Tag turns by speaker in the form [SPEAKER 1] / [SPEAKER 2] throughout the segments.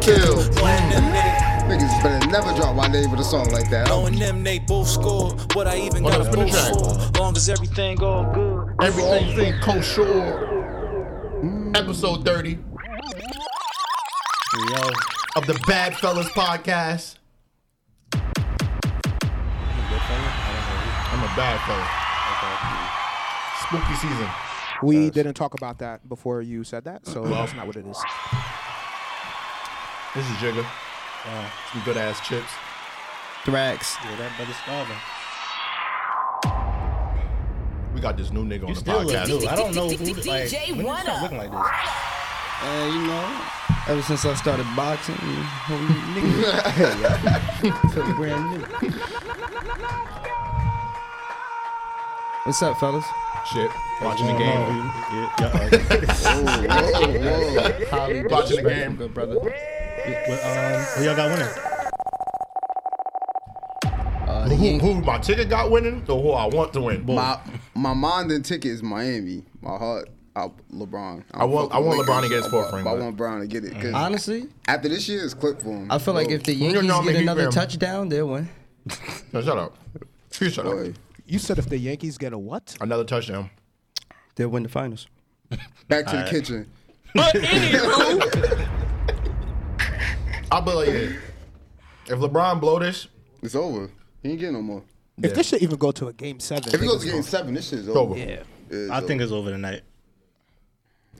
[SPEAKER 1] kill.
[SPEAKER 2] Niggas
[SPEAKER 1] Niggas better never drop my name with a song like that.
[SPEAKER 2] Knowing them, they both score. What I even
[SPEAKER 3] What
[SPEAKER 2] got
[SPEAKER 3] up,
[SPEAKER 2] a
[SPEAKER 3] what the
[SPEAKER 2] boost for. Long as everything all good.
[SPEAKER 3] Everything from Coach Shore. Mm. Episode 30
[SPEAKER 4] Yo,
[SPEAKER 3] of the Bad Fellas Podcast. I'm a bad fella. Spooky season.
[SPEAKER 5] We didn't talk about that before you said that, so that's not what it is.
[SPEAKER 3] This is Jigga. Some good ass chips.
[SPEAKER 4] Thrax.
[SPEAKER 6] Yeah, that brother's starving.
[SPEAKER 3] We got this new nigga on
[SPEAKER 6] You
[SPEAKER 3] the
[SPEAKER 6] still look
[SPEAKER 3] podcast.
[SPEAKER 6] new. I don't know who like. When
[SPEAKER 7] DJ
[SPEAKER 6] you
[SPEAKER 7] One
[SPEAKER 6] start
[SPEAKER 7] Up.
[SPEAKER 6] looking like this?
[SPEAKER 4] Uh, you know, ever since I started boxing, you know, nigga, brand new. What's up, fellas?
[SPEAKER 3] Shit. Watching the
[SPEAKER 6] Going on,
[SPEAKER 3] game.
[SPEAKER 6] you- yeah, yeah, all right.
[SPEAKER 4] Holly,
[SPEAKER 3] Watching the
[SPEAKER 4] Brother,
[SPEAKER 3] game.
[SPEAKER 4] Good brother.
[SPEAKER 6] Well, um, who y'all got winning?
[SPEAKER 4] Uh, the
[SPEAKER 3] Who,
[SPEAKER 4] Yankees.
[SPEAKER 3] who my ticket got winning or who I want to win?
[SPEAKER 1] My my mind and ticket is Miami. My heart, I, LeBron.
[SPEAKER 3] I want- I want LeBron to get his fourth
[SPEAKER 1] But
[SPEAKER 3] ring,
[SPEAKER 1] I
[SPEAKER 3] but- Mm-hmm.
[SPEAKER 1] want LeBron to get it. 'cause
[SPEAKER 4] Honestly,
[SPEAKER 1] after this year, it's clip for him.
[SPEAKER 4] I feel like
[SPEAKER 1] Whoa.
[SPEAKER 4] if the
[SPEAKER 3] You
[SPEAKER 4] Yankees
[SPEAKER 3] know I'm a
[SPEAKER 4] get
[SPEAKER 3] Heat
[SPEAKER 4] another
[SPEAKER 3] fan.
[SPEAKER 4] touchdown, they'll win.
[SPEAKER 3] No, shut up. You shut up.
[SPEAKER 1] Boy.
[SPEAKER 5] You said if the Yankees get a what?
[SPEAKER 3] Another touchdown.
[SPEAKER 4] They'll win the finals.
[SPEAKER 1] back to the kitchen.
[SPEAKER 3] I'll be like, yeah. If LeBron blow this,
[SPEAKER 1] It's over. He ain't getting no more.
[SPEAKER 5] If this should even go to a game seven,
[SPEAKER 1] If he goes to game seven, this shit is
[SPEAKER 3] it's over.
[SPEAKER 1] over.
[SPEAKER 5] yeah.
[SPEAKER 6] I think it's over tonight.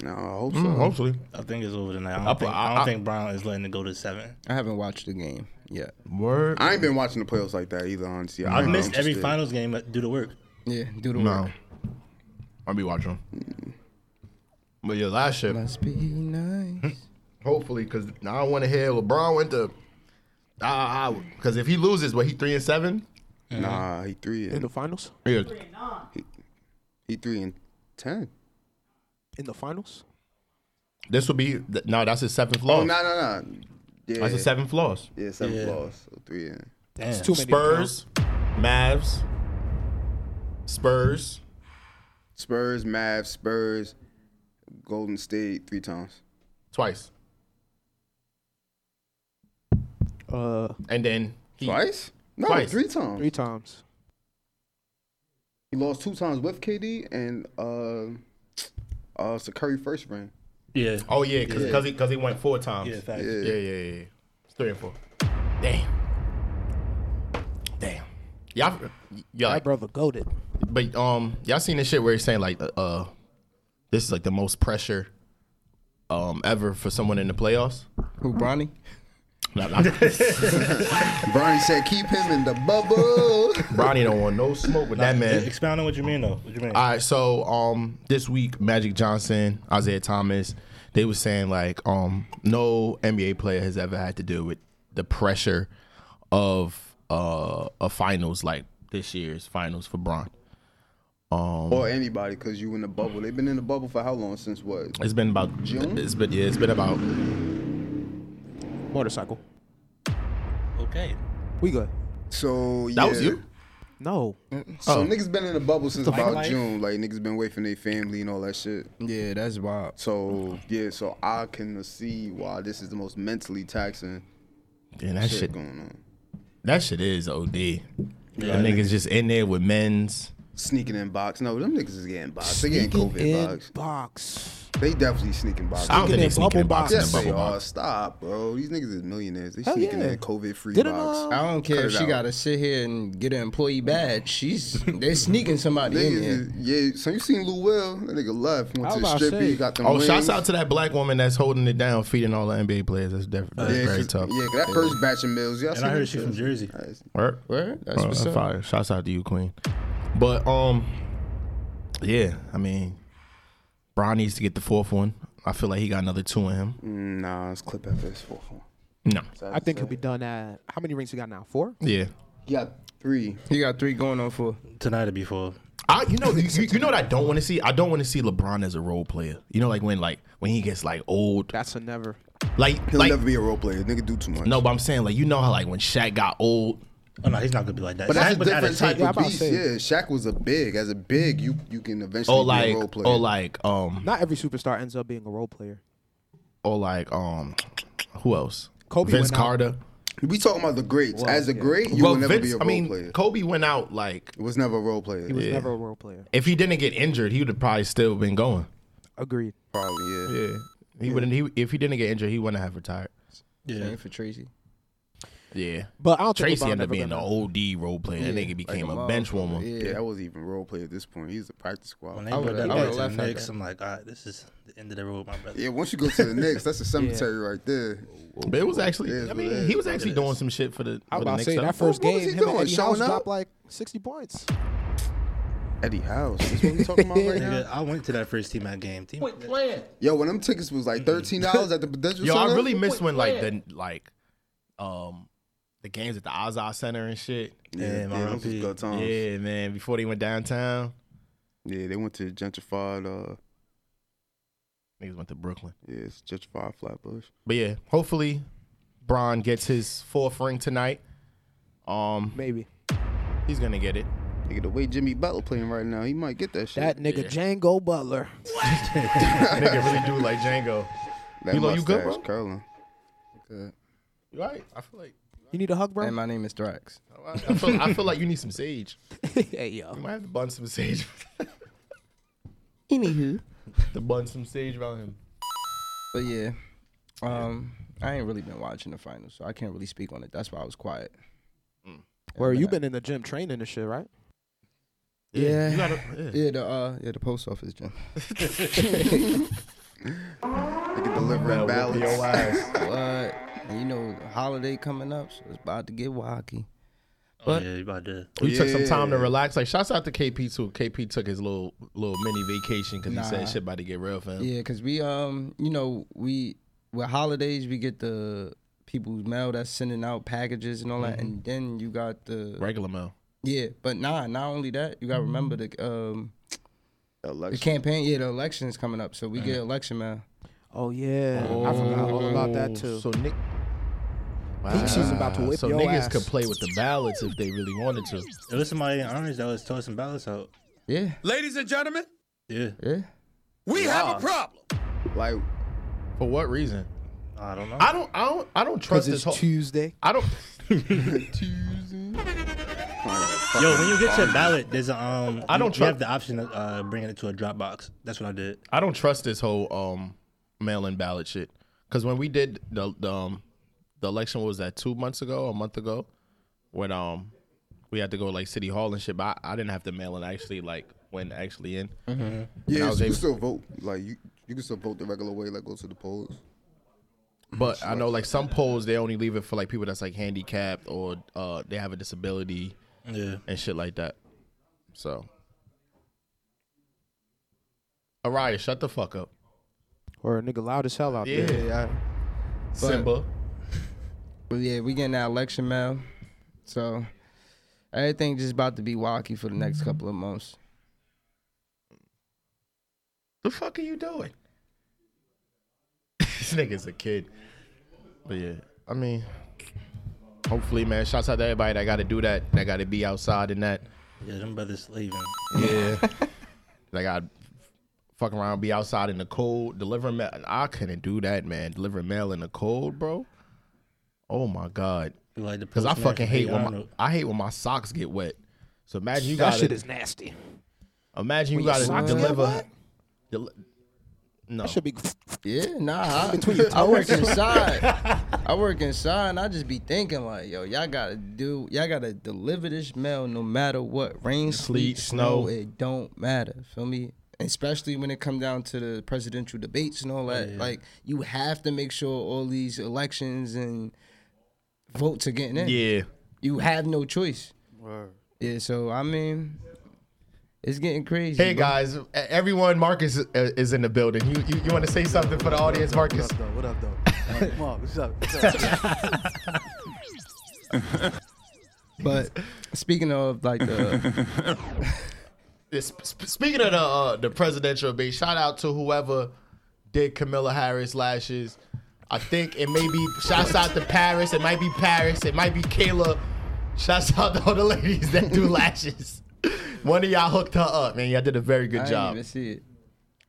[SPEAKER 1] No, I hope so.
[SPEAKER 3] Mm, hopefully.
[SPEAKER 6] I think it's over tonight. I don't,
[SPEAKER 3] I-
[SPEAKER 6] think, I,
[SPEAKER 3] I-
[SPEAKER 6] don't
[SPEAKER 3] I-
[SPEAKER 6] think Brown is letting it go to seven.
[SPEAKER 4] I haven't watched the game yet.
[SPEAKER 3] Word.
[SPEAKER 1] I ain't been watching the playoffs like that either, honestly.
[SPEAKER 6] I've missed every
[SPEAKER 1] final.
[SPEAKER 6] finals game uh, due to work.
[SPEAKER 4] Yeah, do the
[SPEAKER 3] No.
[SPEAKER 4] work.
[SPEAKER 3] I'll be watching. But yeah, last shit.
[SPEAKER 4] Must be nice.
[SPEAKER 3] Hopefully, because I don't want to hear LeBron went to. Because if he loses, what he three and seven?
[SPEAKER 1] Nah, he three
[SPEAKER 5] in
[SPEAKER 1] and
[SPEAKER 5] the finals,
[SPEAKER 3] Yeah.
[SPEAKER 1] he three and ten.
[SPEAKER 5] in the finals,
[SPEAKER 3] This will be th- no. That's his seventh
[SPEAKER 1] Oh
[SPEAKER 3] loss.
[SPEAKER 1] no no no. Yeah,
[SPEAKER 3] That's his seventh loss.
[SPEAKER 1] yeah, seven
[SPEAKER 6] Yeah.
[SPEAKER 1] loss. So three and
[SPEAKER 6] Damn.
[SPEAKER 5] too many. to
[SPEAKER 3] Spurs, Mavs, Spurs.
[SPEAKER 1] Spurs, Mavs, Spurs, Golden State three times.
[SPEAKER 3] twice,
[SPEAKER 5] count. Uh,
[SPEAKER 3] and then he,
[SPEAKER 1] Twice? No,
[SPEAKER 3] Twice.
[SPEAKER 1] three times.
[SPEAKER 5] three times.
[SPEAKER 1] He lost two times with KD and uh uh Curry first ring.
[SPEAKER 6] Yeah.
[SPEAKER 3] Oh yeah, because because he because he went four times.
[SPEAKER 6] Yeah,
[SPEAKER 3] Yeah,
[SPEAKER 6] facts.
[SPEAKER 1] Yeah.
[SPEAKER 3] yeah, yeah, yeah. It's three and four. Damn. Damn. Y'all, y'all
[SPEAKER 5] My
[SPEAKER 3] like,
[SPEAKER 5] brother goaded.
[SPEAKER 3] but um, y'all seen this shit where he's saying like, uh, uh, this is like the most pressure, um, ever for someone in the playoffs.
[SPEAKER 4] Who, Bronny?
[SPEAKER 3] Nah, nah.
[SPEAKER 1] Brian said keep him in the bubble.
[SPEAKER 3] Bronny don't want no smoke with that man.
[SPEAKER 6] Expound on what you mean though. What you mean?
[SPEAKER 3] All right, so um, this week Magic Johnson, Isaiah Thomas, they were saying like um, no NBA player has ever had to deal with the pressure of uh a finals like this year's finals for Bron.
[SPEAKER 1] or anybody because you in the bubble. They've been in the bubble for how long since what?
[SPEAKER 3] It's been about
[SPEAKER 1] June?
[SPEAKER 3] it's been yeah, it's been about
[SPEAKER 5] Motorcycle.
[SPEAKER 6] okay.
[SPEAKER 5] We good.
[SPEAKER 1] So yeah.
[SPEAKER 3] that was you.
[SPEAKER 5] No.
[SPEAKER 1] So
[SPEAKER 3] Oh.
[SPEAKER 1] niggas been in the bubble since about
[SPEAKER 6] life?
[SPEAKER 1] June. Like niggas been away from their family and all that shit.
[SPEAKER 4] Yeah, that's wild.
[SPEAKER 1] So yeah, so I can see why this is the most mentally taxing
[SPEAKER 3] Damn, that
[SPEAKER 1] shit,
[SPEAKER 3] shit
[SPEAKER 1] going on.
[SPEAKER 3] that shit is OD. Them niggas just in there with men's.
[SPEAKER 1] Sneaking in box. No, them niggas is getting box. They getting COVID
[SPEAKER 5] in
[SPEAKER 1] box.
[SPEAKER 5] box.
[SPEAKER 1] They definitely sneaking box.
[SPEAKER 3] I don't
[SPEAKER 5] Sneaking
[SPEAKER 3] think they
[SPEAKER 5] in
[SPEAKER 3] sneaking in
[SPEAKER 5] bubble
[SPEAKER 3] boxes
[SPEAKER 1] Yes,
[SPEAKER 3] and
[SPEAKER 1] they
[SPEAKER 3] bubble
[SPEAKER 1] are.
[SPEAKER 3] box.
[SPEAKER 1] Stop, bro. These niggas is millionaires. They
[SPEAKER 5] Hell
[SPEAKER 1] sneaking
[SPEAKER 5] yeah.
[SPEAKER 1] in COVID free
[SPEAKER 5] Didn't,
[SPEAKER 1] box.
[SPEAKER 5] uh,
[SPEAKER 4] I don't
[SPEAKER 1] Cut
[SPEAKER 4] care
[SPEAKER 1] it
[SPEAKER 4] if she
[SPEAKER 1] out.
[SPEAKER 4] got to sit here and get an employee badge. She's they sneaking somebody in
[SPEAKER 1] Niggas
[SPEAKER 4] here.
[SPEAKER 1] is, yeah, so you seen Lou Will? That nigga left. Went to
[SPEAKER 5] I was
[SPEAKER 1] the
[SPEAKER 5] about to
[SPEAKER 1] strip. He
[SPEAKER 5] say.
[SPEAKER 1] got them
[SPEAKER 3] Oh,
[SPEAKER 1] rings.
[SPEAKER 3] shouts out to that black woman that's holding it down, feeding all the NBA players. That's, def- that's
[SPEAKER 1] yeah,
[SPEAKER 3] very
[SPEAKER 1] 'cause-
[SPEAKER 3] tough.
[SPEAKER 1] Yeah, 'cause that first batch of meals. Y'all
[SPEAKER 6] And I heard she from Jersey.
[SPEAKER 3] Word.
[SPEAKER 4] Word? That's
[SPEAKER 3] Uh,
[SPEAKER 4] what's up.
[SPEAKER 3] Fire. Shouts out to you, Queen. But um, yeah, I mean, Bron needs to get the fourth one. I feel like he got another two in him.
[SPEAKER 1] Nah, it's clip after this four.
[SPEAKER 3] No.
[SPEAKER 5] I think he'll be done at how many rings he got now? Four.
[SPEAKER 3] Yeah.
[SPEAKER 1] He got three.
[SPEAKER 4] He got three going on for.
[SPEAKER 6] Tonight or before.
[SPEAKER 3] I, you know, you, you know what I don't want to see. I don't want to see LeBron as a role player. You know, like when, like when he gets like old,
[SPEAKER 5] That's a never.
[SPEAKER 3] like,
[SPEAKER 1] He'll
[SPEAKER 3] like
[SPEAKER 1] never be a role player. Nigga do too much.
[SPEAKER 3] no, but I'm saying like you know how like when Shaq got old,
[SPEAKER 6] Oh no, he's not gonna be like that.
[SPEAKER 1] But that's
[SPEAKER 6] Shaq
[SPEAKER 1] a
[SPEAKER 6] was out of
[SPEAKER 1] different type
[SPEAKER 6] shape.
[SPEAKER 5] Yeah,
[SPEAKER 1] of
[SPEAKER 5] I'm about
[SPEAKER 1] beast.
[SPEAKER 5] to say.
[SPEAKER 1] Yeah, Shaq was a big. As a big, you you can eventually be
[SPEAKER 3] or Oh, like,
[SPEAKER 1] a role player.
[SPEAKER 3] or like, um,
[SPEAKER 5] Not every superstar ends up being a role player.
[SPEAKER 3] or like, um, Who else?
[SPEAKER 5] Kobe
[SPEAKER 3] Vince
[SPEAKER 5] went out.
[SPEAKER 3] Carter.
[SPEAKER 1] We talking about the greats. As a great, you
[SPEAKER 3] well,
[SPEAKER 1] will never
[SPEAKER 3] Vince.
[SPEAKER 1] be a role
[SPEAKER 3] I mean,
[SPEAKER 1] player.
[SPEAKER 3] Kobe went out like
[SPEAKER 1] It was never a role player.
[SPEAKER 5] He was never a role player.
[SPEAKER 3] if he didn't get injured, he would have probably still been going.
[SPEAKER 5] Agreed.
[SPEAKER 1] Probably, yeah.
[SPEAKER 3] Yeah, he wouldn't. He if he didn't get injured, he wouldn't have retired.
[SPEAKER 6] Yeah.
[SPEAKER 4] Same for Tracy.
[SPEAKER 3] Yeah.
[SPEAKER 5] But I don't think
[SPEAKER 3] Tracy
[SPEAKER 5] LeBron
[SPEAKER 3] ended up
[SPEAKER 5] never
[SPEAKER 3] being an
[SPEAKER 5] gonna-
[SPEAKER 3] OD role player. that nigga became a, bench warmer.
[SPEAKER 1] Yeah,
[SPEAKER 4] Yeah.
[SPEAKER 1] that wasn't even a role player at this point. He's a practice
[SPEAKER 6] When
[SPEAKER 1] squad.
[SPEAKER 6] they
[SPEAKER 4] I
[SPEAKER 6] put
[SPEAKER 4] would've-
[SPEAKER 6] that
[SPEAKER 4] I
[SPEAKER 6] back
[SPEAKER 4] would've
[SPEAKER 6] to the
[SPEAKER 4] laugh at
[SPEAKER 6] Knicks,
[SPEAKER 4] that.
[SPEAKER 6] I'm like, all right, this is the end of the road, my brother.
[SPEAKER 1] Yeah, once you go to the Knicks, that's a cemetery right there.
[SPEAKER 3] But it was actually.
[SPEAKER 1] It is
[SPEAKER 3] I
[SPEAKER 1] what it
[SPEAKER 3] mean,
[SPEAKER 1] is.
[SPEAKER 3] he was actually doing some shit for the. for
[SPEAKER 5] I was
[SPEAKER 3] the
[SPEAKER 5] about to
[SPEAKER 3] Knicks
[SPEAKER 5] say
[SPEAKER 3] stuff.
[SPEAKER 5] that first
[SPEAKER 1] What
[SPEAKER 5] game,
[SPEAKER 1] was he
[SPEAKER 5] him and
[SPEAKER 1] doing?
[SPEAKER 5] Eddie
[SPEAKER 1] Showing
[SPEAKER 5] House
[SPEAKER 1] up?
[SPEAKER 5] dropped like sixty points.
[SPEAKER 1] Eddie House. That's what we talking about right now.
[SPEAKER 6] Nigga, I went to that first team at game. Team,
[SPEAKER 1] Yo, when them tickets was like thirteen dollars at the potential.
[SPEAKER 3] Yo, I
[SPEAKER 1] Center,
[SPEAKER 3] really miss when like the like, um, the games at the Azar Center and shit.
[SPEAKER 1] Yeah,
[SPEAKER 6] Yeah,
[SPEAKER 1] yeah, those was
[SPEAKER 6] R.I.P.
[SPEAKER 1] good times. Yeah.
[SPEAKER 3] Yeah, man. Before they went downtown,
[SPEAKER 1] they went to gentrified. Uh,
[SPEAKER 3] niggas went to Brooklyn.
[SPEAKER 1] yeah, it's gentrified Flatbush.
[SPEAKER 3] But yeah, hopefully, Bron gets his fourth ring tonight. Um,
[SPEAKER 5] Maybe
[SPEAKER 3] he's gonna get it.
[SPEAKER 1] Nigga, the way Jimmy Butler playing right now, he might get that shit.
[SPEAKER 5] that nigga Django Butler.
[SPEAKER 3] nigga really do like Django.
[SPEAKER 1] that
[SPEAKER 3] You know you good,
[SPEAKER 1] mustache
[SPEAKER 3] bro?
[SPEAKER 1] curling.
[SPEAKER 4] Good.
[SPEAKER 3] You right? I feel like.
[SPEAKER 5] You need a hug,
[SPEAKER 4] And
[SPEAKER 5] bro?
[SPEAKER 4] my name is Drax.
[SPEAKER 3] I feel, I feel like you need some sage.
[SPEAKER 5] hey
[SPEAKER 3] You
[SPEAKER 5] yo,
[SPEAKER 3] might have to bun some sage.
[SPEAKER 4] Anywho.
[SPEAKER 3] to bun some sage around him.
[SPEAKER 4] But yeah, um, I ain't really been watching the finals, so I can't really speak on it. That's why I was quiet.
[SPEAKER 5] where
[SPEAKER 4] But
[SPEAKER 5] you
[SPEAKER 4] I-
[SPEAKER 5] been in the gym training and shit, right?
[SPEAKER 4] Yeah.
[SPEAKER 3] You gotta, yeah.
[SPEAKER 4] Yeah, the uh, yeah, the post office gym.
[SPEAKER 1] Nigga delivering
[SPEAKER 3] Gotta whip your
[SPEAKER 1] ballots.
[SPEAKER 3] ass.
[SPEAKER 4] What? And you know, holiday coming up, so it's about to get wacky. But-
[SPEAKER 6] yeah, you about to.
[SPEAKER 3] You took some time to
[SPEAKER 1] Yeah.
[SPEAKER 3] relax. Like, shouts out to KP too. KP took his little little mini vacation because he
[SPEAKER 4] Nah.
[SPEAKER 3] said shit about to get real for him.
[SPEAKER 4] Yeah, because we um, you know, we with holidays we get the people's mail that's sending out packages and all that, and then you got the
[SPEAKER 3] Regular mail.
[SPEAKER 4] yeah. But nah, not only that, you gotta remember the um, the
[SPEAKER 1] Election.
[SPEAKER 4] campaign. Yeah, the election's coming up, so we get election mail.
[SPEAKER 5] Oh yeah, I forgot
[SPEAKER 3] Oh.
[SPEAKER 5] all about that too.
[SPEAKER 3] So Nick,
[SPEAKER 5] Peachy's about to whip
[SPEAKER 3] so
[SPEAKER 5] your
[SPEAKER 3] niggas
[SPEAKER 5] ass.
[SPEAKER 3] could play with the ballots if they really wanted to.
[SPEAKER 6] It was somebody in orange that was tossing ballots out.
[SPEAKER 4] Yeah,
[SPEAKER 2] Ladies and gentlemen,
[SPEAKER 6] Yeah.
[SPEAKER 4] yeah.
[SPEAKER 2] we have a problem.
[SPEAKER 1] Like,
[SPEAKER 3] For what reason?
[SPEAKER 6] I don't know.
[SPEAKER 3] I don't. I don't. I don't trust
[SPEAKER 5] Cause
[SPEAKER 3] this
[SPEAKER 5] it's
[SPEAKER 3] whole.
[SPEAKER 5] Tuesday.
[SPEAKER 3] I don't.
[SPEAKER 6] Yo, when you get your ballot, there's a um.
[SPEAKER 3] I
[SPEAKER 6] you-
[SPEAKER 3] don't
[SPEAKER 6] You,
[SPEAKER 3] try-
[SPEAKER 6] have the option of uh, bringing it to a Dropbox. That's what I did.
[SPEAKER 3] I don't trust this whole um mail-in ballot shit. Because when we did the, the um the election, what was that two months ago, a month ago, when um we had to go like city hall and shit. But I, I didn't have to mail in actually like when actually in.
[SPEAKER 1] yeah, so you
[SPEAKER 3] was able-
[SPEAKER 1] can still vote. Like, you you can still vote the regular way. Like, go to the polls.
[SPEAKER 3] But I know like some polls they only leave it for like people that's like handicapped or uh they have a disability
[SPEAKER 6] Yeah.
[SPEAKER 3] and shit like that. So. Araya, shut the fuck up.
[SPEAKER 5] Or a nigga loud as hell out
[SPEAKER 3] Yeah,
[SPEAKER 5] there.
[SPEAKER 3] yeah. Simba.
[SPEAKER 4] But yeah, we getting that election mail. So everything just about to be wacky for the next couple of months.
[SPEAKER 3] The fuck are you doing? this nigga's a kid. But yeah, I mean, hopefully, man. Shouts out to everybody that got to do that, that got to be outside and that.
[SPEAKER 6] Yeah, them brothers leaving.
[SPEAKER 3] Yeah. like, I fuck around, be outside in the cold, delivering mail. I couldn't do that, man. Delivering mail in the cold, bro. Oh my god.
[SPEAKER 6] We Like the
[SPEAKER 3] Cause I
[SPEAKER 6] postman
[SPEAKER 3] fucking
[SPEAKER 6] from
[SPEAKER 3] hate when my,
[SPEAKER 6] Arnold.
[SPEAKER 3] I hate when my socks get wet. So imagine you
[SPEAKER 5] That
[SPEAKER 3] got
[SPEAKER 5] shit is nasty.
[SPEAKER 3] imagine you
[SPEAKER 5] your
[SPEAKER 3] got to
[SPEAKER 5] socks get
[SPEAKER 3] deliver.
[SPEAKER 5] wet?
[SPEAKER 3] Del- no,
[SPEAKER 5] That should be.
[SPEAKER 4] Yeah, nah. I, I work inside. I work inside, and I just be thinking like, yo, y'all gotta do, y'all gotta deliver this mail no matter what, rain,
[SPEAKER 3] Sleet,
[SPEAKER 4] sleet, snow,
[SPEAKER 3] snow.
[SPEAKER 4] it don't matter. Feel me? Especially when it come down to the presidential debates and all
[SPEAKER 3] Oh,
[SPEAKER 4] that. Like, you have to make sure all these elections and votes are getting in.
[SPEAKER 3] yeah.
[SPEAKER 4] You have no choice. Yeah, so I mean, it's getting crazy.
[SPEAKER 3] Hey
[SPEAKER 4] bro.
[SPEAKER 3] guys, e- everyone, Marcus i- is in the building. You you, you want to say something for the audience, Marcus?
[SPEAKER 5] What up, though? Mark, what's up? What's up?
[SPEAKER 4] But speaking of like the
[SPEAKER 3] This- Uh, sp- Speaking of the uh, the presidential debate, shout out to whoever did Camilla Harris lashes. I think it may be shouts out to Paris. It might be Paris. It might be Kayla. Shouts out to all the ladies that do lashes. One of y'all hooked her up, man. Y'all did a very good
[SPEAKER 4] I didn't
[SPEAKER 3] job.
[SPEAKER 4] even see it.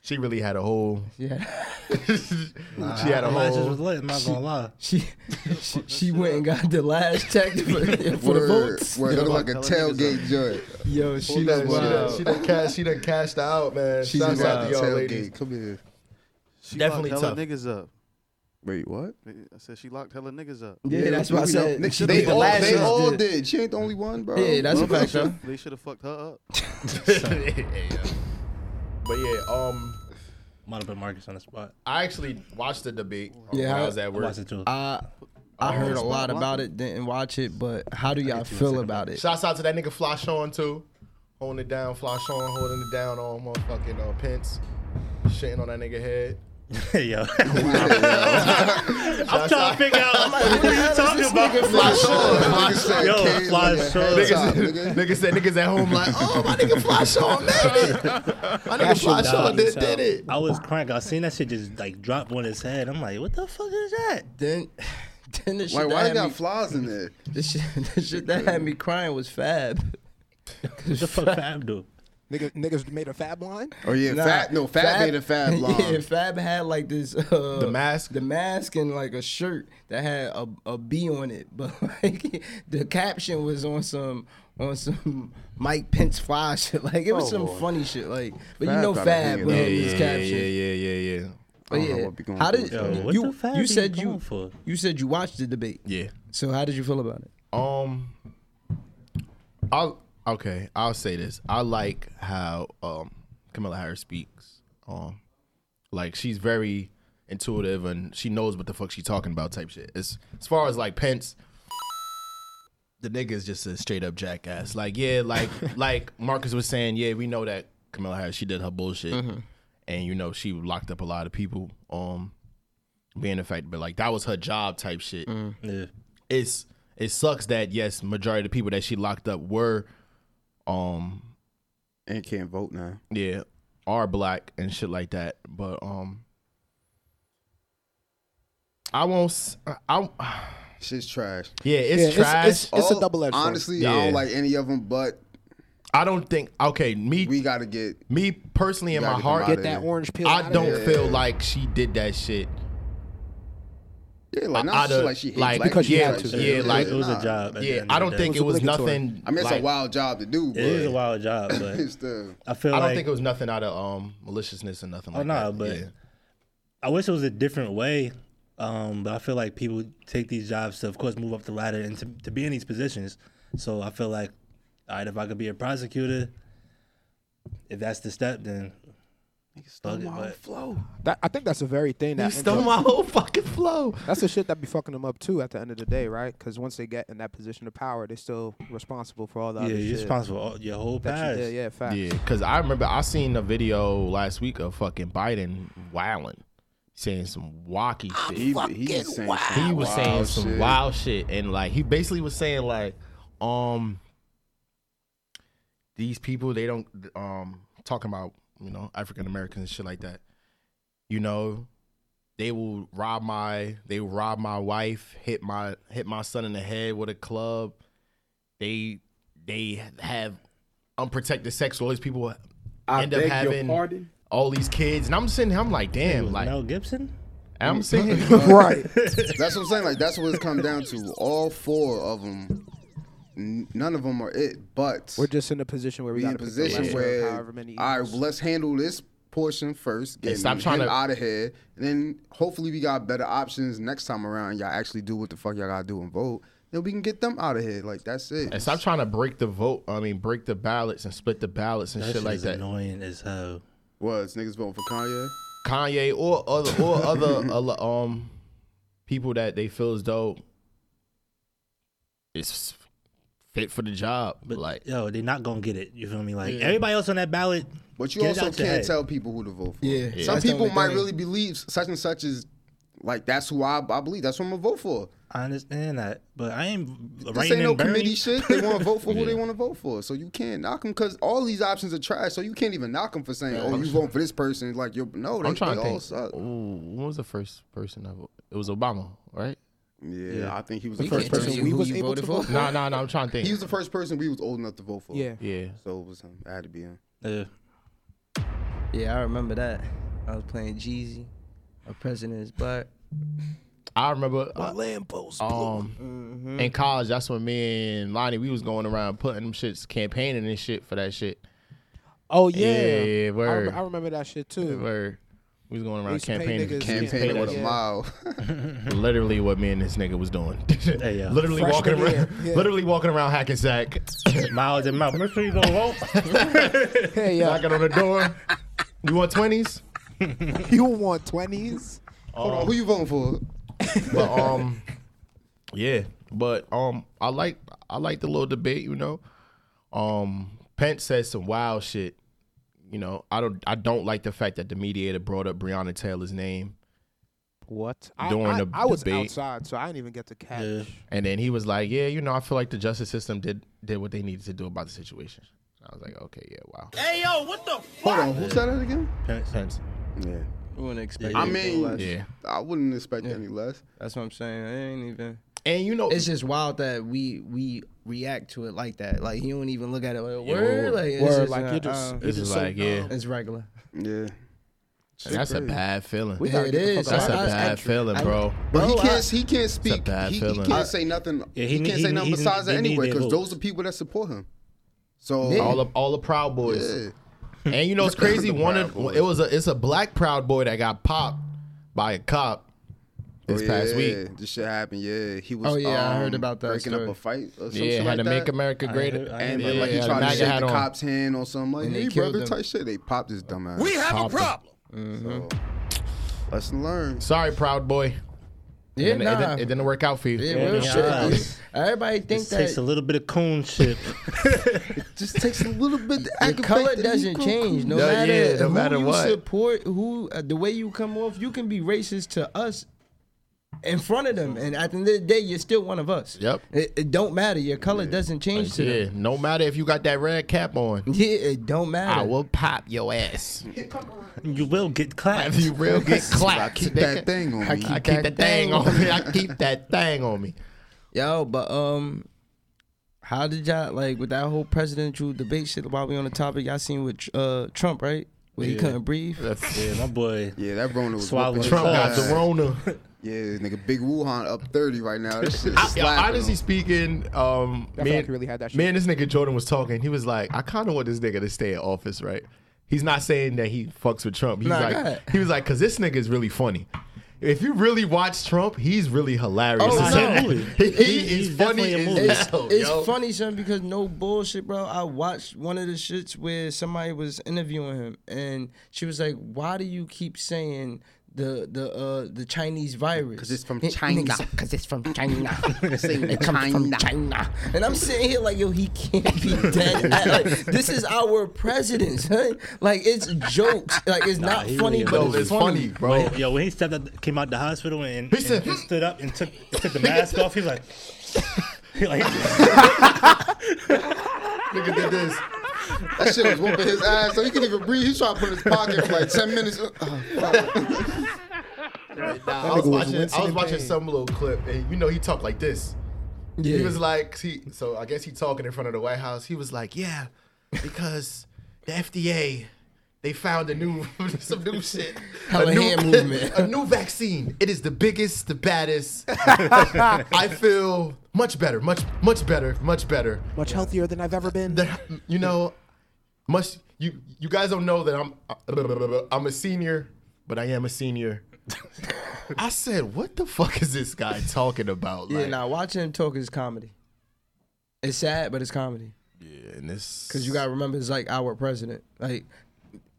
[SPEAKER 3] She really had a whole.
[SPEAKER 4] Yeah,
[SPEAKER 3] she had a
[SPEAKER 6] Lashes was
[SPEAKER 3] whole.
[SPEAKER 6] lit. I'm not gonna lie.
[SPEAKER 4] she she, she went and got the last check for, for the
[SPEAKER 1] Word,
[SPEAKER 4] votes.
[SPEAKER 1] word, look like a tailgate joint.
[SPEAKER 4] Yo, she
[SPEAKER 3] She
[SPEAKER 4] was
[SPEAKER 3] done, she done,
[SPEAKER 4] wild.
[SPEAKER 3] she done cash. She done cashed out, man.
[SPEAKER 4] She's
[SPEAKER 3] Shouts out to
[SPEAKER 4] wild.
[SPEAKER 3] y'all, ladies.
[SPEAKER 1] Tailgate, come here.
[SPEAKER 7] She
[SPEAKER 3] Definitely
[SPEAKER 7] locked hella
[SPEAKER 3] tough.
[SPEAKER 7] niggas up.
[SPEAKER 1] Wait, what?
[SPEAKER 7] I said she locked hella niggas up.
[SPEAKER 4] Yeah, that's what I said.
[SPEAKER 1] Nick,
[SPEAKER 4] She
[SPEAKER 1] they
[SPEAKER 4] did the
[SPEAKER 1] all,
[SPEAKER 4] last
[SPEAKER 1] they
[SPEAKER 4] ones
[SPEAKER 1] all
[SPEAKER 4] did.
[SPEAKER 1] did. She ain't the only one, bro.
[SPEAKER 4] Yeah, that's a fact, yo.
[SPEAKER 7] They should have fucked her up.
[SPEAKER 3] But yeah, um,
[SPEAKER 6] Might have put Marcus on the spot.
[SPEAKER 3] I actually watched the debate.
[SPEAKER 4] Yeah,
[SPEAKER 3] when I
[SPEAKER 4] how-
[SPEAKER 3] was at
[SPEAKER 6] I
[SPEAKER 3] work.
[SPEAKER 6] watched it too.
[SPEAKER 4] I
[SPEAKER 1] Oh,
[SPEAKER 4] I heard a lot about it, didn't watch it, but how do y'all feel about it?
[SPEAKER 3] Shouts out to that nigga Flashon too, holding it down. Flashon holding it down on motherfucking uh, Pence, shitting on that nigga head.
[SPEAKER 6] Yo, I'm trying to figure out what are you talking about.
[SPEAKER 1] Nigga said,
[SPEAKER 6] Yo,
[SPEAKER 1] "Kid,
[SPEAKER 6] fly
[SPEAKER 1] look at
[SPEAKER 6] short.
[SPEAKER 1] her top,
[SPEAKER 3] Niggas,
[SPEAKER 1] nigga."
[SPEAKER 3] niggas said niggas at home like, oh my nigga Flashon made it. My nigga Flashon did, did it.
[SPEAKER 6] I was crank. I seen that shit just like drop on his head. I'm like, what the fuck is that?
[SPEAKER 4] Then then the shit
[SPEAKER 1] Like,
[SPEAKER 4] that
[SPEAKER 1] why
[SPEAKER 4] had
[SPEAKER 1] they got
[SPEAKER 4] me-
[SPEAKER 1] flies in there?
[SPEAKER 4] the shit, the shit that had me crying was Fab.
[SPEAKER 6] What the fuck Fab do?
[SPEAKER 5] Nigga, niggas made a fab line.
[SPEAKER 1] Oh yeah,
[SPEAKER 4] Nah,
[SPEAKER 1] fat. No, fat made a fab line.
[SPEAKER 4] Yeah, Fab had like this. Uh,
[SPEAKER 3] The mask?
[SPEAKER 4] The mask and like a shirt that had a, a B on it, but like the caption was on some on some Mike Pence fly shit. Like it was some funny shit. Like, but you
[SPEAKER 1] Oh, Fab
[SPEAKER 4] know
[SPEAKER 1] gotta
[SPEAKER 4] Fab
[SPEAKER 1] hang it
[SPEAKER 4] would
[SPEAKER 1] up.
[SPEAKER 4] have this caption.
[SPEAKER 3] yeah, yeah,
[SPEAKER 4] But
[SPEAKER 1] I don't know
[SPEAKER 4] yeah,
[SPEAKER 1] what we going
[SPEAKER 4] how
[SPEAKER 1] through
[SPEAKER 4] did
[SPEAKER 1] with that.
[SPEAKER 6] Yo, what
[SPEAKER 4] you
[SPEAKER 6] the fuck
[SPEAKER 4] you
[SPEAKER 6] is
[SPEAKER 4] said
[SPEAKER 6] he
[SPEAKER 4] you
[SPEAKER 6] going for?
[SPEAKER 4] you said you watched the debate?
[SPEAKER 3] yeah.
[SPEAKER 4] So how did you feel about it?
[SPEAKER 3] Um, I'll okay. I'll say this. I like how um Camilla Harris speaks. Um, like she's very intuitive and she knows what the fuck she's talking about. Type shit. As as far as like Pence, the nigga is just a straight up jackass. Like yeah, like like Marcus was saying. Yeah, we know that Camilla Harris. She did her bullshit, and you know she locked up a lot of people. Um, being the fact, but like that was her job. Type shit
[SPEAKER 6] Yeah.
[SPEAKER 3] it's it sucks that yes, majority of the people that she locked up were um
[SPEAKER 1] And can't vote now.
[SPEAKER 3] yeah, are black and shit like that. But um I won't s- I, I
[SPEAKER 1] Shit's trash.
[SPEAKER 3] yeah, it's
[SPEAKER 5] Yeah, it's-
[SPEAKER 3] trash.
[SPEAKER 5] it's- it's- a double-edged sword.
[SPEAKER 1] Honestly, I
[SPEAKER 3] Yeah.
[SPEAKER 1] don't like any of them, but
[SPEAKER 3] I don't think okay, me
[SPEAKER 1] we gotta get.
[SPEAKER 3] me personally in
[SPEAKER 1] gotta
[SPEAKER 3] my
[SPEAKER 1] get them
[SPEAKER 3] heart
[SPEAKER 1] outta
[SPEAKER 5] Get that orange peel.
[SPEAKER 3] I
[SPEAKER 5] outta
[SPEAKER 3] don't
[SPEAKER 5] there.
[SPEAKER 3] feel like she did that shit.
[SPEAKER 1] Yeah, like
[SPEAKER 3] I- I
[SPEAKER 1] not
[SPEAKER 3] don't-
[SPEAKER 1] just like she hates
[SPEAKER 3] like,
[SPEAKER 1] black
[SPEAKER 5] Because she
[SPEAKER 1] people,
[SPEAKER 5] had
[SPEAKER 1] like,
[SPEAKER 5] to.
[SPEAKER 1] she-
[SPEAKER 3] Yeah, like-
[SPEAKER 6] it was a job. at the
[SPEAKER 3] Yeah,
[SPEAKER 6] end
[SPEAKER 3] I
[SPEAKER 6] of the
[SPEAKER 3] don't
[SPEAKER 6] day.
[SPEAKER 3] think
[SPEAKER 5] It
[SPEAKER 3] it was
[SPEAKER 5] was obligatory.
[SPEAKER 3] nothing.
[SPEAKER 1] I mean, it's
[SPEAKER 3] like,
[SPEAKER 1] a wild job to do, but
[SPEAKER 6] It is a wild job, but
[SPEAKER 1] it's the
[SPEAKER 6] I feel
[SPEAKER 3] I don't
[SPEAKER 6] like
[SPEAKER 3] think it was nothing out of um maliciousness or nothing
[SPEAKER 6] Oh,
[SPEAKER 3] like
[SPEAKER 6] nah,
[SPEAKER 3] that.
[SPEAKER 6] but-
[SPEAKER 3] yeah.
[SPEAKER 6] I wish it was a different way. Um, but I feel like people take these jobs to, of course, move up the ladder and to, to be in these positions. So I feel like, all right, if I could be a prosecutor, if that's the step, then fuck it. But
[SPEAKER 3] flow.
[SPEAKER 5] That, I think that's a very thing that
[SPEAKER 3] You stole
[SPEAKER 5] ends up-
[SPEAKER 3] my whole fucking flow.
[SPEAKER 5] That's the shit that be fucking them up too. At the end of the day, right? Because once they get in that position of power, they're still responsible for all the
[SPEAKER 6] yeah,
[SPEAKER 5] other
[SPEAKER 6] you're
[SPEAKER 5] shit
[SPEAKER 6] responsible for all, your whole
[SPEAKER 5] that
[SPEAKER 6] past.
[SPEAKER 5] you did. Yeah, facts.
[SPEAKER 3] Yeah, because I remember I seen a video last week of fucking Biden wilding, saying some wacky shit.
[SPEAKER 1] he, he was saying some
[SPEAKER 3] He was
[SPEAKER 1] wild
[SPEAKER 3] saying some
[SPEAKER 1] shit.
[SPEAKER 3] wild shit, and like he basically was saying like, um, these people they don't um talking about you know African Americans and shit like that. You know, they will rob my they will rob my wife, hit my hit my son in the head with a club. They they have unprotected sex. All these people
[SPEAKER 8] I
[SPEAKER 3] end up
[SPEAKER 8] beg
[SPEAKER 3] having
[SPEAKER 8] your pardon.
[SPEAKER 3] all these kids, and I'm sitting here, I'm like, damn, like
[SPEAKER 6] Mel Gibson?
[SPEAKER 3] I'm sitting here.
[SPEAKER 5] Right.
[SPEAKER 1] That's what I'm saying. Like that's what it's come down to. All four of them, none of them are it. But
[SPEAKER 5] We're just in a position where we
[SPEAKER 1] we
[SPEAKER 5] got
[SPEAKER 1] in a position where, all right, let's handle this portion first. Get
[SPEAKER 3] stop trying to-
[SPEAKER 1] out of here. And then hopefully we got better options next time around. Y'all actually do what the fuck y'all gotta do and vote. Then we can get them out of here. Like that's it.
[SPEAKER 3] And stop trying to break the vote. I mean, break the ballots and split the ballots and
[SPEAKER 6] That
[SPEAKER 3] shit
[SPEAKER 6] shit
[SPEAKER 3] like
[SPEAKER 6] is
[SPEAKER 3] that.
[SPEAKER 6] annoying as hell.
[SPEAKER 1] Was niggas voting for Kanye?
[SPEAKER 3] Kanye or other or other other, um people that they feel as though is fit for the job. But
[SPEAKER 6] But
[SPEAKER 3] like,
[SPEAKER 6] like, yo, they're not gonna get it. You feel me? Like everybody else on that ballot.
[SPEAKER 1] But you
[SPEAKER 6] Get it
[SPEAKER 1] also
[SPEAKER 6] out your
[SPEAKER 1] can't
[SPEAKER 6] head.
[SPEAKER 1] tell people who to vote for.
[SPEAKER 4] Yeah, Yeah.
[SPEAKER 1] Some
[SPEAKER 4] that's the
[SPEAKER 1] people
[SPEAKER 4] only
[SPEAKER 1] might
[SPEAKER 4] thing.
[SPEAKER 1] really believe such and such is like that's who I, I believe. That's who I'm gonna vote for.
[SPEAKER 6] I understand that, but I ain't
[SPEAKER 1] This
[SPEAKER 6] writing
[SPEAKER 1] ain't no
[SPEAKER 6] in Bernie.
[SPEAKER 1] committee shit. They want to vote for who they want to vote for. So you can't knock them because all these options are trash. So you can't even knock them for saying, "Oh, you voting for this person." Like you're no, they,
[SPEAKER 3] I'm trying
[SPEAKER 1] they
[SPEAKER 3] to
[SPEAKER 1] all
[SPEAKER 3] think.
[SPEAKER 1] suck.
[SPEAKER 3] Ooh, what was the first person I voted? It was Obama, right?
[SPEAKER 1] Yeah, I think he was
[SPEAKER 4] You
[SPEAKER 1] the first
[SPEAKER 4] can't tell
[SPEAKER 1] person.
[SPEAKER 4] me
[SPEAKER 5] we
[SPEAKER 4] who
[SPEAKER 5] was
[SPEAKER 4] you
[SPEAKER 5] able
[SPEAKER 4] voted
[SPEAKER 5] to
[SPEAKER 4] for.
[SPEAKER 5] vote.
[SPEAKER 3] No, no, no. I'm trying to think.
[SPEAKER 1] He was the first person we was old enough to vote for.
[SPEAKER 5] Yeah.
[SPEAKER 3] yeah.
[SPEAKER 1] So it was him. I had to be him.
[SPEAKER 6] Yeah.
[SPEAKER 4] Yeah, I remember that. I was playing Jeezy. Our president is black.
[SPEAKER 3] I remember my Um,
[SPEAKER 4] Mm-hmm.
[SPEAKER 3] in college, that's when me and Lonnie we was going around putting them shits, campaigning and shit for that shit.
[SPEAKER 5] Oh
[SPEAKER 3] Yeah,
[SPEAKER 5] yeah, I,
[SPEAKER 3] word.
[SPEAKER 5] rem- I remember that shit too.
[SPEAKER 3] Where we was going around
[SPEAKER 5] used to pay
[SPEAKER 3] campaigning,
[SPEAKER 5] niggas-
[SPEAKER 1] Campaign
[SPEAKER 5] Yeah.
[SPEAKER 1] with a
[SPEAKER 5] Yeah.
[SPEAKER 1] mile.
[SPEAKER 3] literally what me and this nigga was doing.
[SPEAKER 6] Hey, yo.
[SPEAKER 3] literally walking
[SPEAKER 5] Freshman
[SPEAKER 3] around,
[SPEAKER 5] year, yeah.
[SPEAKER 3] literally walking around Hackensack,
[SPEAKER 6] Miles and mouth. Make sure you don't vote.
[SPEAKER 5] Hey, yeah,
[SPEAKER 3] knocking on the door. You want twenties?
[SPEAKER 5] you want twenties?
[SPEAKER 1] Hold on, who you voting for?
[SPEAKER 3] But um, yeah. But um, I like I like the little debate. You know, um, Pence says some wild shit. You know, I don't I don't like the fact that the mediator brought up Breonna Taylor's name,
[SPEAKER 5] What? I,
[SPEAKER 3] During
[SPEAKER 5] I,
[SPEAKER 3] the
[SPEAKER 5] I was
[SPEAKER 3] debate.
[SPEAKER 5] outside, so I didn't even get to catch.
[SPEAKER 6] Yeah.
[SPEAKER 3] and then he was like, "Yeah, you know, I feel like the justice system did did what they needed to do about the situation." I was like, "Okay, yeah, wow."
[SPEAKER 1] Hold on, who said that again?
[SPEAKER 3] Pence,
[SPEAKER 1] Yeah.
[SPEAKER 4] We wouldn't expect.
[SPEAKER 1] I
[SPEAKER 4] anything
[SPEAKER 1] mean-
[SPEAKER 4] less.
[SPEAKER 3] yeah,
[SPEAKER 1] I wouldn't expect any less.
[SPEAKER 4] that's what I'm saying. It ain't even.
[SPEAKER 3] and you know,
[SPEAKER 4] It's just wild that we we react to it like that. Like you don't even look at it like a
[SPEAKER 3] Yeah,
[SPEAKER 4] word.
[SPEAKER 3] word.
[SPEAKER 4] Like it's
[SPEAKER 5] Word,
[SPEAKER 4] just
[SPEAKER 5] like,
[SPEAKER 4] not-
[SPEAKER 5] you're just-
[SPEAKER 4] uh,
[SPEAKER 3] it's just like, yeah,
[SPEAKER 4] it's regular.
[SPEAKER 1] Yeah.
[SPEAKER 3] and that's a bad feeling.
[SPEAKER 5] We gotta
[SPEAKER 4] It
[SPEAKER 5] get the fuck
[SPEAKER 4] is.
[SPEAKER 5] out
[SPEAKER 3] That's a
[SPEAKER 5] of this
[SPEAKER 3] bad
[SPEAKER 5] country.
[SPEAKER 3] feeling, bro.
[SPEAKER 1] But he
[SPEAKER 4] Bro,
[SPEAKER 1] can't.
[SPEAKER 4] I-
[SPEAKER 1] he can't speak.
[SPEAKER 3] bad
[SPEAKER 1] he, he
[SPEAKER 3] feeling.
[SPEAKER 1] can't
[SPEAKER 3] I-
[SPEAKER 1] say nothing.
[SPEAKER 6] Yeah,
[SPEAKER 1] he,
[SPEAKER 6] he need-
[SPEAKER 1] can't
[SPEAKER 6] he
[SPEAKER 1] say
[SPEAKER 6] need-
[SPEAKER 1] nothing
[SPEAKER 6] he need-
[SPEAKER 1] besides that
[SPEAKER 6] they need
[SPEAKER 1] anyway,
[SPEAKER 6] their
[SPEAKER 1] because
[SPEAKER 6] votes.
[SPEAKER 1] those are people that support him. So
[SPEAKER 3] All the all the Proud Boys.
[SPEAKER 1] yeah.
[SPEAKER 3] And you know it's crazy.
[SPEAKER 1] The
[SPEAKER 3] One of
[SPEAKER 1] Proud
[SPEAKER 3] it was a it's a black proud boy that got popped by a cop this
[SPEAKER 1] Oh,
[SPEAKER 3] past
[SPEAKER 1] yeah,
[SPEAKER 3] week.
[SPEAKER 1] This shit happened. Yeah, he was.
[SPEAKER 4] Oh, yeah, I
[SPEAKER 1] um,
[SPEAKER 4] heard about that
[SPEAKER 1] Breaking
[SPEAKER 4] story.
[SPEAKER 1] up a fight or some
[SPEAKER 3] Yeah,
[SPEAKER 1] shit
[SPEAKER 3] had
[SPEAKER 1] like
[SPEAKER 3] to make
[SPEAKER 1] that.
[SPEAKER 3] America great.
[SPEAKER 6] heard- I
[SPEAKER 1] And
[SPEAKER 6] heard-
[SPEAKER 1] then, like he
[SPEAKER 3] Yeah,
[SPEAKER 1] tried
[SPEAKER 3] MAGA
[SPEAKER 1] to shake
[SPEAKER 3] hat
[SPEAKER 1] the
[SPEAKER 3] on.
[SPEAKER 1] cop's hand or something like,
[SPEAKER 4] And they
[SPEAKER 1] hey
[SPEAKER 4] killed
[SPEAKER 1] brother,
[SPEAKER 4] him.
[SPEAKER 1] type shit. They popped his dumb ass.
[SPEAKER 2] We have a
[SPEAKER 3] Papa.
[SPEAKER 2] problem.
[SPEAKER 1] So, lesson learned.
[SPEAKER 3] Sorry, proud boy.
[SPEAKER 4] Yeah,
[SPEAKER 3] And it,
[SPEAKER 4] nah.
[SPEAKER 3] didn't, it didn't work out for you.
[SPEAKER 4] yeah, real
[SPEAKER 6] Yeah,
[SPEAKER 4] shit.
[SPEAKER 6] nah.
[SPEAKER 4] It's- Everybody think
[SPEAKER 6] It takes a
[SPEAKER 4] that
[SPEAKER 6] little bit of coonship.
[SPEAKER 1] Just takes a little bit. To
[SPEAKER 4] the color doesn't change. No
[SPEAKER 3] Yeah,
[SPEAKER 4] matter
[SPEAKER 3] yeah, no
[SPEAKER 4] who
[SPEAKER 3] matter
[SPEAKER 4] you
[SPEAKER 3] what.
[SPEAKER 4] support, who uh, the way you come off, you can be racist to us in front of them, and at the end of the day, you're still one of us.
[SPEAKER 3] Yep.
[SPEAKER 4] It, it don't matter. Your color doesn't change to
[SPEAKER 3] Yeah,
[SPEAKER 4] them.
[SPEAKER 3] no matter if you got that red cap on,
[SPEAKER 4] Yeah, it don't matter.
[SPEAKER 3] I will pop your ass.
[SPEAKER 6] you will get clapped.
[SPEAKER 3] If you real get clapped,
[SPEAKER 1] Keep that thing on me.
[SPEAKER 3] I keep that thing on me. I keep that thing on me.
[SPEAKER 4] Yo, but um, how did y'all like with that whole presidential debate shit? While we on the topic, y'all seen with uh Trump, right? Where he couldn't breathe.
[SPEAKER 3] That's-
[SPEAKER 6] Yeah, my boy.
[SPEAKER 1] Yeah, that Rona was
[SPEAKER 6] Swallow
[SPEAKER 1] whooping
[SPEAKER 3] Trump
[SPEAKER 1] his
[SPEAKER 3] got
[SPEAKER 1] ass.
[SPEAKER 3] the Rona.
[SPEAKER 1] Yeah, nigga, Big Wuhan up thirty right now. This shit is
[SPEAKER 3] I, yo,
[SPEAKER 1] slapping
[SPEAKER 3] honestly
[SPEAKER 1] him.
[SPEAKER 3] speaking, um,
[SPEAKER 5] I feel
[SPEAKER 3] me,
[SPEAKER 5] like
[SPEAKER 3] and,
[SPEAKER 5] he really had that
[SPEAKER 3] me and this nigga Jordan was talking. He was like, I kind of want this nigga to stay in office, right? He's not saying that he fucks with Trump. He's
[SPEAKER 4] Nah, go ahead.
[SPEAKER 3] like, he was like, because this nigga is really funny. If you really watch Trump, he's really hilarious.
[SPEAKER 4] Oh,
[SPEAKER 3] as
[SPEAKER 4] no.
[SPEAKER 3] hell. he,
[SPEAKER 6] He- he's
[SPEAKER 3] is funny.
[SPEAKER 6] definitely a
[SPEAKER 3] as
[SPEAKER 6] movie.
[SPEAKER 4] It's,
[SPEAKER 3] hell,
[SPEAKER 4] it's
[SPEAKER 3] Oh, yo.
[SPEAKER 4] funny, son, because no bullshit, bro. I watched one of the shits where somebody was interviewing him, and she was like, "Why do you keep saying the the uh the Chinese virus? Because
[SPEAKER 1] it's from China.
[SPEAKER 4] Because it's from China.
[SPEAKER 1] Saying
[SPEAKER 4] it comes from
[SPEAKER 1] China.
[SPEAKER 4] China. And I'm sitting here like, yo, he can't be dead. Like, this is our president, son. Like it's jokes. Like it's not
[SPEAKER 6] he
[SPEAKER 4] funny,
[SPEAKER 6] really
[SPEAKER 4] but
[SPEAKER 3] Yo,
[SPEAKER 4] it's,
[SPEAKER 3] it's funny,
[SPEAKER 4] funny.
[SPEAKER 3] bro.
[SPEAKER 6] Yo, when he stepped out, came out the hospital and,
[SPEAKER 3] He
[SPEAKER 6] and
[SPEAKER 3] said-
[SPEAKER 6] just stood up and took took the mask off, he was like, he like,
[SPEAKER 3] nigga did this.
[SPEAKER 1] That shit was whooping his ass, so he couldn't even breathe. He tried to put it in his pocket for like ten minutes. Oh,
[SPEAKER 3] Nah, I was
[SPEAKER 5] nigga was
[SPEAKER 3] watching. I
[SPEAKER 5] wincing
[SPEAKER 3] was
[SPEAKER 5] in
[SPEAKER 3] watching
[SPEAKER 5] pain.
[SPEAKER 3] some little clip, and you know he talked like this.
[SPEAKER 4] Yeah.
[SPEAKER 3] He was like, he, so I guess he talking in front of the White House. He was like, yeah, because the FDA they found a new some new shit,
[SPEAKER 4] Hella
[SPEAKER 3] new,
[SPEAKER 4] hand movement.
[SPEAKER 3] a new vaccine. It is the biggest, the baddest. I feel much better, much much better, much better.
[SPEAKER 5] Much healthier than I've ever been.
[SPEAKER 3] That you know, much you you guys don't know that I'm I'm a senior, but I am a senior. I said, what the fuck is this guy talking about?
[SPEAKER 4] Yeah,
[SPEAKER 3] Like,
[SPEAKER 4] now watching him talk is comedy. It's sad, but it's comedy.
[SPEAKER 3] and this
[SPEAKER 4] Cause you gotta remember, it's like our president. Like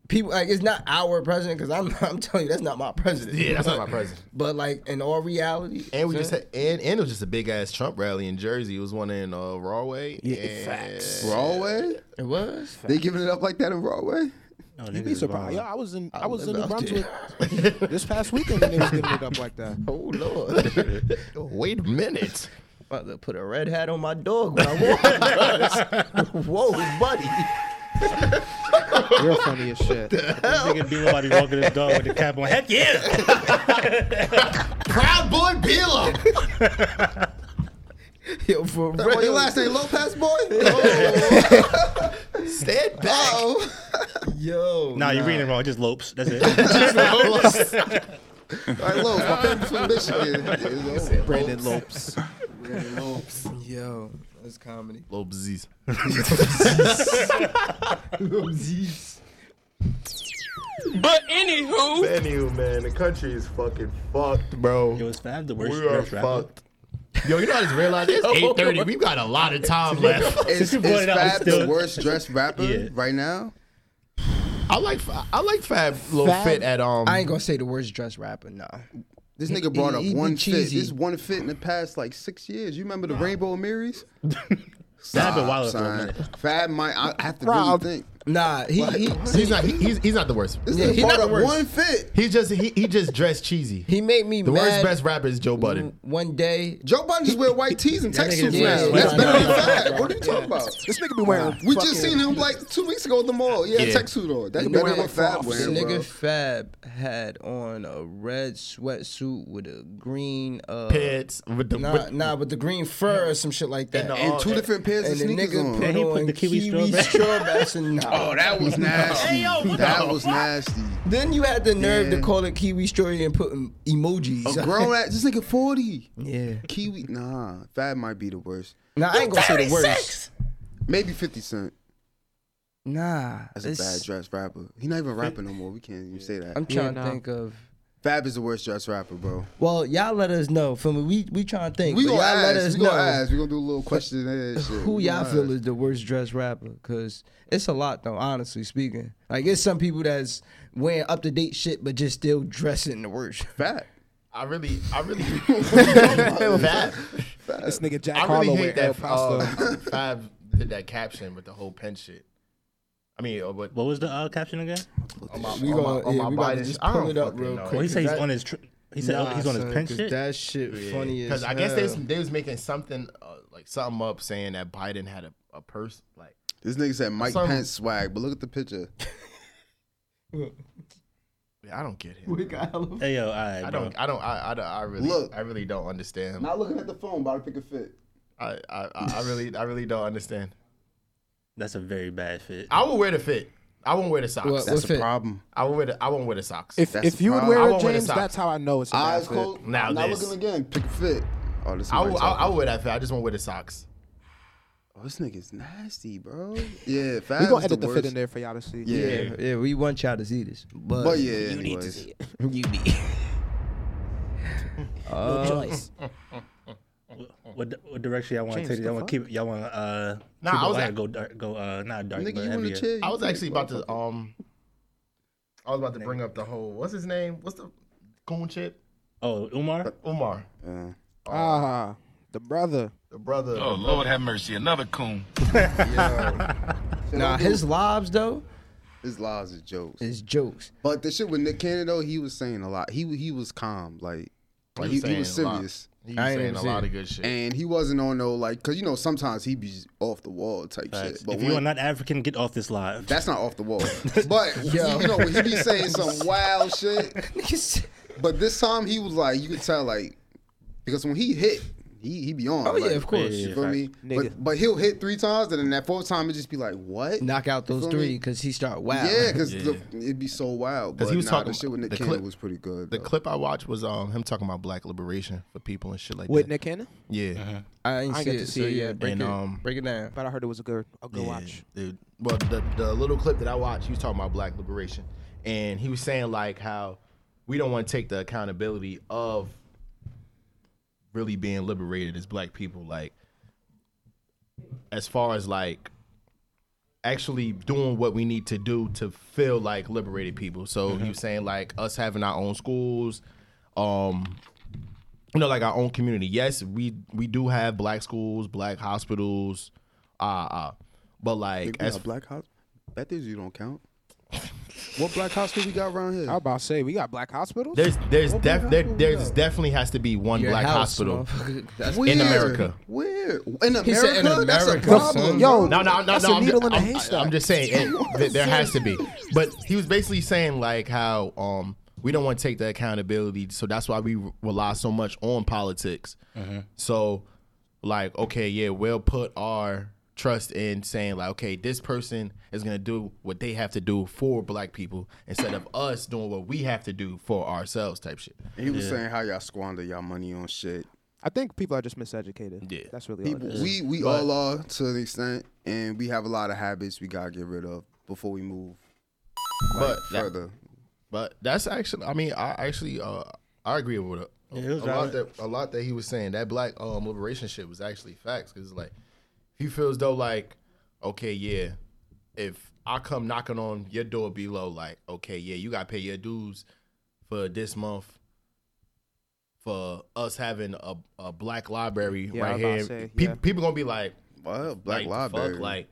[SPEAKER 4] people, like it's not our president. Cause I'm, I'm telling you, that's not my president.
[SPEAKER 3] Yeah, that's not my president.
[SPEAKER 4] But like in all reality,
[SPEAKER 3] And we just had, and, and it was just a big ass Trump rally in Jersey. It was one in uh, Rahway. Yeah, facts.
[SPEAKER 1] Broadway?
[SPEAKER 4] it was.
[SPEAKER 1] They giving it up like that in Broadway?
[SPEAKER 6] no,
[SPEAKER 5] You'd be surprised. Yo, I was in I was in New
[SPEAKER 4] live out
[SPEAKER 5] Brunswick
[SPEAKER 4] there.
[SPEAKER 5] this past weekend and they was giving it up like that.
[SPEAKER 4] Oh lord,
[SPEAKER 3] Wait a minute.
[SPEAKER 4] about to put a red hat on my dog when I walk. Whoa, buddy.
[SPEAKER 5] You're funny as shit.
[SPEAKER 6] nigga be nobody walking his dog with the cap on. Heck yeah!
[SPEAKER 3] Proud boy Bilo.
[SPEAKER 4] Yo, for
[SPEAKER 1] Well, your
[SPEAKER 4] real.
[SPEAKER 1] last name Lopez, boy.
[SPEAKER 3] Stand back.
[SPEAKER 4] Yo.
[SPEAKER 6] Nah, you're reading it wrong. It's Just Lopes. That's it.
[SPEAKER 1] All right, Lopes, my favorite from Michigan. Yeah, it's over.
[SPEAKER 3] Brandon Lopes.
[SPEAKER 4] Yo. That's comedy.
[SPEAKER 3] Lopes.
[SPEAKER 8] But anywho,
[SPEAKER 3] Anywho, man, the country is fucking fucked, bro.
[SPEAKER 6] Yo, is Fab the worst
[SPEAKER 3] We are
[SPEAKER 6] dressed rapper?
[SPEAKER 3] fucked. Yo, you know I just realized it's eight thirty. We've got a lot of time left.
[SPEAKER 1] Is,
[SPEAKER 6] you
[SPEAKER 1] is
[SPEAKER 6] brought it up,
[SPEAKER 1] Fab
[SPEAKER 6] still-
[SPEAKER 1] the worst dressed rapper
[SPEAKER 6] Yeah.
[SPEAKER 1] right now?
[SPEAKER 3] I like I like Fab Lil
[SPEAKER 4] Fab-
[SPEAKER 3] Fit at um.
[SPEAKER 4] I ain't gonna say the worst dressed rapper, nah.
[SPEAKER 1] This
[SPEAKER 4] He-
[SPEAKER 1] nigga brought
[SPEAKER 4] he-
[SPEAKER 1] up
[SPEAKER 4] he be
[SPEAKER 1] one fit.
[SPEAKER 4] cheesy.
[SPEAKER 1] This one fit in the past like six years. You remember the Rainbow and Marys?
[SPEAKER 6] That happened a while ago.
[SPEAKER 1] Son,
[SPEAKER 6] man.
[SPEAKER 1] Fab might. I have to
[SPEAKER 5] Rob.
[SPEAKER 1] really think.
[SPEAKER 4] Nah, he, he
[SPEAKER 3] he's not. he- he's, he's not the worst.
[SPEAKER 1] This
[SPEAKER 4] Yeah,
[SPEAKER 1] nigga
[SPEAKER 4] he
[SPEAKER 1] brought
[SPEAKER 4] not the
[SPEAKER 1] up
[SPEAKER 4] worst.
[SPEAKER 1] one fit.
[SPEAKER 3] He just he, he just dressed cheesy.
[SPEAKER 4] he made me
[SPEAKER 3] The
[SPEAKER 4] mad. Mm.
[SPEAKER 3] worst best rapper is Joe Budden.
[SPEAKER 4] One day,
[SPEAKER 1] Joe Budden just wear white tees and tech
[SPEAKER 6] That nigga
[SPEAKER 1] suits
[SPEAKER 6] is
[SPEAKER 1] now.
[SPEAKER 6] wearing
[SPEAKER 1] That's
[SPEAKER 4] sweaters.
[SPEAKER 1] better than
[SPEAKER 4] Yeah.
[SPEAKER 1] Fab. What are you talking about?
[SPEAKER 5] This nigga be wearing.
[SPEAKER 1] We just
[SPEAKER 5] fucking-
[SPEAKER 1] seen him like two weeks ago at the mall. Yeah,
[SPEAKER 3] Yeah.
[SPEAKER 1] tech suit on. That's better
[SPEAKER 5] Nigga
[SPEAKER 1] than
[SPEAKER 5] wearing
[SPEAKER 1] what Fab
[SPEAKER 5] Crocs.
[SPEAKER 1] wearing,
[SPEAKER 4] nigga
[SPEAKER 1] bro.
[SPEAKER 4] Fab had on a red sweatsuit with a green uh,
[SPEAKER 3] Pits with the
[SPEAKER 4] Nah,
[SPEAKER 3] with-
[SPEAKER 4] nah, but the green fur or some shit like
[SPEAKER 3] And
[SPEAKER 4] that.
[SPEAKER 3] the-
[SPEAKER 1] And two different pairs of
[SPEAKER 4] and the
[SPEAKER 1] sneakers
[SPEAKER 4] nigga
[SPEAKER 1] on.
[SPEAKER 4] put
[SPEAKER 6] And he put
[SPEAKER 4] on
[SPEAKER 6] the kiwi
[SPEAKER 4] kiwi
[SPEAKER 6] strawberry.
[SPEAKER 4] strawberries and nah.
[SPEAKER 1] Oh, that was nasty. that was nasty.
[SPEAKER 4] Then you had the nerve to
[SPEAKER 1] Yeah.
[SPEAKER 4] call it kiwi strawberry and put em- emojis.
[SPEAKER 1] A grown ass, this nigga 40.
[SPEAKER 4] yeah.
[SPEAKER 1] Kiwi, nah, Fab might be the worst.
[SPEAKER 4] Nah, I ain't gonna say the worst.
[SPEAKER 1] Maybe 50 Cent
[SPEAKER 4] Nah,
[SPEAKER 1] as a
[SPEAKER 4] it's-
[SPEAKER 1] bad dressed rapper. He not even rapping no more. We can't even say that.
[SPEAKER 4] I'm trying to
[SPEAKER 5] nah.
[SPEAKER 4] think of.
[SPEAKER 1] Fab is the worst dressed rapper, bro.
[SPEAKER 4] Well, y'all let us know. For me, we we trying to think.
[SPEAKER 1] We
[SPEAKER 4] but
[SPEAKER 1] gonna
[SPEAKER 4] y'all let us
[SPEAKER 1] ask. We gonna
[SPEAKER 4] know
[SPEAKER 1] ask. We gonna do a little question and shit.
[SPEAKER 4] who
[SPEAKER 1] We
[SPEAKER 4] y'all
[SPEAKER 1] gonna
[SPEAKER 4] feel
[SPEAKER 1] ask.
[SPEAKER 4] is the worst dressed rapper. Cause it's a lot though. Honestly speaking, like it's some people that's wearing up to date shit, but just still dressing the worst.
[SPEAKER 1] Fab.
[SPEAKER 3] I really I really Fab.
[SPEAKER 5] This nigga Jack
[SPEAKER 3] I
[SPEAKER 5] Harlow
[SPEAKER 3] really
[SPEAKER 5] wearing
[SPEAKER 3] hate
[SPEAKER 5] El
[SPEAKER 3] that uh,
[SPEAKER 5] Paso.
[SPEAKER 3] Fab did that caption with the whole pen shit. I mean, uh, but
[SPEAKER 6] What was the uh, caption again?
[SPEAKER 3] on my,
[SPEAKER 4] We
[SPEAKER 3] on
[SPEAKER 4] gonna,
[SPEAKER 3] my, on
[SPEAKER 4] yeah,
[SPEAKER 3] my
[SPEAKER 4] we about to
[SPEAKER 3] Biden
[SPEAKER 4] just
[SPEAKER 3] sh- I
[SPEAKER 4] pull
[SPEAKER 3] don't
[SPEAKER 4] it up
[SPEAKER 3] fucking
[SPEAKER 4] real
[SPEAKER 3] know.
[SPEAKER 4] quick.
[SPEAKER 6] Well, he said he's
[SPEAKER 4] That-
[SPEAKER 6] on his. Tr- he said oh,
[SPEAKER 4] Nah,
[SPEAKER 6] he's on his
[SPEAKER 4] son,
[SPEAKER 6] pen
[SPEAKER 4] 'cause
[SPEAKER 6] shit.
[SPEAKER 4] That shit funny as
[SPEAKER 3] Because I guess they
[SPEAKER 4] hell.
[SPEAKER 3] was, they was making something uh, like something up saying that Biden had a, a purse like
[SPEAKER 1] This nigga said Mike
[SPEAKER 3] Some-
[SPEAKER 1] Pence swag, but look at the picture.
[SPEAKER 3] I don't get him.
[SPEAKER 6] Hey yo, all right,
[SPEAKER 3] I
[SPEAKER 6] bro.
[SPEAKER 3] don't I don't I, I, don't- I really
[SPEAKER 1] Look.
[SPEAKER 3] I really don't understand. him.
[SPEAKER 1] Not looking at the phone, about to pick a fit.
[SPEAKER 3] I, I I I really I really don't understand.
[SPEAKER 6] That's a very bad fit.
[SPEAKER 3] I will wear the fit. I won't wear the socks.
[SPEAKER 4] What-
[SPEAKER 1] That's
[SPEAKER 4] What fit?
[SPEAKER 1] a problem.
[SPEAKER 3] I won't wear the I won't wear the socks.
[SPEAKER 5] If
[SPEAKER 1] That's
[SPEAKER 5] if
[SPEAKER 1] the
[SPEAKER 5] you would
[SPEAKER 1] problem.
[SPEAKER 5] wear
[SPEAKER 3] I
[SPEAKER 5] it,
[SPEAKER 3] won't wear the
[SPEAKER 5] James,
[SPEAKER 3] socks.
[SPEAKER 5] that's how I know it's a bad
[SPEAKER 1] Eyes
[SPEAKER 5] fit.
[SPEAKER 1] closed.
[SPEAKER 3] Now
[SPEAKER 1] not
[SPEAKER 3] this.
[SPEAKER 1] looking again. Pick a fit. Oh, this.
[SPEAKER 3] I will I, I
[SPEAKER 1] oh,
[SPEAKER 3] will wear that fit. I just won't wear the socks.
[SPEAKER 1] this nigga's nasty, bro. Yeah, Fab.
[SPEAKER 5] We
[SPEAKER 1] is
[SPEAKER 5] gonna edit
[SPEAKER 1] the,
[SPEAKER 5] the,
[SPEAKER 1] worst.
[SPEAKER 5] fit in there for y'all to see.
[SPEAKER 1] Yeah.
[SPEAKER 4] Yeah, yeah, we want y'all to see this, but,
[SPEAKER 1] But yeah, anyways.
[SPEAKER 4] you need. Uh,
[SPEAKER 6] What, di- what direction y'all want to
[SPEAKER 5] James,
[SPEAKER 6] take? it? Y'all
[SPEAKER 5] the
[SPEAKER 6] want to keep? Y'all want to uh?
[SPEAKER 3] Nah,
[SPEAKER 6] keep
[SPEAKER 3] I
[SPEAKER 6] it
[SPEAKER 3] was
[SPEAKER 6] light
[SPEAKER 3] at-
[SPEAKER 6] or go dark. Go uh, not dark,
[SPEAKER 1] Nigga,
[SPEAKER 6] but
[SPEAKER 1] you want to
[SPEAKER 6] heavier.
[SPEAKER 1] chill?
[SPEAKER 3] I was actually about to um I was about to bring up the whole what's his name? What's the coon chip?
[SPEAKER 6] Oh, Umar.
[SPEAKER 3] Umar.
[SPEAKER 1] Uh,
[SPEAKER 5] Ah, the brother.
[SPEAKER 3] The brother.
[SPEAKER 9] Oh, Lord have mercy. Another coon.
[SPEAKER 4] nah, his lives though
[SPEAKER 1] His lies is jokes.
[SPEAKER 4] is jokes.
[SPEAKER 1] But the shit with Nick Cannon though, he was saying a lot. He he was calm, like like, he, he was
[SPEAKER 3] saying a lot.
[SPEAKER 1] serious,
[SPEAKER 3] He
[SPEAKER 4] I
[SPEAKER 3] was
[SPEAKER 4] ain't
[SPEAKER 3] saying
[SPEAKER 4] even
[SPEAKER 3] a
[SPEAKER 4] seen
[SPEAKER 3] lot
[SPEAKER 4] it.
[SPEAKER 3] of good shit.
[SPEAKER 1] and he wasn't on no like because you know sometimes he be off the wall type
[SPEAKER 6] Facts.
[SPEAKER 1] shit. But
[SPEAKER 6] if
[SPEAKER 1] when,
[SPEAKER 6] you are not African, get off this live.
[SPEAKER 1] that's not off the wall. but you know when he be saying some wild shit. But this time he was like, you could tell like because when he hit, he he be on.
[SPEAKER 4] Oh, yeah,
[SPEAKER 1] like,
[SPEAKER 4] of course.
[SPEAKER 1] You
[SPEAKER 6] Yeah,
[SPEAKER 1] feel
[SPEAKER 6] facts.
[SPEAKER 1] me?
[SPEAKER 5] Nigga.
[SPEAKER 1] But but he'll hit three times, and then that fourth time it just be like, what?
[SPEAKER 4] Knock out those
[SPEAKER 1] feel
[SPEAKER 4] three
[SPEAKER 1] me?
[SPEAKER 4] because he start wow.
[SPEAKER 1] Yeah, because it'd be so wild.
[SPEAKER 3] 'Cause
[SPEAKER 1] But
[SPEAKER 3] he was
[SPEAKER 1] nah,
[SPEAKER 3] talking
[SPEAKER 1] the shit with Nick
[SPEAKER 3] about the
[SPEAKER 1] Cannon
[SPEAKER 3] clip-
[SPEAKER 1] was pretty good.
[SPEAKER 3] The
[SPEAKER 1] though.
[SPEAKER 3] clip I watched was um him talking about black liberation for people and shit like
[SPEAKER 5] With
[SPEAKER 3] that.
[SPEAKER 5] Nick Cannon?
[SPEAKER 3] Yeah.
[SPEAKER 9] Uh-huh.
[SPEAKER 4] I ain't
[SPEAKER 5] I
[SPEAKER 4] see
[SPEAKER 5] get
[SPEAKER 4] it.
[SPEAKER 5] to see
[SPEAKER 4] so
[SPEAKER 5] it
[SPEAKER 4] yeah,
[SPEAKER 5] yet.
[SPEAKER 4] break
[SPEAKER 3] And,
[SPEAKER 4] it,
[SPEAKER 3] um,
[SPEAKER 4] break it down.
[SPEAKER 5] But I heard it was a good a good
[SPEAKER 3] Yeah,
[SPEAKER 5] watch.
[SPEAKER 3] Dude. Well, the the little clip that I watched, he was talking about black liberation, and he was saying like how we don't want to take the accountability of really being liberated as black people, like as far as like actually doing what we need to do to feel like liberated people. So he was saying like us having our own schools, um, you know, like our own community. Yes, we we do have black schools, black hospitals, uh, uh but like
[SPEAKER 1] We
[SPEAKER 3] as
[SPEAKER 1] got black house. That is you don't count. what black hospital we got around
[SPEAKER 5] I was
[SPEAKER 1] here?
[SPEAKER 5] about to say we got black hospitals.
[SPEAKER 3] there's there's
[SPEAKER 1] What black
[SPEAKER 3] def, there,
[SPEAKER 1] hospital we
[SPEAKER 3] there's
[SPEAKER 1] got?
[SPEAKER 3] definitely has to be one
[SPEAKER 4] Your
[SPEAKER 3] black
[SPEAKER 4] house,
[SPEAKER 3] hospital.
[SPEAKER 4] motherfucker. That's-
[SPEAKER 1] Where?
[SPEAKER 3] America.
[SPEAKER 1] Where? In America?
[SPEAKER 4] said in
[SPEAKER 1] That's a
[SPEAKER 4] America,
[SPEAKER 1] problem.
[SPEAKER 4] son.
[SPEAKER 5] Yo,
[SPEAKER 1] bro.
[SPEAKER 3] No, no, no,
[SPEAKER 5] That's a
[SPEAKER 3] no. I'm,
[SPEAKER 5] needle
[SPEAKER 3] ju-
[SPEAKER 5] in a
[SPEAKER 3] I'm-
[SPEAKER 5] haystack.
[SPEAKER 3] I'm just saying it, th- there has to be. But he was basically saying like how um we don't want to take the accountability, so that's why we re- rely so much on politics. So like, okay, yeah, we'll put our trust in saying like, okay, this person is gonna do what they have to do for black people instead of us doing what we have to do for ourselves type shit.
[SPEAKER 1] He was saying how y'all squander y'all money on shit.
[SPEAKER 5] I think people are just miseducated.
[SPEAKER 3] Yeah.
[SPEAKER 5] that's really all
[SPEAKER 1] People,
[SPEAKER 5] it is.
[SPEAKER 1] we we all are to an extent, and we have a lot of habits we gotta get rid of before we move like,
[SPEAKER 3] But that-
[SPEAKER 1] further.
[SPEAKER 3] But that's actually, I mean, I actually, uh, I agree with it. A,
[SPEAKER 6] Yeah, it was
[SPEAKER 3] lot
[SPEAKER 6] valid.
[SPEAKER 3] that a lot that he was saying that black um liberation shit was actually facts because like he feels though like okay yeah if I come knocking on your door below like okay yeah you gotta pay your dues for this month for us having a, a black library
[SPEAKER 5] Yeah, I
[SPEAKER 3] right
[SPEAKER 5] was about
[SPEAKER 3] here
[SPEAKER 5] to say,
[SPEAKER 3] pe-
[SPEAKER 5] yeah.
[SPEAKER 3] people gonna be like
[SPEAKER 1] Well, Black
[SPEAKER 3] like,
[SPEAKER 1] Library.
[SPEAKER 3] Fuck, like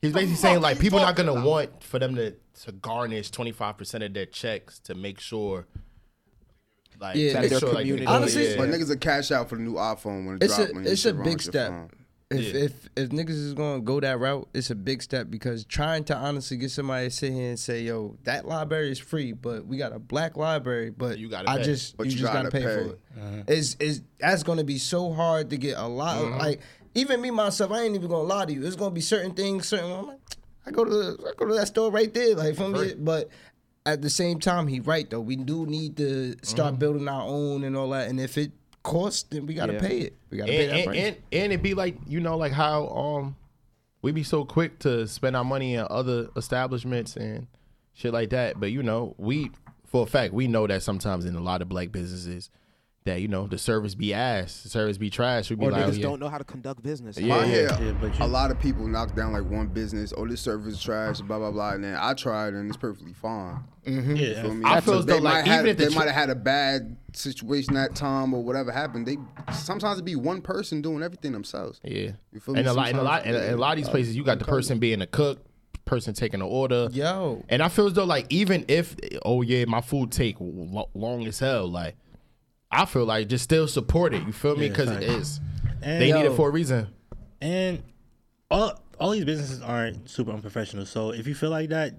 [SPEAKER 3] he's basically saying like people not gonna want for them to, to garnish twenty five percent of their checks to make sure like
[SPEAKER 4] Yeah.
[SPEAKER 3] to
[SPEAKER 4] That
[SPEAKER 3] make
[SPEAKER 5] their
[SPEAKER 3] sure, like, the
[SPEAKER 5] community-
[SPEAKER 4] Honestly,
[SPEAKER 3] yeah.
[SPEAKER 1] but niggas will cash out for the new iPhone when it
[SPEAKER 4] It's
[SPEAKER 1] drops.
[SPEAKER 4] a it's a big step. If,
[SPEAKER 3] Yeah.
[SPEAKER 4] if if niggas is gonna go that route, it's a big step because trying to honestly get somebody to sit here and say, "Yo, that library is free, but we got a black library, but
[SPEAKER 3] You gotta
[SPEAKER 4] I
[SPEAKER 3] pay.
[SPEAKER 4] just
[SPEAKER 1] But
[SPEAKER 4] you,
[SPEAKER 1] you
[SPEAKER 4] just gotta,
[SPEAKER 1] gotta
[SPEAKER 4] pay, for
[SPEAKER 1] pay.
[SPEAKER 4] it." Is is that's gonna be so hard to get a lot
[SPEAKER 3] Uh-huh.
[SPEAKER 4] of like even me myself, I ain't even gonna lie to you. It's gonna be certain things, certain. I'm like, I go to the, I go to that store right there, like for me. But at the same time, he right though. We do need to
[SPEAKER 3] Uh-huh.
[SPEAKER 4] start building our own and all that. And if it costs, then we gotta
[SPEAKER 5] Yeah.
[SPEAKER 4] pay it. We gotta pay
[SPEAKER 3] and,
[SPEAKER 4] that
[SPEAKER 3] and,
[SPEAKER 4] price.
[SPEAKER 3] and and it be like you know like how um we be so quick to spend our money in other establishments and shit like that but you know we for a fact we know that sometimes in a lot of black businesses that you know the service be ass the service be trash we be
[SPEAKER 5] Or
[SPEAKER 3] like
[SPEAKER 5] niggas
[SPEAKER 3] oh, yeah.
[SPEAKER 5] don't know how to conduct business.
[SPEAKER 1] I
[SPEAKER 3] Yeah,
[SPEAKER 1] hear
[SPEAKER 6] yeah, but you-
[SPEAKER 1] a lot of people knock down like one business, oh this service is trash, blah blah blah, and then I tried and it's perfectly fine.
[SPEAKER 6] Yeah,
[SPEAKER 1] feel me?
[SPEAKER 3] Mm-hmm. I feel as
[SPEAKER 1] they
[SPEAKER 3] though, like,
[SPEAKER 1] might have,
[SPEAKER 3] even if
[SPEAKER 1] they
[SPEAKER 3] the tr-
[SPEAKER 1] might have had a bad situation that time or whatever happened, they sometimes it be one person doing everything themselves.
[SPEAKER 3] Yeah,
[SPEAKER 1] You feel
[SPEAKER 3] and
[SPEAKER 1] me?
[SPEAKER 3] a lot, and a lot, and
[SPEAKER 1] Sometimes-
[SPEAKER 3] a, and a lot of these places, you got the person being a cook, person taking the order.
[SPEAKER 4] Yo.
[SPEAKER 3] and I feel as though like even if oh yeah, my food take lo- long as hell. Like I feel like just still support it. You feel me?
[SPEAKER 6] Yeah,
[SPEAKER 3] Because it
[SPEAKER 6] fact.
[SPEAKER 3] is
[SPEAKER 6] And-
[SPEAKER 3] they need
[SPEAKER 4] Yo.
[SPEAKER 3] it for a reason.
[SPEAKER 6] and all all these businesses aren't super unprofessional. So if you feel like that,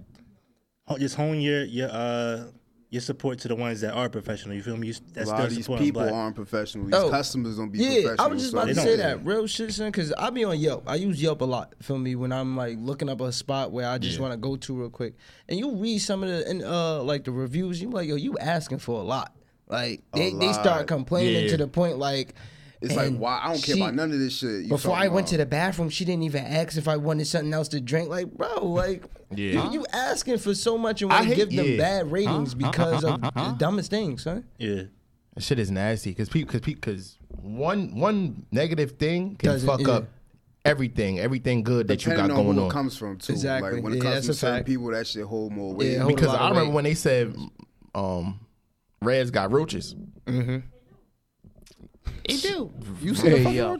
[SPEAKER 6] ho- just hone your your uh your support to the ones that are professional. You feel me? You, s-
[SPEAKER 1] A
[SPEAKER 6] that's
[SPEAKER 1] lot
[SPEAKER 6] still
[SPEAKER 1] of these
[SPEAKER 6] supporting
[SPEAKER 1] people
[SPEAKER 6] black.
[SPEAKER 1] aren't professional. These
[SPEAKER 4] Oh.
[SPEAKER 1] customers don't be
[SPEAKER 4] Yeah,
[SPEAKER 1] professional.
[SPEAKER 4] I was just about to
[SPEAKER 1] so-
[SPEAKER 4] say that real shit, son. Because I be on Yelp. I use Yelp a lot. Feel me when I'm like looking up a spot where I just want to go to real quick, and you read some of the and, uh like the reviews. You be like, yo, you asking for a lot. Like they, they start
[SPEAKER 1] lot.
[SPEAKER 4] complaining
[SPEAKER 3] Yeah.
[SPEAKER 4] to the point like
[SPEAKER 1] It's like
[SPEAKER 4] and
[SPEAKER 1] why I don't care
[SPEAKER 4] she-
[SPEAKER 1] about none of this shit. you
[SPEAKER 4] Before I
[SPEAKER 1] talking
[SPEAKER 4] went
[SPEAKER 1] about.
[SPEAKER 4] to the bathroom, she didn't even ask if I wanted something else to drink. Like, bro, like
[SPEAKER 3] Yeah.
[SPEAKER 4] you, you asking for so much and
[SPEAKER 3] I
[SPEAKER 4] want to
[SPEAKER 3] hate-
[SPEAKER 4] give them
[SPEAKER 3] yeah.
[SPEAKER 4] bad ratings because of the dumbest things, son.
[SPEAKER 6] yeah,
[SPEAKER 3] That shit is nasty because people because because one one negative thing can
[SPEAKER 4] Doesn't-
[SPEAKER 3] fuck
[SPEAKER 4] yeah.
[SPEAKER 3] up everything everything good that you got
[SPEAKER 1] Depending on
[SPEAKER 3] going
[SPEAKER 1] who
[SPEAKER 3] on.
[SPEAKER 1] it comes from too.
[SPEAKER 4] Exactly.
[SPEAKER 1] Like when
[SPEAKER 4] Yeah,
[SPEAKER 1] it comes
[SPEAKER 4] that's
[SPEAKER 1] from
[SPEAKER 4] a
[SPEAKER 1] certain
[SPEAKER 4] fact.
[SPEAKER 1] people, that shit hold more weight.
[SPEAKER 4] Yeah, hold
[SPEAKER 3] because
[SPEAKER 4] a lot
[SPEAKER 3] I
[SPEAKER 4] of
[SPEAKER 3] remember
[SPEAKER 4] weight.
[SPEAKER 3] when they said um Reds got roaches.
[SPEAKER 1] you say
[SPEAKER 5] yo.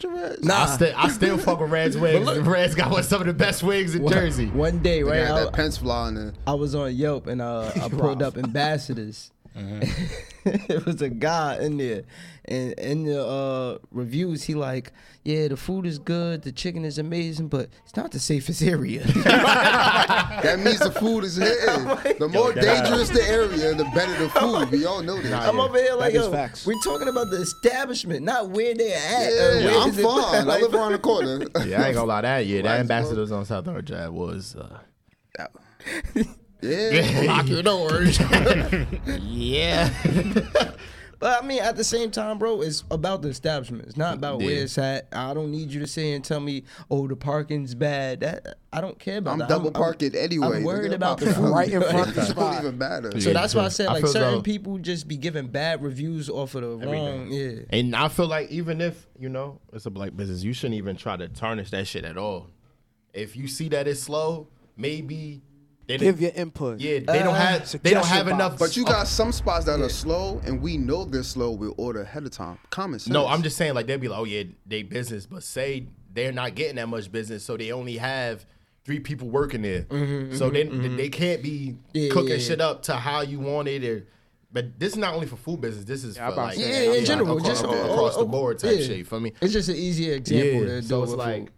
[SPEAKER 3] I still I still fuck with Reds wigs. Reds got one, some of the best wigs in Jersey.
[SPEAKER 4] One day, right?
[SPEAKER 1] had
[SPEAKER 4] I-
[SPEAKER 1] that Pence fly in there.
[SPEAKER 4] I was on Yelp and uh, I pulled up ambassadors.
[SPEAKER 1] Uh-huh.
[SPEAKER 4] it was a guy in there, and in the uh, reviews, he like, yeah, the food is good, the chicken is amazing, but it's not the safest area.
[SPEAKER 1] That means the food is hitting. The more
[SPEAKER 6] that-
[SPEAKER 1] dangerous the area, the better the food. We all know that.
[SPEAKER 4] I'm over here like,
[SPEAKER 5] is
[SPEAKER 4] yo,
[SPEAKER 5] facts.
[SPEAKER 4] we're talking about the establishment, not where they're at. or
[SPEAKER 1] Yeah,
[SPEAKER 4] where
[SPEAKER 1] I'm
[SPEAKER 4] is it-
[SPEAKER 1] fine. I
[SPEAKER 4] like,
[SPEAKER 1] live around the corner.
[SPEAKER 3] Yeah, I ain't gonna lie. That yeah, that
[SPEAKER 1] Right,
[SPEAKER 3] ambassadors on South Orange Drive was. Uh,
[SPEAKER 1] Yeah.
[SPEAKER 3] Lock your doors. yeah.
[SPEAKER 4] But I mean, at the same time, bro, it's about the establishment. It's not about where
[SPEAKER 3] Yeah.
[SPEAKER 4] it's at. I don't need you to say and tell me, oh, the parking's bed. That I don't care about.
[SPEAKER 1] I'm
[SPEAKER 4] that.
[SPEAKER 1] double parked it anyway.
[SPEAKER 4] I'm worried
[SPEAKER 1] Nigga,
[SPEAKER 4] about the
[SPEAKER 1] my
[SPEAKER 4] food.
[SPEAKER 5] Right in front of the
[SPEAKER 1] It don't
[SPEAKER 5] spot.
[SPEAKER 1] even matter.
[SPEAKER 4] So that's why I said
[SPEAKER 3] I
[SPEAKER 4] like
[SPEAKER 3] feel
[SPEAKER 4] certain
[SPEAKER 3] though-
[SPEAKER 4] people just be giving bad reviews off of the wrong. Yeah.
[SPEAKER 3] And I feel like even if you know it's a black business, you shouldn't even try to tarnish that shit at all. If you see that it's slow, maybe they
[SPEAKER 5] Give
[SPEAKER 3] didn't-
[SPEAKER 5] your input. Uh,
[SPEAKER 3] yeah they don't have they don't have
[SPEAKER 5] suggestion
[SPEAKER 3] enough.
[SPEAKER 5] box.
[SPEAKER 1] But you got some spots that are slow, and we know they're slow. We order ahead of time. Common sense.
[SPEAKER 3] No, I'm just saying like they'd be like, oh yeah, they business, but say they're not getting that much business, so they only have three people working there, so they they can't be
[SPEAKER 4] Mm-hmm, Yeah,
[SPEAKER 3] cooking
[SPEAKER 4] yeah, yeah.
[SPEAKER 3] shit up to how you want it. Or, but this is not only for food business. This is for
[SPEAKER 5] about
[SPEAKER 3] like
[SPEAKER 5] to say,
[SPEAKER 4] Yeah, in general,
[SPEAKER 3] across,
[SPEAKER 4] just all-
[SPEAKER 3] across
[SPEAKER 4] all-
[SPEAKER 3] the board type
[SPEAKER 4] yeah.
[SPEAKER 3] shit. You feel me?
[SPEAKER 4] It's just an easier example.
[SPEAKER 3] Yeah,
[SPEAKER 4] to
[SPEAKER 3] so
[SPEAKER 4] do
[SPEAKER 3] it's
[SPEAKER 4] with
[SPEAKER 3] like
[SPEAKER 4] food.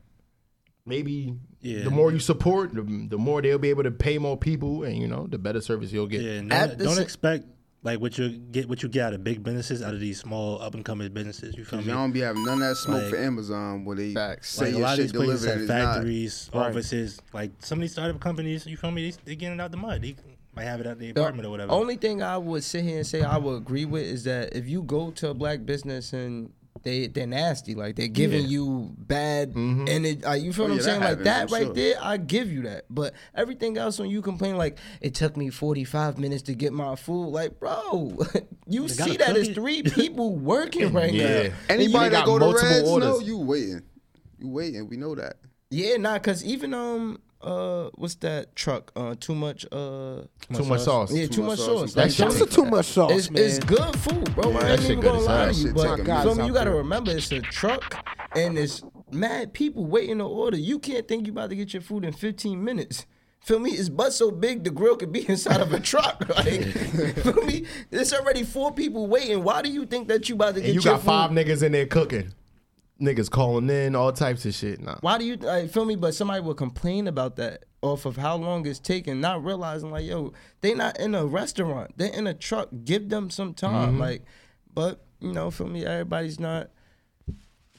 [SPEAKER 3] maybe
[SPEAKER 6] Yeah.
[SPEAKER 3] the more you support, the, the more they'll be able to pay more people, and you know the better service you'll get.
[SPEAKER 6] yeah.
[SPEAKER 4] At
[SPEAKER 6] Don't,
[SPEAKER 4] the
[SPEAKER 6] don't
[SPEAKER 4] sa-
[SPEAKER 6] expect like what you get, what you get out of big businesses, out of these small up and coming businesses. You feel
[SPEAKER 1] Y'all
[SPEAKER 6] me?
[SPEAKER 1] don't be having none of that smoke for
[SPEAKER 6] Like-
[SPEAKER 1] Amazon where they
[SPEAKER 3] Facts.
[SPEAKER 1] say
[SPEAKER 6] Like a
[SPEAKER 1] your
[SPEAKER 6] lot of
[SPEAKER 1] shit
[SPEAKER 6] these places
[SPEAKER 1] delivered and
[SPEAKER 6] have
[SPEAKER 1] it's
[SPEAKER 6] factories, offices. Like some of these startup companies, you feel me? They, they getting it out the mud. They might have it out the apartment or whatever.
[SPEAKER 4] Only thing I would sit here and say I would agree with is that if you go to a black business and they they're nasty, like they're giving you bad energy. Like, you feel what
[SPEAKER 1] yeah,
[SPEAKER 4] I'm
[SPEAKER 1] that
[SPEAKER 4] saying? Like
[SPEAKER 1] happens,
[SPEAKER 4] that
[SPEAKER 1] I'm
[SPEAKER 4] right
[SPEAKER 1] sure.
[SPEAKER 4] there, I give you that. But everything else, when you complain, like it took me 45 minutes to get my food, like bro, you
[SPEAKER 6] gotta
[SPEAKER 4] see that
[SPEAKER 6] cook
[SPEAKER 4] it's
[SPEAKER 6] it.
[SPEAKER 4] three people working right
[SPEAKER 3] Yeah.
[SPEAKER 4] now.
[SPEAKER 1] not. Anybody that
[SPEAKER 3] got
[SPEAKER 1] go to
[SPEAKER 3] multiple
[SPEAKER 1] Reds, no,
[SPEAKER 3] orders.
[SPEAKER 1] you waiting. You waiting. We know that.
[SPEAKER 4] Yeah, nah, cause even um uh what's that truck? Uh, too much uh
[SPEAKER 3] Too much sauce.
[SPEAKER 4] yeah, too, much sauce.
[SPEAKER 1] That
[SPEAKER 4] Like,
[SPEAKER 3] shit
[SPEAKER 5] That's a too much sauce,
[SPEAKER 4] it's,
[SPEAKER 5] man.
[SPEAKER 4] it's good food, bro. I
[SPEAKER 3] that
[SPEAKER 4] ain't
[SPEAKER 3] shit
[SPEAKER 4] even
[SPEAKER 3] good
[SPEAKER 4] gonna
[SPEAKER 3] as
[SPEAKER 4] lie
[SPEAKER 3] hell.
[SPEAKER 4] to you.
[SPEAKER 1] Shit
[SPEAKER 4] But
[SPEAKER 1] taking
[SPEAKER 4] you
[SPEAKER 1] minutes
[SPEAKER 4] feel me?
[SPEAKER 5] out
[SPEAKER 4] you gotta
[SPEAKER 5] there.
[SPEAKER 4] remember it's a truck and it's mad people waiting to order. You can't think you about to get your food in 15 minutes. Feel me? It's butt so big the grill could be inside of a truck. Like, feel me? There's already four people waiting. Why do you think that you about to get
[SPEAKER 3] And you
[SPEAKER 4] your
[SPEAKER 3] got
[SPEAKER 4] food?
[SPEAKER 3] five niggas in there cooking. Niggas calling in, all types of shit. Nah.
[SPEAKER 4] Why do you like, feel me? But somebody will complain about that off of how long it's taking, not realizing like, yo, they not in a restaurant, they in a truck. Give them some time,
[SPEAKER 1] Mm-hmm.
[SPEAKER 4] like. But you know, feel me? Everybody's not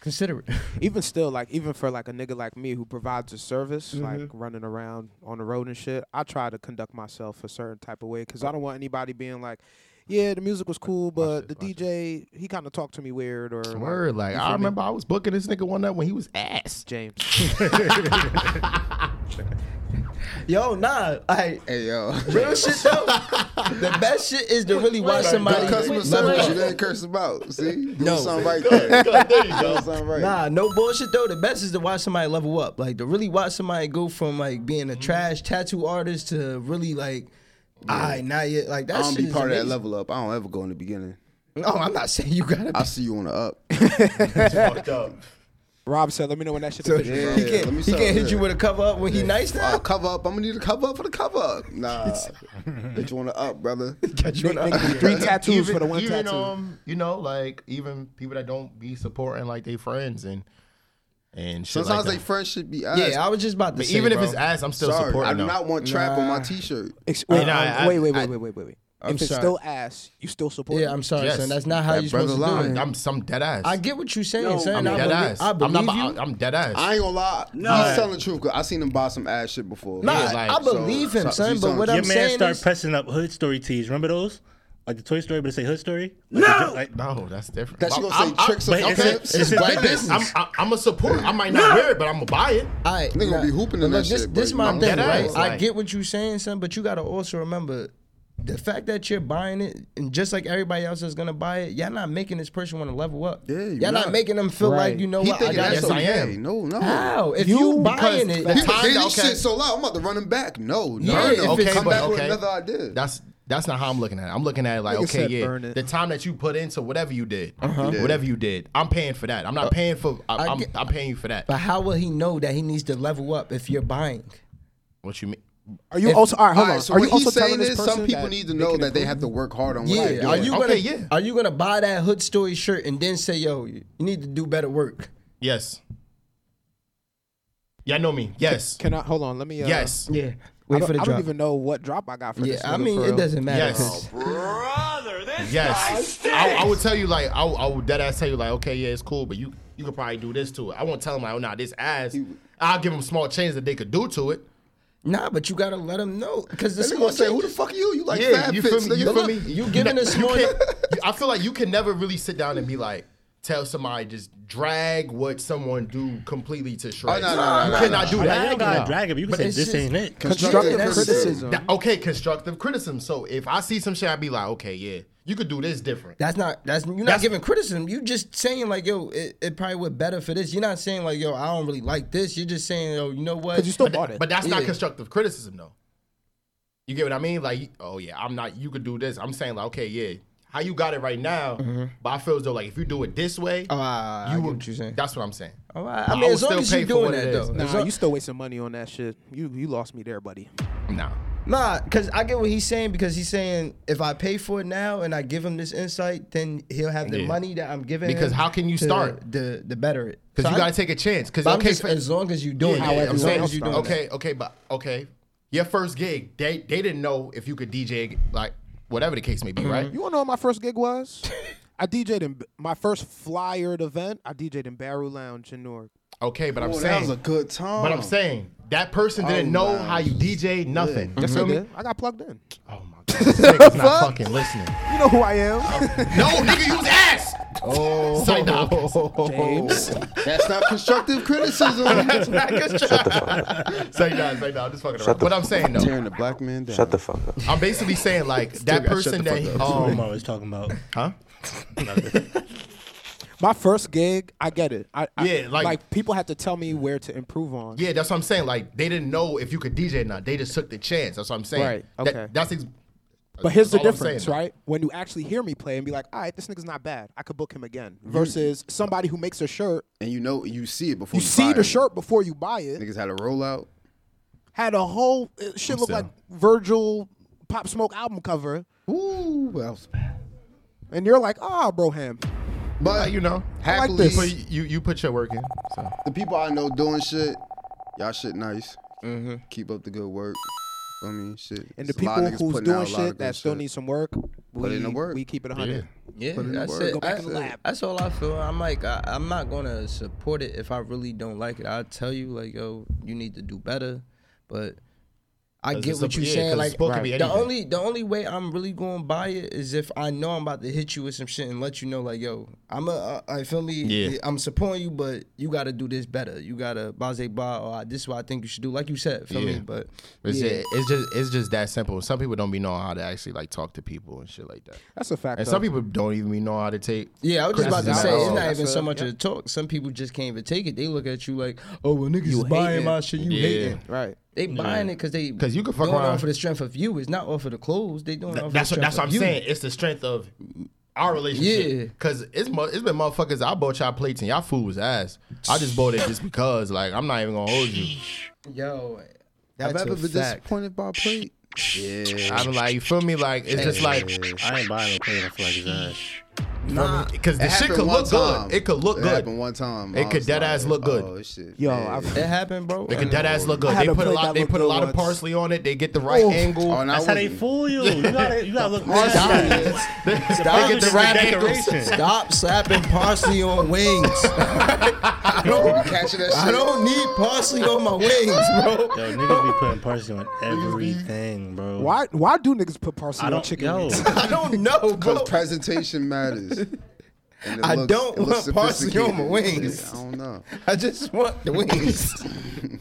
[SPEAKER 4] considerate.
[SPEAKER 5] even still, like even for like a nigga like me who provides a service, like running around on the road and shit, I try to conduct myself a certain type of way because I don't want anybody being like, "Yeah, the music was cool, but the DJ he kind of talked to me weird." Or like,
[SPEAKER 3] Word, like
[SPEAKER 5] you
[SPEAKER 3] I
[SPEAKER 5] feel me?
[SPEAKER 3] remember I was booking this nigga one night when he was ass.
[SPEAKER 5] James.
[SPEAKER 4] yo, nah, I.
[SPEAKER 1] Hey yo,
[SPEAKER 4] Real shit though. the best shit is to really watch somebody.
[SPEAKER 1] That customer
[SPEAKER 4] level
[SPEAKER 1] service
[SPEAKER 4] up.
[SPEAKER 1] you didn't curse about. See, do
[SPEAKER 4] No.
[SPEAKER 1] something right there.
[SPEAKER 4] Oh,
[SPEAKER 1] there you go. Do something right.
[SPEAKER 4] Nah, no bullshit though. The best is to watch somebody level up. Like to really watch somebody go from like being
[SPEAKER 1] Mm-hmm.
[SPEAKER 4] a trash tattoo artist to really like, I not yet. Like that
[SPEAKER 1] I don't
[SPEAKER 4] shit
[SPEAKER 1] be
[SPEAKER 4] is
[SPEAKER 1] part of that
[SPEAKER 4] amazing.
[SPEAKER 1] level up. I don't ever go in the beginning.
[SPEAKER 4] No, I'm not saying you gotta.
[SPEAKER 1] I see you on the up.
[SPEAKER 5] Rob said, "Let me know when that shit."
[SPEAKER 4] So
[SPEAKER 5] official."
[SPEAKER 1] Yeah,
[SPEAKER 4] he can't,
[SPEAKER 1] let me
[SPEAKER 4] he
[SPEAKER 1] stop
[SPEAKER 4] can't hit
[SPEAKER 1] there.
[SPEAKER 4] you with a cover up when he nice
[SPEAKER 1] Uh,
[SPEAKER 4] now.
[SPEAKER 1] cover up. I'm gonna need a cover up for the cover up. Nah, bitch, you on the up, brother.
[SPEAKER 5] Nigga, nigga, three tattoos for the one
[SPEAKER 3] even,
[SPEAKER 5] tattoo.
[SPEAKER 3] um, you know, like even people that don't be supporting like their friends and and shit
[SPEAKER 1] Sometimes
[SPEAKER 3] like
[SPEAKER 1] they
[SPEAKER 3] that.
[SPEAKER 1] friends should be ass.
[SPEAKER 4] yeah, I was just about to say.
[SPEAKER 3] even if
[SPEAKER 4] bro.
[SPEAKER 3] it's ass, I'm still
[SPEAKER 1] Sorry,
[SPEAKER 3] supporting
[SPEAKER 1] I do
[SPEAKER 3] them.
[SPEAKER 1] not want trap on my t-shirt.
[SPEAKER 5] Ex-
[SPEAKER 3] I-
[SPEAKER 5] wait,
[SPEAKER 3] I- I-
[SPEAKER 5] um, wait, wait,
[SPEAKER 3] I-
[SPEAKER 5] wait, wait, wait, wait, wait.
[SPEAKER 4] I'm
[SPEAKER 5] If it's
[SPEAKER 4] sorry.
[SPEAKER 5] still ass, you still support.
[SPEAKER 4] yeah,
[SPEAKER 5] it?
[SPEAKER 4] I'm sorry,
[SPEAKER 3] Yes.
[SPEAKER 4] son. That's not how
[SPEAKER 1] That
[SPEAKER 4] you supposed to
[SPEAKER 1] brother
[SPEAKER 4] do
[SPEAKER 1] lying.
[SPEAKER 4] it.
[SPEAKER 3] I'm some dead ass.
[SPEAKER 4] I get what you're saying, son.
[SPEAKER 3] I'm
[SPEAKER 4] I
[SPEAKER 3] dead
[SPEAKER 4] belie-
[SPEAKER 3] ass.
[SPEAKER 4] I believe
[SPEAKER 3] am not,
[SPEAKER 4] you.
[SPEAKER 3] I, am dead ass.
[SPEAKER 1] I ain't gonna lie. No, he's telling the truth. Cause I seen him buy some ass shit before.
[SPEAKER 4] Nah,
[SPEAKER 3] Yeah, like,
[SPEAKER 4] I
[SPEAKER 3] so-
[SPEAKER 4] believe
[SPEAKER 1] so-
[SPEAKER 4] him,
[SPEAKER 1] so
[SPEAKER 4] son.
[SPEAKER 1] you
[SPEAKER 4] but
[SPEAKER 1] sound-
[SPEAKER 4] what
[SPEAKER 1] Your
[SPEAKER 6] Your
[SPEAKER 4] I'm
[SPEAKER 6] man
[SPEAKER 4] saying
[SPEAKER 6] start
[SPEAKER 4] is,
[SPEAKER 6] pressing up hood story tees. Remember those? Like the Toy Story, but it's a hood story. Like no,
[SPEAKER 3] no, that's different.
[SPEAKER 1] That she gonna
[SPEAKER 3] I'm-
[SPEAKER 1] say tricks
[SPEAKER 6] but
[SPEAKER 1] or
[SPEAKER 6] it's-
[SPEAKER 1] something.
[SPEAKER 6] it's- it's-
[SPEAKER 1] black
[SPEAKER 6] it's-
[SPEAKER 1] business.
[SPEAKER 3] I'm, I'm, I'm a supporter. I might not wear it, but I'm gonna buy it.
[SPEAKER 4] I
[SPEAKER 1] Nigga gonna be hooping in that
[SPEAKER 4] this,
[SPEAKER 1] shit, bro.
[SPEAKER 4] This my
[SPEAKER 1] I'm
[SPEAKER 4] thing,
[SPEAKER 3] dead
[SPEAKER 4] right?
[SPEAKER 3] ass,
[SPEAKER 4] I
[SPEAKER 3] like-
[SPEAKER 4] get what you're saying, son, but you gotta also remember the fact that you're buying it, and just like everybody else is gonna buy it, y'all not making this person want to level up.
[SPEAKER 1] Yeah, you're
[SPEAKER 4] y'all not.
[SPEAKER 1] not.
[SPEAKER 4] making them feel
[SPEAKER 5] Right.
[SPEAKER 4] like you know
[SPEAKER 1] he
[SPEAKER 4] what I
[SPEAKER 1] thinking
[SPEAKER 4] got.
[SPEAKER 1] that's
[SPEAKER 3] Yes,
[SPEAKER 1] okay.
[SPEAKER 3] I am.
[SPEAKER 1] No, no.
[SPEAKER 4] How if
[SPEAKER 5] You-
[SPEAKER 4] you,
[SPEAKER 5] because
[SPEAKER 4] buying it?
[SPEAKER 5] the
[SPEAKER 1] People say
[SPEAKER 3] Time,
[SPEAKER 1] this
[SPEAKER 3] okay.
[SPEAKER 1] shit so loud. I'm about to run him back. No,
[SPEAKER 4] Yeah,
[SPEAKER 1] no,
[SPEAKER 4] if
[SPEAKER 1] no.
[SPEAKER 4] it's-
[SPEAKER 1] Okay, come
[SPEAKER 3] but
[SPEAKER 1] back with
[SPEAKER 3] okay.
[SPEAKER 1] another idea.
[SPEAKER 3] That's that's not how I'm looking at it. I'm looking at it like,
[SPEAKER 5] Nigga
[SPEAKER 3] okay,
[SPEAKER 5] said
[SPEAKER 3] yeah,
[SPEAKER 5] burn it.
[SPEAKER 3] the time that you put into whatever you did,
[SPEAKER 1] Yeah.
[SPEAKER 3] whatever you did, I'm paying for that. I'm not paying for. I,
[SPEAKER 4] I
[SPEAKER 3] I'm,
[SPEAKER 4] get-
[SPEAKER 3] I'm paying for that.
[SPEAKER 4] But how will he know that he needs to level up if you're buying?
[SPEAKER 3] What you mean?
[SPEAKER 5] Are you also? All right, hold
[SPEAKER 1] All
[SPEAKER 5] on.
[SPEAKER 1] right, so
[SPEAKER 5] are you
[SPEAKER 1] what he's
[SPEAKER 5] also telling
[SPEAKER 1] saying
[SPEAKER 5] this
[SPEAKER 1] is
[SPEAKER 5] person
[SPEAKER 1] some people
[SPEAKER 5] that
[SPEAKER 1] need to know
[SPEAKER 5] can
[SPEAKER 1] that they
[SPEAKER 5] improve?
[SPEAKER 1] have to work hard on what they're
[SPEAKER 4] Yeah, are
[SPEAKER 1] doing.
[SPEAKER 4] you
[SPEAKER 3] Okay,
[SPEAKER 4] gonna
[SPEAKER 3] yeah.
[SPEAKER 4] are you gonna buy that hood story shirt and then say, "Yo, you need to do better work"?
[SPEAKER 3] Yes. Yeah, I know me. Yes.
[SPEAKER 5] Can I hold on? Let me. Uh,
[SPEAKER 3] yes.
[SPEAKER 4] Yeah,
[SPEAKER 5] I
[SPEAKER 4] wait
[SPEAKER 5] don't,
[SPEAKER 4] for the
[SPEAKER 5] I don't
[SPEAKER 4] drop.
[SPEAKER 5] even know what drop I got for
[SPEAKER 4] yeah,
[SPEAKER 5] this.
[SPEAKER 4] I
[SPEAKER 5] nigga,
[SPEAKER 4] mean
[SPEAKER 5] for
[SPEAKER 4] it
[SPEAKER 5] real.
[SPEAKER 4] doesn't matter.
[SPEAKER 3] Yes.
[SPEAKER 4] 'cause-
[SPEAKER 8] Brother, this
[SPEAKER 3] Yes. I, I would tell you like I, would- I would dead ass tell you like okay yeah it's cool but you you could probably do this to it. I won't tell them like oh nah this ass. I'll give them small changes that they could do to it.
[SPEAKER 4] Nah, but you gotta let them know because this
[SPEAKER 1] This
[SPEAKER 4] is
[SPEAKER 1] gonna
[SPEAKER 4] what
[SPEAKER 1] say, who the fuck are you? You like
[SPEAKER 3] yeah,
[SPEAKER 1] Fab
[SPEAKER 3] you feel
[SPEAKER 1] Fits?
[SPEAKER 3] me? You
[SPEAKER 1] nigga.
[SPEAKER 3] feel
[SPEAKER 4] look,
[SPEAKER 3] me?
[SPEAKER 4] you giving us
[SPEAKER 3] you
[SPEAKER 4] more-
[SPEAKER 3] can't- you- I feel like you can never really sit down and be like tell somebody just drag what someone do completely to shreds.
[SPEAKER 1] no, no, no,
[SPEAKER 3] you
[SPEAKER 1] no,
[SPEAKER 3] cannot do
[SPEAKER 6] Oh, you
[SPEAKER 3] that.
[SPEAKER 6] ain't gotta drag him. You can say
[SPEAKER 4] it's
[SPEAKER 6] this
[SPEAKER 4] just-
[SPEAKER 6] ain't it.
[SPEAKER 5] Constructive
[SPEAKER 1] Constructive
[SPEAKER 5] criticism.
[SPEAKER 3] That- okay, constructive criticism. So if I see some shit, I'd be like, okay, yeah, you could do this different.
[SPEAKER 4] That's not that's you're not
[SPEAKER 3] That's-
[SPEAKER 4] giving criticism. You just saying like yo, it, it probably would better for this. You're not saying like yo, I don't really like this. You're just saying yo, you know what?
[SPEAKER 5] Because you still
[SPEAKER 3] But,
[SPEAKER 5] bought it.
[SPEAKER 3] but that's not
[SPEAKER 4] Yeah.
[SPEAKER 3] constructive criticism, though. You get what I mean? Like, oh yeah, I'm not. You could do this. I'm saying like, okay, yeah, how you got it right now. But I feel as though like if you do it this way,
[SPEAKER 4] Oh, I, I
[SPEAKER 3] you
[SPEAKER 4] get
[SPEAKER 3] would.
[SPEAKER 4] what you're saying.
[SPEAKER 3] That's what I'm saying.
[SPEAKER 4] All right.
[SPEAKER 3] I
[SPEAKER 4] I mean,
[SPEAKER 3] would
[SPEAKER 4] as long
[SPEAKER 3] still
[SPEAKER 4] as you're
[SPEAKER 3] pay for
[SPEAKER 4] doing
[SPEAKER 3] what it
[SPEAKER 4] that
[SPEAKER 3] is.
[SPEAKER 4] though, As
[SPEAKER 5] Nah,
[SPEAKER 4] long-
[SPEAKER 5] you still wasting money on that shit. You you lost me there, buddy.
[SPEAKER 3] Nah.
[SPEAKER 4] Nah, because I get what he's saying because he's saying if I pay for it now and I give him this insight, then he'll have the
[SPEAKER 3] Yeah.
[SPEAKER 4] money that I'm giving.
[SPEAKER 3] Because
[SPEAKER 4] him
[SPEAKER 3] how can you
[SPEAKER 4] to-
[SPEAKER 3] start?
[SPEAKER 4] the the better it?
[SPEAKER 3] Because
[SPEAKER 4] So
[SPEAKER 3] you
[SPEAKER 4] I-
[SPEAKER 3] gotta take a chance. Because
[SPEAKER 4] but I'm
[SPEAKER 3] okay,
[SPEAKER 4] just,
[SPEAKER 3] fa-
[SPEAKER 4] as long as you
[SPEAKER 3] yeah,
[SPEAKER 4] doing
[SPEAKER 3] yeah,
[SPEAKER 4] it,
[SPEAKER 3] I'm
[SPEAKER 4] as
[SPEAKER 3] saying-
[SPEAKER 4] long as you doing it.
[SPEAKER 3] okay, okay, but okay, your first gig, they they didn't know if you could DJ like whatever the case may be,
[SPEAKER 4] Mm-hmm.
[SPEAKER 3] right?
[SPEAKER 5] You want to know what my first gig was? I DJ'd in my first flyered event. I DJ'd in Barrel Lounge in Newark.
[SPEAKER 3] Okay, but I'm
[SPEAKER 1] Oh, that
[SPEAKER 3] saying
[SPEAKER 1] was a good time.
[SPEAKER 3] But I'm saying that person didn't
[SPEAKER 4] Oh,
[SPEAKER 3] know how you DJ nothing. You
[SPEAKER 5] Yes,
[SPEAKER 3] feel
[SPEAKER 5] I
[SPEAKER 3] me?
[SPEAKER 5] did. I got plugged in.
[SPEAKER 3] Oh my god, this nigga's not fucking listening.
[SPEAKER 5] You know who I am,
[SPEAKER 3] No, nigga, use ass. Oh,
[SPEAKER 5] James.
[SPEAKER 1] That's not constructive criticism.
[SPEAKER 3] Say that, say that. I'm just fucking around. But I'm saying though,
[SPEAKER 1] Tearing the black man down.
[SPEAKER 10] Shut the fuck up.
[SPEAKER 3] I'm basically saying like that
[SPEAKER 1] gotta shut
[SPEAKER 3] person
[SPEAKER 1] the fuck
[SPEAKER 3] that
[SPEAKER 6] What
[SPEAKER 3] um
[SPEAKER 6] Omar was talking about.
[SPEAKER 3] huh.
[SPEAKER 5] My first gig, I get it. I, I-
[SPEAKER 3] Yeah, like-
[SPEAKER 5] people had to tell me where to improve on.
[SPEAKER 3] Yeah, that's what I'm saying. Like they didn't know if you could DJ or not. They just took the chance. That's what I'm saying.
[SPEAKER 5] Right,
[SPEAKER 3] That-
[SPEAKER 5] okay.
[SPEAKER 3] that's ex-
[SPEAKER 5] But here's the
[SPEAKER 3] That's all I'm
[SPEAKER 5] difference,
[SPEAKER 3] saying, though.
[SPEAKER 5] right? When you actually hear me play and be like, all right, this nigga's not bad. I could book him again. Versus somebody who makes a shirt.
[SPEAKER 1] and you know, you see it before
[SPEAKER 5] You
[SPEAKER 1] you, buy
[SPEAKER 5] see the
[SPEAKER 1] it.
[SPEAKER 5] shirt before you buy it.
[SPEAKER 1] Niggas had a rollout.
[SPEAKER 5] Had a whole, it shit looked
[SPEAKER 3] still-
[SPEAKER 5] like Virgil Pop Smoke album cover.
[SPEAKER 1] Ooh, that was bad.
[SPEAKER 5] And you're like, ah, bro, him.
[SPEAKER 1] But
[SPEAKER 3] you know,
[SPEAKER 1] happily,
[SPEAKER 5] this.
[SPEAKER 3] but you you put your work in. So
[SPEAKER 1] the people I know doing shit, y'all shit nice. Keep up the good work. I mean, shit.
[SPEAKER 5] And the
[SPEAKER 1] It's a lot
[SPEAKER 5] people
[SPEAKER 1] of niggas
[SPEAKER 5] who's
[SPEAKER 1] putting out
[SPEAKER 5] doing
[SPEAKER 1] a lot of
[SPEAKER 5] shit
[SPEAKER 1] good
[SPEAKER 5] that still
[SPEAKER 1] shit.
[SPEAKER 5] need some work, we,
[SPEAKER 1] in the work.
[SPEAKER 5] we keep it
[SPEAKER 3] yeah,
[SPEAKER 5] 100.
[SPEAKER 4] Yeah,
[SPEAKER 1] Put in the
[SPEAKER 4] that's
[SPEAKER 1] work.
[SPEAKER 4] it.
[SPEAKER 1] Go
[SPEAKER 5] back
[SPEAKER 4] That's,
[SPEAKER 5] in the
[SPEAKER 4] it.
[SPEAKER 5] lab.
[SPEAKER 4] That's all I feel. I'm like, I, I'm not gonna support it if I really don't like it. I tell you, like, yo, you need to do better. But I
[SPEAKER 3] 'Cause
[SPEAKER 4] get
[SPEAKER 3] it's a-
[SPEAKER 4] what you're
[SPEAKER 3] yeah, 'cause
[SPEAKER 4] saying. Like,
[SPEAKER 3] sport could be
[SPEAKER 4] the
[SPEAKER 3] anything.
[SPEAKER 4] only the only way I'm really going to buy it is if I know I'm about to hit you with some shit and let you know, like, yo, I'm a, I I feel me.
[SPEAKER 3] Yeah.
[SPEAKER 4] I'm supporting you, but you got to do this better. You got to baze ba. Or I- this is what I think you should do. Like you said, feel
[SPEAKER 3] Yeah.
[SPEAKER 4] me. But
[SPEAKER 3] it's,
[SPEAKER 4] yeah.
[SPEAKER 3] just, it's just it's just that simple. Some people don't be knowing how to actually like talk to people and shit like that.
[SPEAKER 5] That's a fact.
[SPEAKER 3] And
[SPEAKER 5] though.
[SPEAKER 3] some people don't even know how to take.
[SPEAKER 4] Yeah, I was just about to
[SPEAKER 3] criticism
[SPEAKER 4] say
[SPEAKER 3] at
[SPEAKER 4] it's
[SPEAKER 3] all.
[SPEAKER 4] not even
[SPEAKER 5] That's
[SPEAKER 4] so
[SPEAKER 5] a-
[SPEAKER 4] much
[SPEAKER 5] yeah.
[SPEAKER 4] a talk. Some people just can't even take it. They look at you like, "Oh, well, niggas is buying
[SPEAKER 5] hating.
[SPEAKER 4] my shit. You
[SPEAKER 3] Yeah.
[SPEAKER 4] hating?
[SPEAKER 5] Right.
[SPEAKER 4] They buying it because they
[SPEAKER 3] 'Cause you can fuck
[SPEAKER 4] doing it
[SPEAKER 3] around-
[SPEAKER 4] off of the strength of you. It's not off of the clothes. They doing it off. of
[SPEAKER 3] That's
[SPEAKER 4] the
[SPEAKER 3] what that's
[SPEAKER 4] strength
[SPEAKER 3] what
[SPEAKER 4] of
[SPEAKER 3] I'm
[SPEAKER 4] you.
[SPEAKER 3] saying. It's the strength of our relationship.
[SPEAKER 4] Yeah.
[SPEAKER 3] Cause it's mo- it's been motherfuckers. I bought y'all plates and y'all food was ass. I just bought it just because. Like I'm not even gonna hold you.
[SPEAKER 4] Yo,
[SPEAKER 1] Have I
[SPEAKER 4] that's
[SPEAKER 1] ever
[SPEAKER 4] a
[SPEAKER 1] been
[SPEAKER 4] fact.
[SPEAKER 1] disappointed by a plate? Yeah.
[SPEAKER 3] I'm like you feel me? Like it's just like
[SPEAKER 6] I ain't buying no play I feel like his ass.
[SPEAKER 1] Nah,
[SPEAKER 3] because the shit could look good. It could look
[SPEAKER 1] it
[SPEAKER 3] good.
[SPEAKER 1] Happened one time.
[SPEAKER 3] It
[SPEAKER 1] I
[SPEAKER 3] could
[SPEAKER 1] was
[SPEAKER 3] dead ass look good.
[SPEAKER 1] Oh shit.
[SPEAKER 5] Yo,
[SPEAKER 1] yeah.
[SPEAKER 5] I've-
[SPEAKER 4] It happened, bro.
[SPEAKER 3] It could dead ass look good.
[SPEAKER 5] had
[SPEAKER 3] They
[SPEAKER 5] a
[SPEAKER 3] put a
[SPEAKER 5] plate
[SPEAKER 3] lot.
[SPEAKER 5] that
[SPEAKER 3] They
[SPEAKER 5] looked
[SPEAKER 3] put a
[SPEAKER 5] good
[SPEAKER 3] lot of
[SPEAKER 5] once.
[SPEAKER 3] parsley on it. They get the right
[SPEAKER 5] Oh.
[SPEAKER 3] angle.
[SPEAKER 1] Oh, and I
[SPEAKER 6] That's how they
[SPEAKER 1] wasn't.
[SPEAKER 6] fool you. You gotta, you gotta look.
[SPEAKER 3] They get the right angles.
[SPEAKER 4] Stop slapping parsley on wings.
[SPEAKER 1] catching that shit.
[SPEAKER 4] I don't need parsley on my wings, bro.
[SPEAKER 6] Yo, niggas be putting parsley on everything, bro.
[SPEAKER 5] Why why do niggas put parsley
[SPEAKER 6] I
[SPEAKER 5] on
[SPEAKER 6] don't
[SPEAKER 5] chicken
[SPEAKER 6] know.
[SPEAKER 5] wings?
[SPEAKER 4] I don't know,
[SPEAKER 1] Because
[SPEAKER 4] bro.
[SPEAKER 1] presentation matters. And it
[SPEAKER 4] I
[SPEAKER 1] looks-
[SPEAKER 4] don't
[SPEAKER 1] it looks
[SPEAKER 4] want parsley on my
[SPEAKER 1] sophisticated.
[SPEAKER 4] wings.
[SPEAKER 1] I don't know.
[SPEAKER 4] I just want the wings.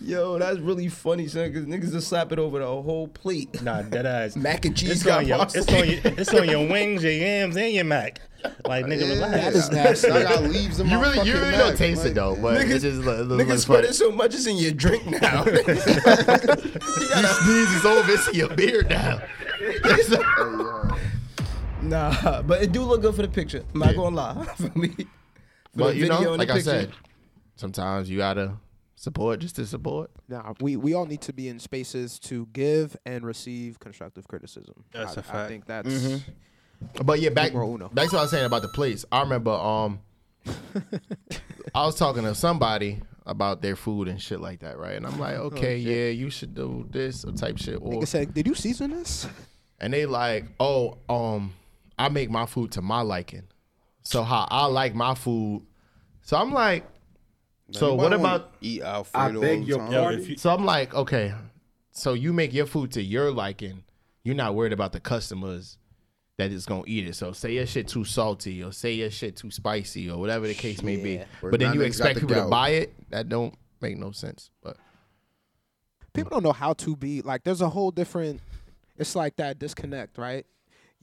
[SPEAKER 4] Yo, that's really funny, son, because niggas just slap it over the whole plate.
[SPEAKER 6] Nah, dead ass.
[SPEAKER 4] Mac and cheese
[SPEAKER 6] It's
[SPEAKER 4] got
[SPEAKER 6] on, your,
[SPEAKER 4] parsley.
[SPEAKER 6] it's, on your, it's on your wings, your yams, and your mac. Like, nigga, relax.
[SPEAKER 5] That is nasty.
[SPEAKER 1] I got leaves in
[SPEAKER 3] You
[SPEAKER 1] my
[SPEAKER 3] really, you
[SPEAKER 1] fucking
[SPEAKER 3] really don't
[SPEAKER 1] mac,
[SPEAKER 3] taste
[SPEAKER 1] like,
[SPEAKER 3] it though, but
[SPEAKER 4] Niggas-
[SPEAKER 3] it just look- it
[SPEAKER 4] Niggas
[SPEAKER 3] looks
[SPEAKER 4] put
[SPEAKER 3] funny.
[SPEAKER 4] it so much it's in your drink now.
[SPEAKER 3] You sneeze, it's over. It's in your beard now.
[SPEAKER 4] nah, but it do look good for the picture. I'm not gonna lie. For me. For
[SPEAKER 3] But
[SPEAKER 4] the
[SPEAKER 3] you know,
[SPEAKER 4] video and the
[SPEAKER 3] like I
[SPEAKER 4] picture.
[SPEAKER 3] said, sometimes you gotta support just to support.
[SPEAKER 5] Nah, we, we all need to be in spaces to give and receive constructive criticism.
[SPEAKER 6] That's
[SPEAKER 5] I,
[SPEAKER 6] a fact.
[SPEAKER 5] I think that's
[SPEAKER 1] Mm-hmm.
[SPEAKER 3] But yeah, back back
[SPEAKER 5] Numero uno.
[SPEAKER 3] to what I was saying about the place. I remember um, I was talking to somebody about their food and shit like that, right? And I'm like, okay, yeah, you should do this or type shit, or
[SPEAKER 5] Oh, Nigga said, did you season this?
[SPEAKER 3] and they like, oh, um, I make my food to my liking, so how I like my food. So I'm like, so what
[SPEAKER 1] Anybody wanna
[SPEAKER 3] about
[SPEAKER 1] eat Alfredo? all the
[SPEAKER 10] beg your
[SPEAKER 1] time?
[SPEAKER 6] Yo, if you,
[SPEAKER 3] So I'm like, okay, so you make your food to your liking. You're not worried about the customers that is gonna eat it. So say your shit too salty, or say your shit too spicy, or whatever the case may be.
[SPEAKER 1] Or
[SPEAKER 3] But then
[SPEAKER 1] now
[SPEAKER 3] you
[SPEAKER 1] niggas
[SPEAKER 3] expect
[SPEAKER 1] got the
[SPEAKER 3] people to
[SPEAKER 1] gout.
[SPEAKER 3] buy it. That don't make no sense. But
[SPEAKER 5] People don't know how to be like. There's a whole different. It's like that disconnect, right?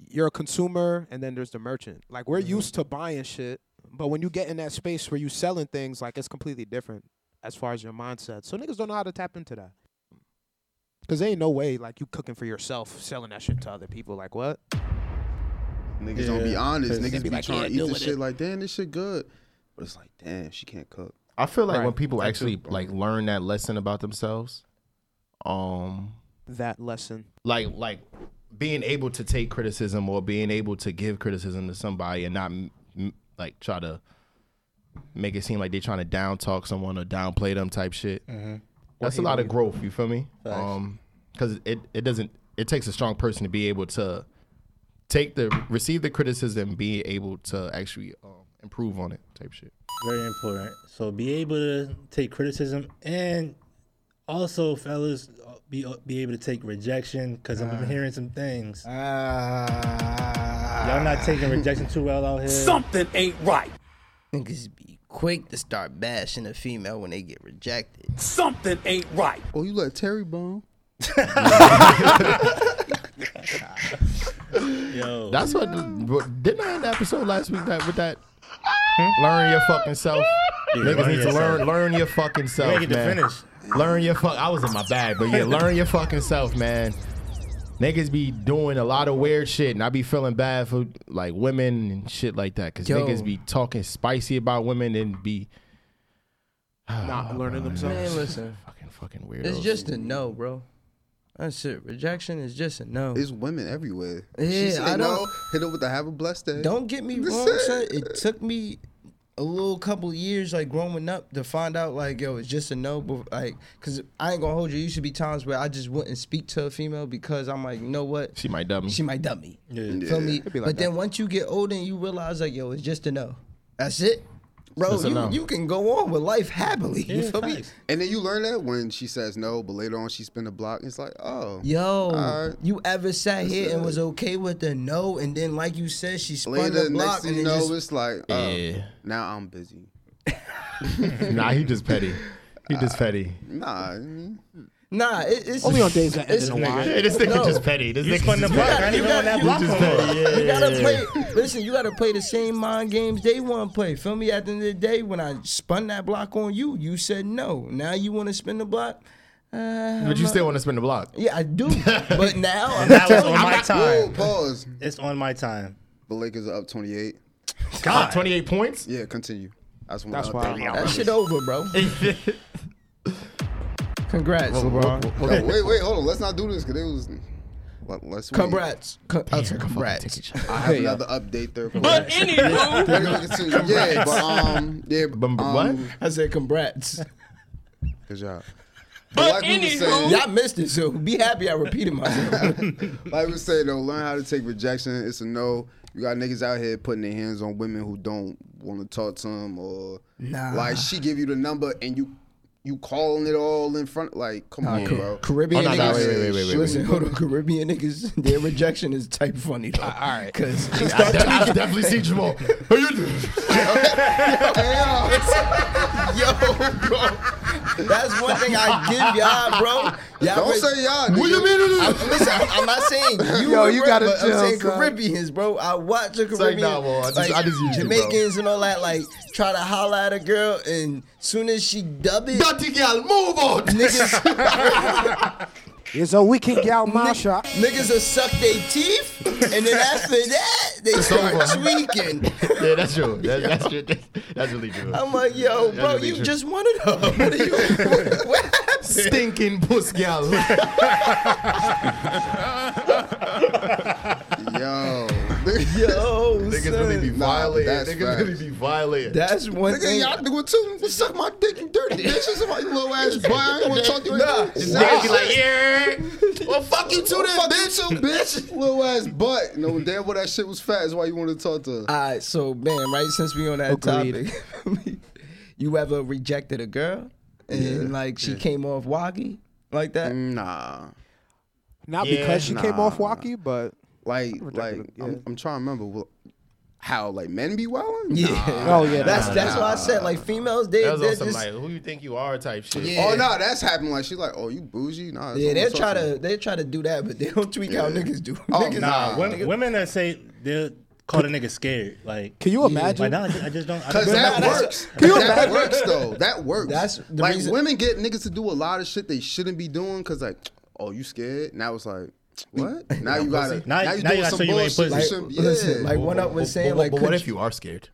[SPEAKER 5] You're a consumer, and then there's the merchant. Like we're used to buying shit, but when you get in that space where you selling things, like it's completely different as far as your mindset. So niggas don't know how to tap into that. Cause there ain't no way like you cooking for yourself, selling that shit to other people. Like what?
[SPEAKER 1] Niggas don't be
[SPEAKER 6] Yeah.
[SPEAKER 1] honest.
[SPEAKER 6] They
[SPEAKER 1] Niggas be
[SPEAKER 5] like,
[SPEAKER 1] trying
[SPEAKER 5] yeah,
[SPEAKER 1] to
[SPEAKER 5] do
[SPEAKER 1] eat this
[SPEAKER 5] with
[SPEAKER 1] shit
[SPEAKER 5] it.
[SPEAKER 1] like, damn, this shit good. But it's like, damn, she can't cook.
[SPEAKER 3] I feel like
[SPEAKER 5] Right.
[SPEAKER 3] when people actually like learn that lesson about themselves, um,
[SPEAKER 5] That lesson.
[SPEAKER 3] like like being able to take criticism or being able to give criticism to somebody and not m- m- like try to make it seem like they're trying to down talk someone or downplay them type shit. That's a lot of growth. You feel me? Um, because it it doesn't it takes a strong person to be able to take the receive the criticism, be able to actually um, improve on it, type shit.
[SPEAKER 6] Very important. So be able to take criticism and also, fellas, be be able to take rejection because I'm hearing some things. Y'all not taking rejection too well out here.
[SPEAKER 2] Something ain't right.
[SPEAKER 4] Niggas be quick to start bashing a female when they get rejected.
[SPEAKER 2] Something ain't right.
[SPEAKER 1] Oh, you let Terry bomb?
[SPEAKER 6] Yo,
[SPEAKER 3] That's what what- didn't I end the episode last week that with that. Learn your fucking self. Niggas
[SPEAKER 6] learn
[SPEAKER 3] need to
[SPEAKER 6] yourself.
[SPEAKER 3] learn learn your fucking self.
[SPEAKER 6] make it to
[SPEAKER 3] man.
[SPEAKER 6] finish.
[SPEAKER 3] Learn your fuck. I was in my bag, but yeah, learn your fucking self, man. Niggas be doing a lot of weird shit, and I be feeling bad for like women and shit like that, cause
[SPEAKER 4] Yo.
[SPEAKER 3] niggas be talking spicy about women and be
[SPEAKER 5] not learning
[SPEAKER 4] Man,
[SPEAKER 5] themselves.
[SPEAKER 4] listen,
[SPEAKER 3] fucking fucking weirdos.
[SPEAKER 4] it's just a no, bro. That's it. Rejection is just a no.
[SPEAKER 1] There's women everywhere.
[SPEAKER 4] Yeah,
[SPEAKER 1] she said
[SPEAKER 4] I
[SPEAKER 1] no.
[SPEAKER 4] don't-
[SPEAKER 1] Hit her with the have a blessed day.
[SPEAKER 4] Don't get me
[SPEAKER 1] That's
[SPEAKER 4] wrong,
[SPEAKER 1] it.
[SPEAKER 4] son. It took me a little couple years, like growing up, to find out, like, yo, it's just a no. But like, cause I ain't gonna hold you. There used to be times where I just wouldn't speak to a female because I'm like, you know what?
[SPEAKER 3] she might dumb me.
[SPEAKER 4] She might dump me.
[SPEAKER 6] Yeah.
[SPEAKER 4] Feel me? but then once you get older and you realize, like, yo, it's just a no. That's it. Bro,
[SPEAKER 3] Just a
[SPEAKER 4] you,
[SPEAKER 3] no.
[SPEAKER 4] you can go on with life happily. You
[SPEAKER 6] Yeah,
[SPEAKER 4] feel me?
[SPEAKER 6] facts.
[SPEAKER 1] And then you learn that when she says no, but later on she spin a block. And it's like, oh,
[SPEAKER 4] Yo,
[SPEAKER 1] Alright.
[SPEAKER 4] you ever sat here and
[SPEAKER 1] it.
[SPEAKER 4] was okay with the no, and then like you said, she spun
[SPEAKER 1] Later,
[SPEAKER 4] the
[SPEAKER 1] next
[SPEAKER 4] block
[SPEAKER 1] thing
[SPEAKER 4] and
[SPEAKER 1] you
[SPEAKER 4] it
[SPEAKER 1] know,
[SPEAKER 4] just
[SPEAKER 1] it's like, oh,
[SPEAKER 3] Yeah.
[SPEAKER 1] now I'm busy.
[SPEAKER 3] nah, he just petty. He just petty.
[SPEAKER 1] Nah, I mean,
[SPEAKER 4] nah. It, it's
[SPEAKER 5] Only on days that end
[SPEAKER 4] it's-
[SPEAKER 5] in a Y.
[SPEAKER 3] Yeah, this nigga
[SPEAKER 4] No.
[SPEAKER 3] just petty. This
[SPEAKER 6] You
[SPEAKER 3] nigga
[SPEAKER 6] spun the
[SPEAKER 3] just
[SPEAKER 6] block.
[SPEAKER 3] petty.
[SPEAKER 6] I ain't even on that block
[SPEAKER 3] Just
[SPEAKER 6] no more.
[SPEAKER 3] petty. Yeah,
[SPEAKER 4] You
[SPEAKER 3] yeah,
[SPEAKER 4] gotta
[SPEAKER 3] yeah.
[SPEAKER 4] play. Listen, you gotta play the same mind games they want to play. Feel me? At the end of the day, when I spun that block on you, you said no. Now you want to spin the block? Uh,
[SPEAKER 3] But you still want to spin the block.
[SPEAKER 4] yeah, I do. but now, I'm
[SPEAKER 6] That was on my
[SPEAKER 1] whoa,
[SPEAKER 6] time.
[SPEAKER 1] pause.
[SPEAKER 6] It's on my time.
[SPEAKER 1] The Lakers are up 28.
[SPEAKER 3] God, 28 points?
[SPEAKER 1] Yeah, continue. I just want
[SPEAKER 5] That's
[SPEAKER 1] to
[SPEAKER 5] why. I'm
[SPEAKER 4] that shit over, bro. Congrats, LeBron.
[SPEAKER 1] No, wait, wait, hold on. Let's not do this because it was. Let, let's wait.
[SPEAKER 4] Congrats. Con- I said congrats.
[SPEAKER 1] I have another update there. for
[SPEAKER 8] But
[SPEAKER 1] you.
[SPEAKER 8] anywho,
[SPEAKER 1] We're gonna continue. yeah, but um, yeah,
[SPEAKER 3] But-
[SPEAKER 1] um,
[SPEAKER 3] but what?
[SPEAKER 4] I said congrats.
[SPEAKER 1] Good job.
[SPEAKER 8] But
[SPEAKER 1] like we were
[SPEAKER 8] anywho-
[SPEAKER 1] saying,
[SPEAKER 4] Y'all missed it, so be happy I repeated myself.
[SPEAKER 1] like we say though, learn how to take rejection. It's a no. You got niggas out here putting their hands on women who don't want to talk to them, or
[SPEAKER 4] Nah.
[SPEAKER 1] like she give you the number and you you calling it all in front. Like, come on, bro.
[SPEAKER 4] Caribbean
[SPEAKER 3] Oh, no, no,
[SPEAKER 4] niggas.
[SPEAKER 3] wait, wait, wait, wait, wait,
[SPEAKER 4] Listen, hold on. Caribbean niggas, their rejection is type funny though. all right, because
[SPEAKER 3] I, de- I definitely see Jamal. How you doing?
[SPEAKER 4] yo, bro, that's one thing I give y'all, bro. Y'all
[SPEAKER 1] Don't
[SPEAKER 4] re-
[SPEAKER 1] say y'all.
[SPEAKER 3] What you
[SPEAKER 1] nigga.
[SPEAKER 3] mean? it
[SPEAKER 4] I'm,
[SPEAKER 3] is?
[SPEAKER 4] listen, I'm, I'm not saying you.
[SPEAKER 1] Yo,
[SPEAKER 4] were
[SPEAKER 1] you
[SPEAKER 4] right,
[SPEAKER 1] gotta
[SPEAKER 4] but I'm
[SPEAKER 1] chill,
[SPEAKER 4] saying
[SPEAKER 1] son.
[SPEAKER 4] Caribbeans, bro. I watch a
[SPEAKER 3] like,
[SPEAKER 4] Caribbean,
[SPEAKER 3] nah, well, I just- I just use you, bro.
[SPEAKER 4] Jamaicans and all that, like try to holler at a girl, and soon as she dub it,
[SPEAKER 3] Dirty girl, move on.
[SPEAKER 4] niggas.
[SPEAKER 5] It's a wicked gal my shot.
[SPEAKER 4] Niggas will suck their teeth, and then after that, they start tweaking.
[SPEAKER 3] yeah, that's true. That, that's true. That's, that's really true.
[SPEAKER 4] I'm like, yo, bro,
[SPEAKER 3] really
[SPEAKER 4] you
[SPEAKER 3] true.
[SPEAKER 4] just wanted her. What are you? What, what happened?
[SPEAKER 3] Stinking puss gal.
[SPEAKER 1] Yo,
[SPEAKER 4] Yo,
[SPEAKER 3] Niggas
[SPEAKER 4] son.
[SPEAKER 3] really be
[SPEAKER 1] Nah,
[SPEAKER 3] violated.
[SPEAKER 1] that's
[SPEAKER 3] Niggas
[SPEAKER 1] facts.
[SPEAKER 3] really be violated.
[SPEAKER 4] That's one
[SPEAKER 1] Nigga,
[SPEAKER 4] thing.
[SPEAKER 1] y'all do it too. Suck my dick, you dirty bitches. My little ass boy. I ain't want to talk to you.
[SPEAKER 4] Nah.
[SPEAKER 3] Niggas be like, yeah. Well, fuck you too,
[SPEAKER 1] Fuck
[SPEAKER 3] then,
[SPEAKER 1] you
[SPEAKER 3] bitch.
[SPEAKER 1] too, bitch. Little ass butt. No, damn well that shit was fat. That's why you want to talk to her.
[SPEAKER 4] All right, so man, right since we on that
[SPEAKER 5] Agreed.
[SPEAKER 4] topic, you ever rejected a girl and like she came off waggy like that?
[SPEAKER 1] Mm. Nah.
[SPEAKER 5] Not
[SPEAKER 3] Yeah,
[SPEAKER 5] because she came off walkie, but
[SPEAKER 1] Like, like
[SPEAKER 5] Rejected, yeah.
[SPEAKER 1] I'm, I'm trying to remember what, how like men be wilding.
[SPEAKER 4] Yeah.
[SPEAKER 5] oh yeah,
[SPEAKER 4] That's
[SPEAKER 5] that's
[SPEAKER 4] that's why I said like females they
[SPEAKER 3] That was
[SPEAKER 4] they're
[SPEAKER 3] on some
[SPEAKER 4] just
[SPEAKER 3] like, who you think you are type shit.
[SPEAKER 4] Yeah.
[SPEAKER 1] Oh no, that's happened. Like she like, oh you bougie. Nah. that's
[SPEAKER 4] yeah
[SPEAKER 1] what
[SPEAKER 4] they
[SPEAKER 1] I'm
[SPEAKER 4] try
[SPEAKER 1] talking
[SPEAKER 4] to they try to do that but they don't tweak how niggas do.
[SPEAKER 1] Oh,
[SPEAKER 4] niggas,
[SPEAKER 1] nah.
[SPEAKER 6] Nah, women, women that say they'll call the nigga scared. Like,
[SPEAKER 5] Can you
[SPEAKER 6] Like,
[SPEAKER 5] imagine?
[SPEAKER 6] nah, I just, I just don't. I
[SPEAKER 1] Cause
[SPEAKER 6] don't-
[SPEAKER 1] that
[SPEAKER 6] that's-
[SPEAKER 1] works.
[SPEAKER 5] you
[SPEAKER 1] That
[SPEAKER 5] imagine?
[SPEAKER 1] works though. That works.
[SPEAKER 4] That's the
[SPEAKER 1] like
[SPEAKER 4] reason-
[SPEAKER 1] women get niggas to do a lot of shit they shouldn't be doing. Cause like, oh you scared. Now it's like, what? Now you gotta.
[SPEAKER 6] Now-
[SPEAKER 1] Now, you
[SPEAKER 6] now you
[SPEAKER 1] doing
[SPEAKER 6] gotta
[SPEAKER 1] some
[SPEAKER 6] show you ain't
[SPEAKER 1] bullshit. you
[SPEAKER 6] pussy.
[SPEAKER 1] shouldn't be- yeah.
[SPEAKER 4] Listen, like one up
[SPEAKER 3] But-
[SPEAKER 4] was saying
[SPEAKER 3] but-
[SPEAKER 4] like
[SPEAKER 3] but what
[SPEAKER 4] could
[SPEAKER 3] if you are scared?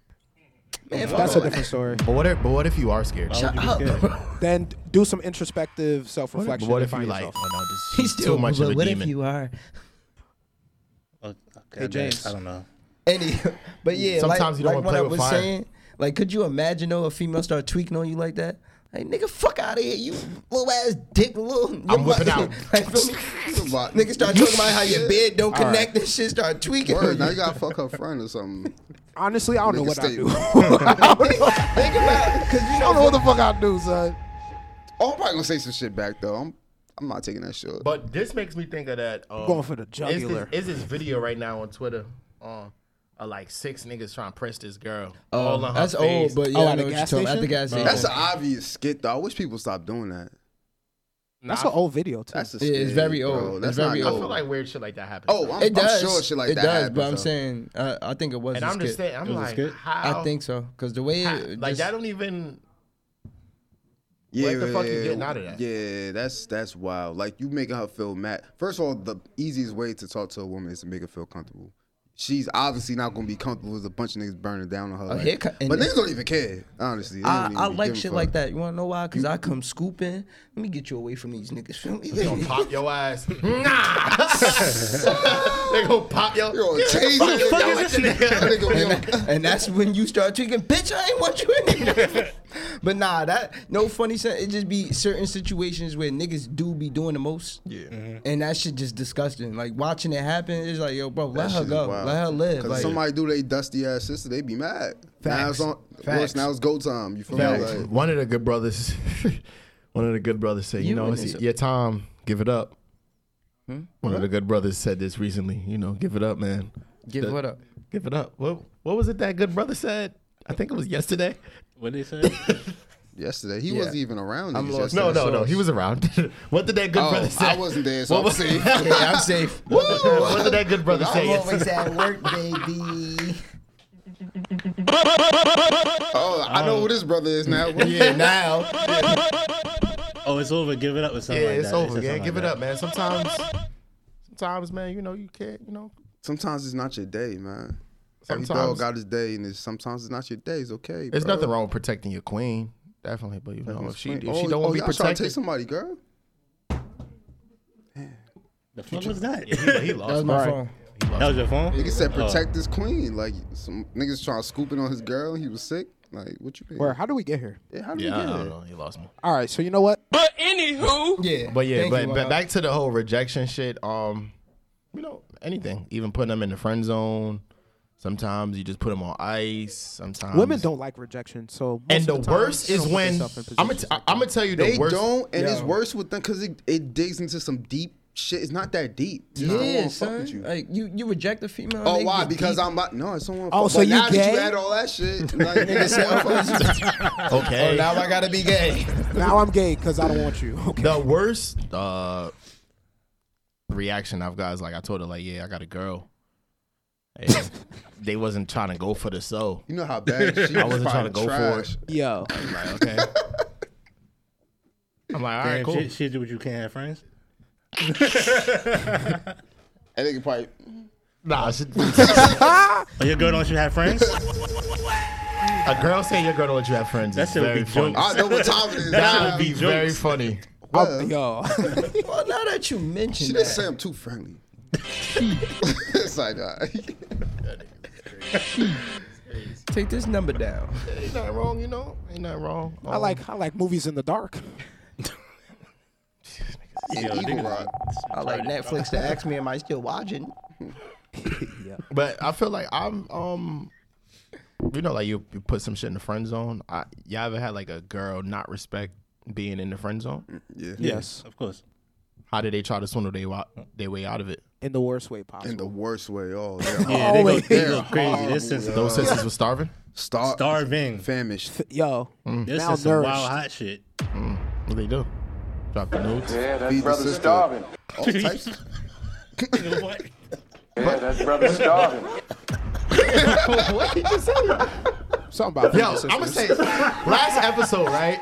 [SPEAKER 4] Man, fuck
[SPEAKER 5] that's a
[SPEAKER 4] all
[SPEAKER 5] different story.
[SPEAKER 3] But what if? But what if you are scared?
[SPEAKER 6] Why would you be
[SPEAKER 4] that.
[SPEAKER 6] scared?
[SPEAKER 5] Then do some introspective
[SPEAKER 3] But
[SPEAKER 5] self-reflection.
[SPEAKER 3] what
[SPEAKER 5] to
[SPEAKER 3] if you
[SPEAKER 5] find
[SPEAKER 3] like?
[SPEAKER 5] yourself.
[SPEAKER 3] Oh no, this he's too much
[SPEAKER 4] but
[SPEAKER 3] of a
[SPEAKER 4] what
[SPEAKER 3] demon.
[SPEAKER 4] if you are
[SPEAKER 6] Oh, okay,
[SPEAKER 5] Hey,
[SPEAKER 6] I guess.
[SPEAKER 5] James.
[SPEAKER 6] I don't know.
[SPEAKER 4] any? But yeah,
[SPEAKER 3] Sometimes
[SPEAKER 4] like,
[SPEAKER 3] you don't wanna
[SPEAKER 4] like what
[SPEAKER 3] play
[SPEAKER 4] I
[SPEAKER 3] with
[SPEAKER 4] was
[SPEAKER 3] fire.
[SPEAKER 4] saying, like could you imagine though a female start tweaking on you like that? Like nigga, fuck out of here, you little ass dick, little.
[SPEAKER 3] I'm whipping out.
[SPEAKER 4] Like, feel me? Nigga start talking about how your bed don't connect and shit start tweaking.
[SPEAKER 1] Word, now you gotta fuck her friend or something.
[SPEAKER 5] Honestly, I don't know
[SPEAKER 1] Nigga
[SPEAKER 5] what I
[SPEAKER 1] stay-
[SPEAKER 5] do. I don't know-
[SPEAKER 4] Think about it, cause you
[SPEAKER 5] I
[SPEAKER 4] know
[SPEAKER 5] don't know what the fuck I do, son.
[SPEAKER 1] Oh, I'm probably gonna say some shit back though. I'm I'm not taking that shit.
[SPEAKER 3] But this makes me think of that. Um,
[SPEAKER 5] Going for the
[SPEAKER 3] is this,
[SPEAKER 5] jugular.
[SPEAKER 3] is this video right now on Twitter? Um, of like six niggas trying to press this girl.
[SPEAKER 4] Oh,
[SPEAKER 3] all on her
[SPEAKER 4] that's
[SPEAKER 3] face.
[SPEAKER 4] old, but yeah,
[SPEAKER 5] Oh,
[SPEAKER 4] I
[SPEAKER 5] at the
[SPEAKER 4] know what you're
[SPEAKER 5] gas
[SPEAKER 4] talking about. At the
[SPEAKER 5] station?
[SPEAKER 4] gas station.
[SPEAKER 1] That's an obvious skit though. I wish people stopped doing that.
[SPEAKER 3] Nah,
[SPEAKER 5] That's
[SPEAKER 3] I-
[SPEAKER 5] an old video too.
[SPEAKER 1] That's a
[SPEAKER 4] Yeah,
[SPEAKER 1] skit.
[SPEAKER 4] it's very
[SPEAKER 1] bro.
[SPEAKER 4] old.
[SPEAKER 1] That's
[SPEAKER 4] It's very
[SPEAKER 1] not
[SPEAKER 3] I
[SPEAKER 1] good.
[SPEAKER 3] feel like weird shit like that happens.
[SPEAKER 1] Oh,
[SPEAKER 3] though.
[SPEAKER 1] I'm,
[SPEAKER 4] it does.
[SPEAKER 1] I'm sure shit like
[SPEAKER 4] it
[SPEAKER 1] that.
[SPEAKER 4] does,
[SPEAKER 1] happens,
[SPEAKER 4] but I'm
[SPEAKER 1] though.
[SPEAKER 4] saying I, I think it was.
[SPEAKER 3] and
[SPEAKER 4] a
[SPEAKER 3] I'm
[SPEAKER 4] skit.
[SPEAKER 3] just saying, I'm
[SPEAKER 6] was a
[SPEAKER 3] like,
[SPEAKER 6] skit?
[SPEAKER 3] how?
[SPEAKER 4] I think so because the way
[SPEAKER 3] how-
[SPEAKER 4] it
[SPEAKER 3] Ah, like
[SPEAKER 4] just-
[SPEAKER 3] that don't even.
[SPEAKER 1] Yeah,
[SPEAKER 3] What the fuck you
[SPEAKER 1] yeah,
[SPEAKER 3] getting out of that?
[SPEAKER 1] Yeah, that's that's wild. Like you making her feel mad. First of all, the easiest way to talk to a woman is to make her feel comfortable. She's obviously not gonna be comfortable with a bunch of niggas burning down on her. like-
[SPEAKER 4] haircut- and
[SPEAKER 1] but
[SPEAKER 4] this-
[SPEAKER 1] niggas don't even care, honestly. They don't
[SPEAKER 4] I,
[SPEAKER 1] even
[SPEAKER 4] I
[SPEAKER 1] be
[SPEAKER 4] like
[SPEAKER 1] giving
[SPEAKER 4] shit
[SPEAKER 1] a
[SPEAKER 4] like
[SPEAKER 1] fuck.
[SPEAKER 4] that. You wanna know why? Cause I come scooping. Let me get you away from these niggas. Feel me?
[SPEAKER 3] They gonna pop your ass. Nah. they gonna pop your.
[SPEAKER 1] You gonna tase that nigga, like,
[SPEAKER 3] Yo, this nigga.
[SPEAKER 1] that nigga be on-
[SPEAKER 4] and that's when you start tweaking, bitch, I ain't want you in here. but nah, that no funny sense. It just be certain situations where niggas do be doing the most. Yeah. And that shit just disgusting. Like watching it happen, it's like, yo, bro, let
[SPEAKER 1] That
[SPEAKER 4] her
[SPEAKER 1] shit is
[SPEAKER 4] go.
[SPEAKER 1] wild.
[SPEAKER 4] Let her live.
[SPEAKER 1] 'Cause
[SPEAKER 4] Like,
[SPEAKER 1] if somebody do they dusty ass sister, they be mad. Now it's on. Worse, now it's go time. You feel me?
[SPEAKER 3] Facts.
[SPEAKER 1] Like,
[SPEAKER 3] One of the good brothers, one of the good brothers said, "You, know, it's your time. Give it up."
[SPEAKER 5] Hmm?
[SPEAKER 3] One of the good brothers said this recently. You know, give it up, man.
[SPEAKER 4] give what up.
[SPEAKER 3] Give it up. What What was it that good brother said? I think it was yesterday.
[SPEAKER 6] What they say?
[SPEAKER 1] yesterday, he
[SPEAKER 4] Yeah.
[SPEAKER 1] wasn't even around.
[SPEAKER 4] I'm
[SPEAKER 1] niggas
[SPEAKER 4] lost.
[SPEAKER 1] yesterday.
[SPEAKER 3] No, no,
[SPEAKER 4] so-
[SPEAKER 3] no. He was around. what did that good brother
[SPEAKER 1] Oh,
[SPEAKER 3] say?
[SPEAKER 1] I wasn't there, so
[SPEAKER 3] What
[SPEAKER 1] I'm
[SPEAKER 3] was-
[SPEAKER 1] safe.
[SPEAKER 4] Hey, I'm safe.
[SPEAKER 3] what did that good brother say? yesterday?
[SPEAKER 4] at work, baby.
[SPEAKER 1] Oh, I know who this brother is now.
[SPEAKER 4] Yeah, now.
[SPEAKER 6] Oh, it's over. Give it up or something
[SPEAKER 3] Yeah,
[SPEAKER 6] like
[SPEAKER 3] it's
[SPEAKER 6] that. They
[SPEAKER 3] over,
[SPEAKER 6] said
[SPEAKER 3] man.
[SPEAKER 6] something
[SPEAKER 3] Give
[SPEAKER 6] like
[SPEAKER 3] it
[SPEAKER 6] that.
[SPEAKER 3] up, man. Sometimes, sometimes, man. You know, you can't. You know,
[SPEAKER 1] Sometimes it's not your day, man. Sometimes Every dog
[SPEAKER 3] sometimes
[SPEAKER 1] got his day, and it's, sometimes it's not your day. It's okay.
[SPEAKER 3] there's
[SPEAKER 1] bro.
[SPEAKER 3] nothing wrong with protecting your queen. Definitely, but you know, if she if she
[SPEAKER 1] Oh,
[SPEAKER 3] don't
[SPEAKER 1] oh,
[SPEAKER 3] want to be
[SPEAKER 1] y'all trying to
[SPEAKER 3] protected,
[SPEAKER 1] take somebody, girl.
[SPEAKER 6] The fuck was that?
[SPEAKER 3] he
[SPEAKER 6] that
[SPEAKER 3] lost.
[SPEAKER 4] That was my phone.
[SPEAKER 6] was your phone.
[SPEAKER 1] Nigga said
[SPEAKER 3] Uh.
[SPEAKER 6] Oh.
[SPEAKER 1] protect this queen. Like some niggas trying to scoop it on his girl. and He was sick. Like what you mean?
[SPEAKER 5] Where? How do we get here?
[SPEAKER 1] Yeah, how do
[SPEAKER 3] Yeah, I
[SPEAKER 1] we
[SPEAKER 3] don't
[SPEAKER 1] get it?
[SPEAKER 3] know. He lost me.
[SPEAKER 5] All right, so you know what?
[SPEAKER 8] But anywho,
[SPEAKER 4] Yeah.
[SPEAKER 3] But yeah,
[SPEAKER 4] Thank
[SPEAKER 3] but,
[SPEAKER 4] you,
[SPEAKER 3] but
[SPEAKER 4] uh,
[SPEAKER 3] back to the whole rejection shit. Um, you know, anything, even putting them in the friend zone. Sometimes you just put them on ice. Sometimes
[SPEAKER 5] Women don't like rejection, so most
[SPEAKER 3] Um, And
[SPEAKER 5] of
[SPEAKER 3] the
[SPEAKER 5] time,
[SPEAKER 3] worst
[SPEAKER 5] they
[SPEAKER 3] is
[SPEAKER 5] don't put
[SPEAKER 3] when
[SPEAKER 5] themselves in
[SPEAKER 3] I'm gonna
[SPEAKER 5] positions like
[SPEAKER 3] I'm gonna tell you the
[SPEAKER 1] They
[SPEAKER 3] worst.
[SPEAKER 1] don't, and it's worse with them because it, it digs into some deep shit. It's not that deep. It's not, I don't
[SPEAKER 4] Yeah,
[SPEAKER 1] wanna fuck
[SPEAKER 4] son.
[SPEAKER 1] with you.
[SPEAKER 4] Like you, you reject the female.
[SPEAKER 1] Oh,
[SPEAKER 4] nigga,
[SPEAKER 1] why?
[SPEAKER 4] you
[SPEAKER 1] Because
[SPEAKER 4] deep-
[SPEAKER 1] I'm not. No, I don't want.
[SPEAKER 5] Oh, so you
[SPEAKER 1] now that you
[SPEAKER 5] gay?
[SPEAKER 1] had all that shit, like, nigga, so
[SPEAKER 3] Okay.
[SPEAKER 4] Oh, I gotta be gay.
[SPEAKER 5] that. Now I'm gay because I don't want you. Okay.
[SPEAKER 3] the worst uh reaction I've got is like I told her like, yeah, I got a girl. And they wasn't trying to go for the soul.
[SPEAKER 1] you know how bad she was.
[SPEAKER 3] I wasn't trying to go for it.
[SPEAKER 5] Yo,
[SPEAKER 3] Like, okay. I'm like, all right,
[SPEAKER 6] Damn,
[SPEAKER 3] cool.
[SPEAKER 6] shit, shit, do what you can't have friends.
[SPEAKER 1] And nigga probably.
[SPEAKER 3] Nah, she,
[SPEAKER 6] Oh, your girl don't let you have friends?
[SPEAKER 3] a girl saying your girl don't let you have friends
[SPEAKER 6] That
[SPEAKER 3] is
[SPEAKER 6] shit would
[SPEAKER 3] very
[SPEAKER 6] be
[SPEAKER 3] funny. Ah,
[SPEAKER 1] I know what time it is.
[SPEAKER 3] That
[SPEAKER 1] now.
[SPEAKER 3] would be very funny.
[SPEAKER 5] I'll- yo,
[SPEAKER 4] Well, now that you mentioned
[SPEAKER 1] She
[SPEAKER 4] that,
[SPEAKER 1] didn't say I'm too friendly. it's like, uh, all right.
[SPEAKER 4] take this number down.
[SPEAKER 3] Ain't nothing wrong, you know. Ain't nothing wrong. Um,
[SPEAKER 5] I like I like movies in the dark.
[SPEAKER 6] Yo,
[SPEAKER 1] Eagle
[SPEAKER 6] niggas-
[SPEAKER 1] Rock.
[SPEAKER 4] I like Netflix to ask me, am I still watching?
[SPEAKER 3] But I feel like I'm um you know like you, you put some shit in the friend zone. I y'all ever had like a girl not respect being in the friend zone?
[SPEAKER 5] Yes,
[SPEAKER 6] Of course.
[SPEAKER 3] How did they try to swindle their wa- their way out of it?
[SPEAKER 5] in the worst way
[SPEAKER 1] In
[SPEAKER 5] possible.
[SPEAKER 1] the worst way. Oh,
[SPEAKER 6] Yeah,
[SPEAKER 1] yeah.
[SPEAKER 6] they go,
[SPEAKER 5] Always.
[SPEAKER 6] they go
[SPEAKER 3] Oh,
[SPEAKER 1] They're
[SPEAKER 6] crazy. This is
[SPEAKER 3] Those sisters were starving.
[SPEAKER 1] Star-
[SPEAKER 6] starving.
[SPEAKER 1] Famished.
[SPEAKER 5] yo,
[SPEAKER 3] Mm.
[SPEAKER 6] This is some
[SPEAKER 5] malnourished.
[SPEAKER 6] wild hot shit.
[SPEAKER 3] What they do? Drop the notes.
[SPEAKER 10] Yeah, that
[SPEAKER 1] Feed the
[SPEAKER 10] brother's
[SPEAKER 1] sister.
[SPEAKER 10] starving.
[SPEAKER 1] All types.
[SPEAKER 10] Yeah, that brother's starving.
[SPEAKER 5] something about
[SPEAKER 3] Yo, I'm gonna say last episode, right?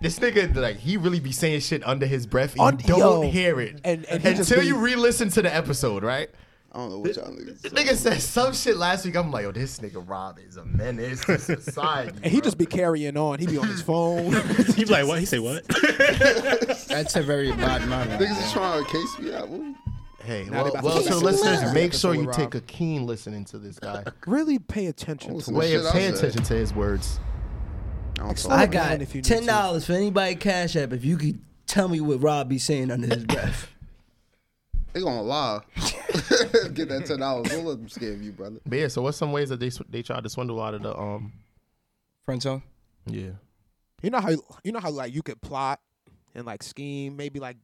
[SPEAKER 3] This nigga, like, he really be saying shit under his breath, and you
[SPEAKER 5] Un-
[SPEAKER 3] don't
[SPEAKER 5] yo.
[SPEAKER 3] hear it
[SPEAKER 5] And- and he just
[SPEAKER 3] until
[SPEAKER 5] be-
[SPEAKER 3] you re-listen to the episode, right?
[SPEAKER 1] I don't know what y'all niggas.
[SPEAKER 3] This nigga said some shit last week. I'm like, yo, this nigga Rob is a menace to society.
[SPEAKER 5] and he just be carrying on. He be on his phone.
[SPEAKER 6] He be like, what? He say what?
[SPEAKER 4] That's a very bad man.
[SPEAKER 1] Niggas is trying to case me out. What?
[SPEAKER 3] Hey,
[SPEAKER 5] Now
[SPEAKER 3] well,
[SPEAKER 5] they about
[SPEAKER 3] well
[SPEAKER 5] to
[SPEAKER 3] so
[SPEAKER 5] kick
[SPEAKER 3] listeners,
[SPEAKER 5] his
[SPEAKER 3] make
[SPEAKER 5] ass.
[SPEAKER 3] sure you
[SPEAKER 5] Rob.
[SPEAKER 3] take a keen listening to this guy.
[SPEAKER 5] really pay attention
[SPEAKER 1] Oh,
[SPEAKER 5] to
[SPEAKER 1] some
[SPEAKER 5] what
[SPEAKER 3] Way
[SPEAKER 1] shit
[SPEAKER 3] of
[SPEAKER 1] I
[SPEAKER 3] pay
[SPEAKER 1] said.
[SPEAKER 3] attention to his words.
[SPEAKER 1] don't
[SPEAKER 4] I
[SPEAKER 1] talk.
[SPEAKER 4] got ten dollars for anybody cash app if you could tell me what Rob be saying under his breath.
[SPEAKER 1] They gonna lie. Get that ten dollars. Don't let them scam you, brother.
[SPEAKER 3] But yeah, so what's some ways that they sw- they tried to swindle out of the um?
[SPEAKER 4] Friend zone.
[SPEAKER 3] Yeah.
[SPEAKER 5] You know how you know how like you could plot and like scheme, maybe like,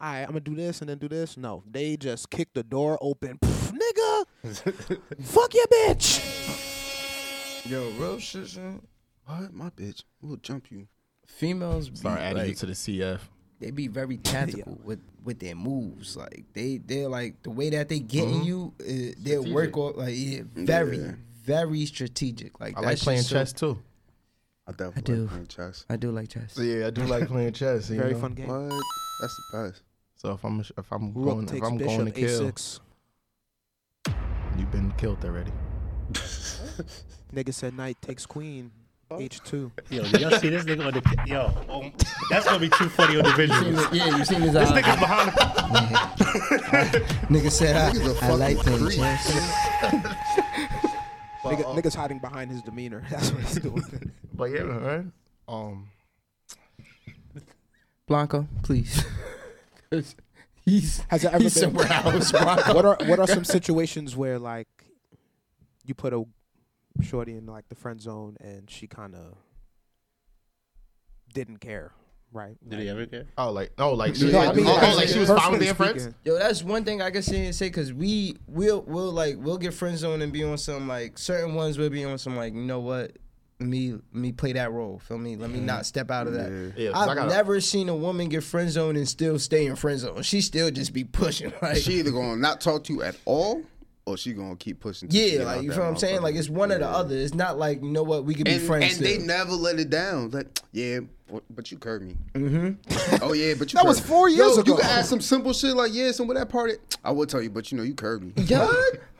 [SPEAKER 5] all right, I'm gonna do this and then do this. No, they just kick the door open, Pff, nigga. fuck your bitch.
[SPEAKER 4] Yo, real shit, son.
[SPEAKER 1] What? My bitch. We'll jump you.
[SPEAKER 4] Females be,
[SPEAKER 3] Start adding you
[SPEAKER 4] like,
[SPEAKER 3] to the CF.
[SPEAKER 4] they be very tactical with with their moves. Like they they're like the way that they
[SPEAKER 3] Mm-hmm.
[SPEAKER 4] getting you, uh, their work off like yeah, very
[SPEAKER 1] Yeah.
[SPEAKER 4] very strategic. Like
[SPEAKER 3] I
[SPEAKER 4] that
[SPEAKER 3] like
[SPEAKER 4] shit
[SPEAKER 3] playing
[SPEAKER 4] so-
[SPEAKER 3] chess too.
[SPEAKER 1] I definitely
[SPEAKER 4] I do.
[SPEAKER 1] Like chess.
[SPEAKER 4] I do like chess.
[SPEAKER 3] Yeah, I do like playing chess.
[SPEAKER 5] Very fun game.
[SPEAKER 1] What? That's the best.
[SPEAKER 3] So if I'm if I'm
[SPEAKER 5] Rook
[SPEAKER 3] going if
[SPEAKER 5] takes
[SPEAKER 3] I'm going to
[SPEAKER 5] bishop
[SPEAKER 3] kill,
[SPEAKER 5] a6.
[SPEAKER 3] you've been killed already.
[SPEAKER 5] Nigga said knight takes queen. H2.
[SPEAKER 6] Yo, did y'all see this nigga on the yo? um, that's gonna be two funny individuals.
[SPEAKER 4] Yeah, you seen his
[SPEAKER 3] uh,
[SPEAKER 4] eyes.
[SPEAKER 6] Niggas behind the
[SPEAKER 4] Nigga said
[SPEAKER 1] Niggas a
[SPEAKER 4] I, I like
[SPEAKER 1] fucking
[SPEAKER 4] playing
[SPEAKER 1] creep.
[SPEAKER 4] chess.
[SPEAKER 5] Nigga, nigga's hiding behind his demeanor. That's what he's doing.
[SPEAKER 3] But yeah, man. Um,
[SPEAKER 4] Blanco, please. 'Cause he's
[SPEAKER 5] Has it ever
[SPEAKER 4] he's
[SPEAKER 5] been-
[SPEAKER 4] somewhere else, Blanco.
[SPEAKER 5] what are what are some situations where like you put a shorty in like the friend zone and she kind of didn't care, right?
[SPEAKER 6] Did he ever care?
[SPEAKER 3] oh, like oh, like
[SPEAKER 1] No,
[SPEAKER 3] she,
[SPEAKER 1] I mean,
[SPEAKER 3] oh,
[SPEAKER 1] that's-
[SPEAKER 3] like she was fine with
[SPEAKER 5] personally
[SPEAKER 3] being friends.
[SPEAKER 5] speaking.
[SPEAKER 4] Yo, that's one thing I can sit here and say because we will will like we'll get friend zone and be on some like certain ones will be on some like you know what let me let me play that role feel me let me not step out of that.
[SPEAKER 3] Yeah, 'cause I
[SPEAKER 4] I've
[SPEAKER 3] gotta-
[SPEAKER 4] never seen a woman get friend zoned and still stay in friend zone. She still just be pushing like
[SPEAKER 1] She either gonna not talk to you at all, or she gonna keep pushing. till she
[SPEAKER 4] yeah
[SPEAKER 1] get out
[SPEAKER 4] like you
[SPEAKER 1] that
[SPEAKER 4] feel what I'm saying
[SPEAKER 1] motherfucker.
[SPEAKER 4] like it's one or the other. It's not like you know what we could be
[SPEAKER 1] And,
[SPEAKER 4] friends.
[SPEAKER 1] and they
[SPEAKER 4] still.
[SPEAKER 1] never let it down. Like, yeah, but, but you curved me. Mm-hmm. Oh yeah, but you.
[SPEAKER 5] That was
[SPEAKER 1] curved me.
[SPEAKER 5] four years
[SPEAKER 1] Yo,
[SPEAKER 5] ago.
[SPEAKER 1] You can ask some simple shit like, yeah, some of that party. I would tell you, but you know, you curved me.
[SPEAKER 4] Yeah,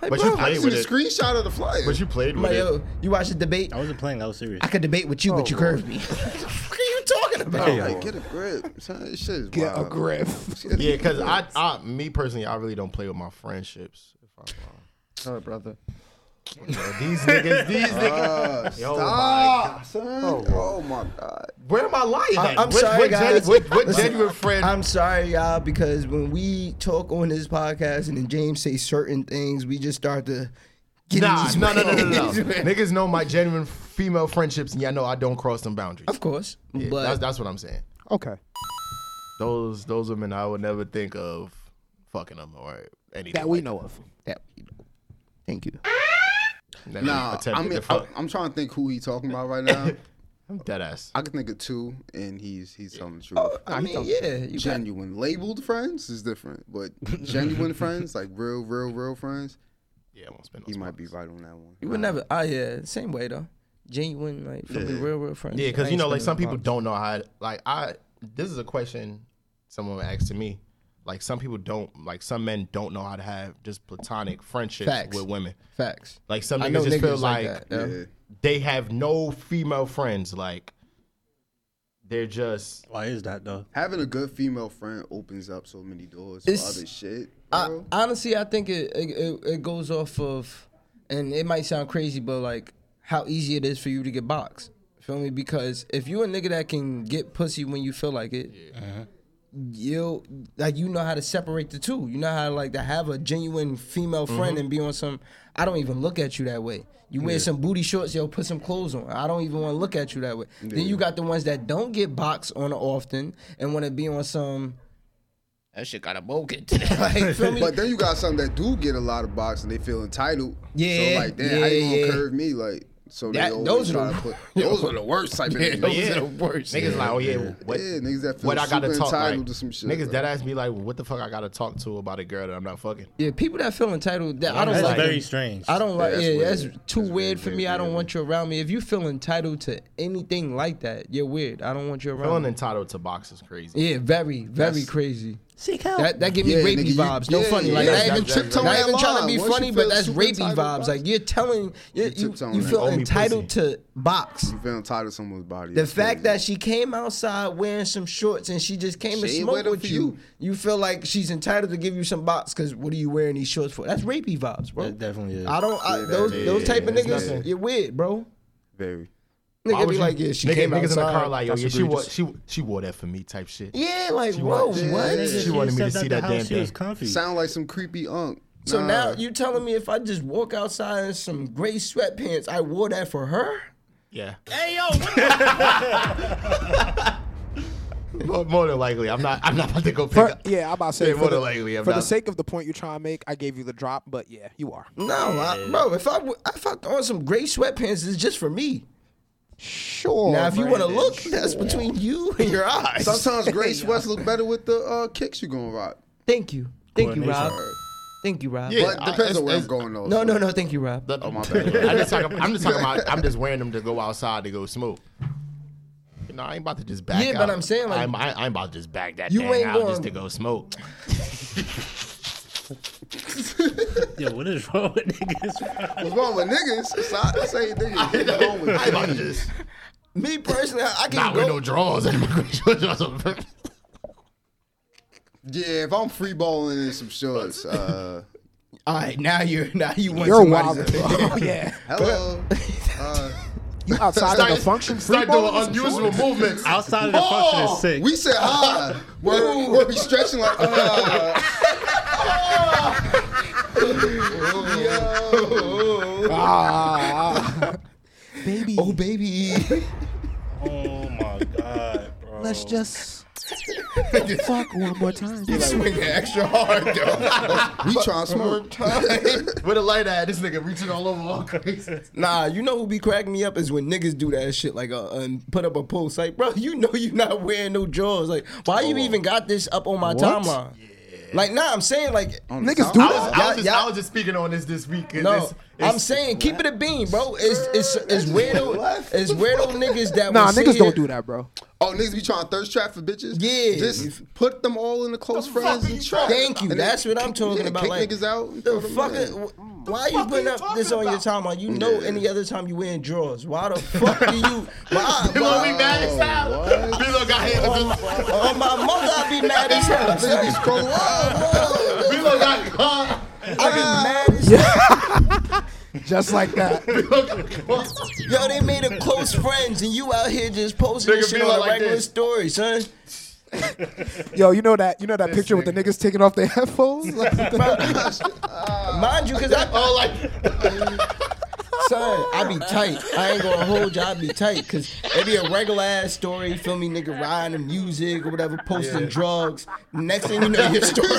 [SPEAKER 4] like,
[SPEAKER 3] But you
[SPEAKER 4] bro,
[SPEAKER 1] I
[SPEAKER 3] played
[SPEAKER 1] just seen
[SPEAKER 3] with
[SPEAKER 1] a
[SPEAKER 3] it.
[SPEAKER 1] screenshot of the flyer.
[SPEAKER 3] But you played with
[SPEAKER 4] like,
[SPEAKER 3] it.
[SPEAKER 4] yo, you watch the debate.
[SPEAKER 6] I wasn't playing. I was serious.
[SPEAKER 4] I could debate with you, but you curved me. what are you talking about?
[SPEAKER 1] I'm like, get a grip. Son, this shit is
[SPEAKER 5] Get a
[SPEAKER 1] wild.
[SPEAKER 5] grip.
[SPEAKER 1] Shit is
[SPEAKER 3] Oh. Yeah, because
[SPEAKER 1] wild.
[SPEAKER 3] I, I, me personally, I really don't play with my friendships. If I'm, uh,
[SPEAKER 4] Sorry, brother. Ah,
[SPEAKER 3] these niggas, these niggas.
[SPEAKER 1] Uh,
[SPEAKER 3] Yo,
[SPEAKER 1] stop, son. Oh, my god.
[SPEAKER 3] Where my life at?
[SPEAKER 4] I'm
[SPEAKER 3] What-
[SPEAKER 4] sorry,
[SPEAKER 3] what
[SPEAKER 4] guys.
[SPEAKER 3] genu- what- what
[SPEAKER 4] Listen,
[SPEAKER 3] genuine friend?
[SPEAKER 4] I'm sorry, y'all, because when we talk on this podcast and then James say certain things, we just start to get in
[SPEAKER 3] Nah,
[SPEAKER 4] these
[SPEAKER 3] no, no, no, no, no.
[SPEAKER 4] ways.
[SPEAKER 3] Niggas know my genuine female friendships, and y'all know I don't cross them boundaries.
[SPEAKER 4] Of course,
[SPEAKER 3] Yeah,
[SPEAKER 4] but
[SPEAKER 3] that's, that's what I'm saying.
[SPEAKER 5] Okay.
[SPEAKER 3] Those those women I would never think of fucking them or anything
[SPEAKER 5] That we
[SPEAKER 3] like
[SPEAKER 5] know of.
[SPEAKER 4] that, you know, thank you.
[SPEAKER 3] That. Never
[SPEAKER 1] Nah, I
[SPEAKER 3] attempted
[SPEAKER 1] mean,
[SPEAKER 3] to
[SPEAKER 1] I,
[SPEAKER 3] fuck.
[SPEAKER 1] I'm trying to think who he talking about right now.
[SPEAKER 3] I'm dead ass.
[SPEAKER 1] I can think of two, and he's he's telling the truth.
[SPEAKER 4] I mean, yeah, you got,
[SPEAKER 1] genuine labeled friends is different, but genuine friends, like real, real, real friends,
[SPEAKER 3] Yeah, I won't spend.
[SPEAKER 1] he
[SPEAKER 3] Those
[SPEAKER 1] might be right on that one.
[SPEAKER 4] you would never. Ah, yeah, same way though. Genuine, like from the real, real friends.
[SPEAKER 3] Yeah,
[SPEAKER 4] I
[SPEAKER 3] because you
[SPEAKER 4] ain't
[SPEAKER 3] know, like
[SPEAKER 4] spending
[SPEAKER 3] some people
[SPEAKER 4] the box.
[SPEAKER 3] don't know how. Like I, this is a question someone asked to me. Like some people don't. Like some men don't know how to have just platonic friendships
[SPEAKER 4] Facts.
[SPEAKER 3] with women.
[SPEAKER 4] Facts.
[SPEAKER 3] Like some
[SPEAKER 4] I know
[SPEAKER 3] niggas just feel
[SPEAKER 4] niggas like
[SPEAKER 3] like,
[SPEAKER 4] that,
[SPEAKER 1] yeah. Yeah.
[SPEAKER 3] they have no female friends. Like they're just
[SPEAKER 6] Why is that though?
[SPEAKER 1] Having a good female friend opens up so many doors for
[SPEAKER 4] It's-
[SPEAKER 1] other shit.
[SPEAKER 4] I,
[SPEAKER 1] bro.
[SPEAKER 4] honestly, I think it, it it- it goes off of, and it might sound crazy, but like how easy it is for you to get boxed. Feel me? Because if you a nigga that can get pussy when you feel like it, you like you know how to separate the two. You know how like to have a genuine female friend and be on some. I don't even look at you that way. You wear some booty shorts, yo, put some clothes on. I don't even want to look at you that way. Then you got the ones that don't get boxed on often and want to be on some. That shit got a bogan today. like, feel me?
[SPEAKER 1] but then you got some that do get a lot of box and they feel entitled.
[SPEAKER 4] Yeah,
[SPEAKER 1] So like, damn, how
[SPEAKER 4] yeah,
[SPEAKER 1] you gonna
[SPEAKER 4] yeah.
[SPEAKER 1] curve me? Like, so they
[SPEAKER 4] That- those
[SPEAKER 1] always
[SPEAKER 4] are
[SPEAKER 1] try
[SPEAKER 4] the-
[SPEAKER 1] to put those are the worst type of niggas.
[SPEAKER 3] But yeah, Niggas like, oh yeah, what,
[SPEAKER 1] Yeah, niggas that feel
[SPEAKER 3] what I gotta
[SPEAKER 1] super
[SPEAKER 3] talk
[SPEAKER 1] entitled
[SPEAKER 3] like,
[SPEAKER 1] to some shit,
[SPEAKER 3] Niggas
[SPEAKER 1] bro.
[SPEAKER 3] that ass be like, what the fuck I gotta talk to about a girl that I'm not fucking.
[SPEAKER 4] Yeah, people that feel entitled, that I don't
[SPEAKER 6] That's
[SPEAKER 4] like.
[SPEAKER 6] very
[SPEAKER 4] them.
[SPEAKER 6] strange.
[SPEAKER 4] I don't like.
[SPEAKER 1] that's
[SPEAKER 4] Yeah,
[SPEAKER 1] weird.
[SPEAKER 4] that's, too
[SPEAKER 1] That's
[SPEAKER 4] weird,
[SPEAKER 1] weird,
[SPEAKER 4] for
[SPEAKER 1] weird,
[SPEAKER 4] me. I don't
[SPEAKER 1] weird,
[SPEAKER 4] want you around me. If you feel entitled to anything like that, you're weird. I don't want you around.
[SPEAKER 3] Feeling
[SPEAKER 4] me.
[SPEAKER 3] entitled to box is crazy.
[SPEAKER 4] Yeah, very, very
[SPEAKER 1] That's-
[SPEAKER 4] crazy.
[SPEAKER 6] Seek help.
[SPEAKER 4] That that give me
[SPEAKER 1] Yeah,
[SPEAKER 4] rapey
[SPEAKER 1] nigga, you-
[SPEAKER 4] vibes. No
[SPEAKER 1] yeah,
[SPEAKER 4] funny.
[SPEAKER 1] yeah,
[SPEAKER 4] Like
[SPEAKER 1] that's-
[SPEAKER 4] not even,
[SPEAKER 1] that's exactly
[SPEAKER 4] not
[SPEAKER 1] right.
[SPEAKER 4] even trying to
[SPEAKER 1] Once
[SPEAKER 4] be
[SPEAKER 1] you
[SPEAKER 4] funny,
[SPEAKER 1] feel
[SPEAKER 4] but that's
[SPEAKER 1] super
[SPEAKER 4] rapey
[SPEAKER 1] entitled,
[SPEAKER 4] vibes.
[SPEAKER 1] box.
[SPEAKER 4] Like you're telling you
[SPEAKER 1] took
[SPEAKER 4] you,
[SPEAKER 1] someone
[SPEAKER 4] you
[SPEAKER 1] that
[SPEAKER 4] feel
[SPEAKER 3] owe me
[SPEAKER 4] entitled to box.
[SPEAKER 1] You feel entitled to someone's body.
[SPEAKER 4] The
[SPEAKER 1] It's
[SPEAKER 4] fact
[SPEAKER 1] crazy.
[SPEAKER 4] that she came outside wearing some shorts and she just came
[SPEAKER 1] She
[SPEAKER 4] to
[SPEAKER 1] ain't
[SPEAKER 4] smoke
[SPEAKER 1] wearing them
[SPEAKER 4] with
[SPEAKER 1] for
[SPEAKER 4] you, you,
[SPEAKER 1] you.
[SPEAKER 4] feel like she's entitled to give you some box because what are you wearing these shorts for? That's rapey vibes, bro.
[SPEAKER 6] It definitely is.
[SPEAKER 4] I don't I,
[SPEAKER 1] Yeah, that
[SPEAKER 4] those
[SPEAKER 1] is.
[SPEAKER 4] those type of
[SPEAKER 1] It's
[SPEAKER 4] niggas.
[SPEAKER 1] nothing.
[SPEAKER 4] You're weird, bro.
[SPEAKER 1] very
[SPEAKER 3] Why
[SPEAKER 4] Nigga
[SPEAKER 3] would
[SPEAKER 4] be
[SPEAKER 3] you-
[SPEAKER 4] like, yeah, she
[SPEAKER 3] nigga,
[SPEAKER 4] came
[SPEAKER 3] niggas in the car
[SPEAKER 4] outside.
[SPEAKER 3] like, yo,
[SPEAKER 4] That's
[SPEAKER 3] yeah, she wore,
[SPEAKER 4] egregious.
[SPEAKER 3] she she wore that for me type shit.
[SPEAKER 4] Yeah, like,
[SPEAKER 3] She
[SPEAKER 4] whoa,
[SPEAKER 3] wanted-
[SPEAKER 4] what?
[SPEAKER 3] She wanted me to see that damn thing.
[SPEAKER 1] Sound like some creepy unk.
[SPEAKER 4] So
[SPEAKER 1] Nah.
[SPEAKER 4] now you telling me if I just walk outside in some gray sweatpants, I wore that for her?
[SPEAKER 3] Yeah.
[SPEAKER 8] Hey yo,
[SPEAKER 3] More, more than likely, I'm not. I'm not about to go pick
[SPEAKER 5] For-
[SPEAKER 3] up.
[SPEAKER 5] yeah, I'm about to say.
[SPEAKER 3] Yeah,
[SPEAKER 5] for
[SPEAKER 3] more
[SPEAKER 5] the,
[SPEAKER 3] than likely, I'm
[SPEAKER 5] for the
[SPEAKER 3] not.
[SPEAKER 5] sake of the point you're trying to make, I gave you the drop, but yeah, you are.
[SPEAKER 4] No, I, bro. If I w- if I throw on some gray sweatpants, it's just for me.
[SPEAKER 5] Sure.
[SPEAKER 4] now, if you want to look, that's between you and your eyes.
[SPEAKER 1] Sometimes gray sweats look better with the uh, kicks you gonna rock.
[SPEAKER 4] Thank you, thank you, Rob.
[SPEAKER 1] Coordination.
[SPEAKER 4] Thank you, Rob.
[SPEAKER 3] Yeah,
[SPEAKER 1] but
[SPEAKER 3] I-
[SPEAKER 1] depends
[SPEAKER 3] it's-
[SPEAKER 1] on where I'm
[SPEAKER 3] it's-
[SPEAKER 1] going though.
[SPEAKER 4] No, no, no. Thank you, Rob.
[SPEAKER 1] Oh my bad.
[SPEAKER 3] I'm just talking. I'm just talking about. I'm just wearing them to go outside to go smoke. You know, I ain't about to just back.
[SPEAKER 4] Yeah, but
[SPEAKER 3] out.
[SPEAKER 4] I'm saying, like-
[SPEAKER 3] I'm, I, I ain't about to just back that
[SPEAKER 4] You
[SPEAKER 3] thing
[SPEAKER 4] ain't
[SPEAKER 3] out just to
[SPEAKER 4] going-
[SPEAKER 3] go smoke.
[SPEAKER 6] Yo, what is wrong with niggas?
[SPEAKER 1] What's wrong with niggas? It's not, I say niggas. What's wrong with
[SPEAKER 3] I ain't about to
[SPEAKER 1] niggas?
[SPEAKER 3] just
[SPEAKER 4] Me personally, I I can
[SPEAKER 3] not
[SPEAKER 4] go.
[SPEAKER 3] wear no drawers and drawers on purpose.
[SPEAKER 1] Yeah, if I'm free balling in some shorts, uh,
[SPEAKER 4] All right, now you're now you want
[SPEAKER 5] You're
[SPEAKER 4] somebody's
[SPEAKER 5] wild. bro. yeah.
[SPEAKER 1] hello. Uh,
[SPEAKER 5] You outside of the function?
[SPEAKER 3] Start
[SPEAKER 5] free
[SPEAKER 3] doing
[SPEAKER 5] balling?
[SPEAKER 3] unusual movements.
[SPEAKER 6] Outside of the function is sick.
[SPEAKER 1] we said hi. We're, we're be stretching like. Uh,
[SPEAKER 5] Ah, baby.
[SPEAKER 4] Oh baby,
[SPEAKER 6] Oh my god, bro.
[SPEAKER 5] Let's just fuck one more time.
[SPEAKER 4] swing it extra hard though.
[SPEAKER 1] we trying to smoke.
[SPEAKER 3] With a light at this nigga reaching all over all crazy.
[SPEAKER 4] nah, you know who be cracking me up is when niggas do that shit like uh, and put up a post like, bro, you know you not wearing no drawers. Like, why you even got this up on my timeline? Like, nah, I'm saying like
[SPEAKER 5] Niggas do
[SPEAKER 3] I was,
[SPEAKER 5] that.
[SPEAKER 3] I, was
[SPEAKER 4] Y'all-
[SPEAKER 3] just, I was just speaking on this this week. 'cause
[SPEAKER 4] No,
[SPEAKER 3] it's- it's-
[SPEAKER 4] I'm saying keep it a beam, bro. It's it's it's weirdo. It's weirdo niggas that
[SPEAKER 5] Nah,
[SPEAKER 4] will sit
[SPEAKER 5] niggas
[SPEAKER 4] here-
[SPEAKER 5] don't do that, bro.
[SPEAKER 1] Oh, niggas be trying to thirst trap for bitches.
[SPEAKER 4] Yeah.
[SPEAKER 1] just put them all in the close friends and trap.
[SPEAKER 4] Thank you.
[SPEAKER 1] And then
[SPEAKER 4] That's what I'm
[SPEAKER 1] kick-
[SPEAKER 4] talking
[SPEAKER 1] yeah,
[SPEAKER 4] about,
[SPEAKER 1] Kick
[SPEAKER 4] like,
[SPEAKER 1] niggas out. and throw
[SPEAKER 4] The
[SPEAKER 1] them in.
[SPEAKER 4] fucking. Why are you putting up this on your timeline? You know,
[SPEAKER 1] Yeah.
[SPEAKER 4] any other time you wearing drawers? Why the fuck do you? Why?
[SPEAKER 3] People
[SPEAKER 4] why-
[SPEAKER 3] be mad as hell. People got hit.
[SPEAKER 4] On my mother, I be mad as hell.
[SPEAKER 1] Niggas be scrolling.
[SPEAKER 3] People got caught.
[SPEAKER 4] I be mad as hell.
[SPEAKER 5] Just like that.
[SPEAKER 4] Yo, they made a close friends, and you out here just posting this
[SPEAKER 3] Nigga
[SPEAKER 4] shit
[SPEAKER 3] be
[SPEAKER 4] on a
[SPEAKER 3] like
[SPEAKER 4] regular
[SPEAKER 3] this.
[SPEAKER 4] story, son.
[SPEAKER 5] Yo, you know that you know that picture with the niggas taking off their headphones?
[SPEAKER 4] Mind you, cause I,
[SPEAKER 3] Oh, like
[SPEAKER 4] Son, I be tight. I ain't gonna hold you. I be tight because it be a regular ass story. Feel me, nigga, riding the music or whatever, posting drugs. Next thing you know, your story.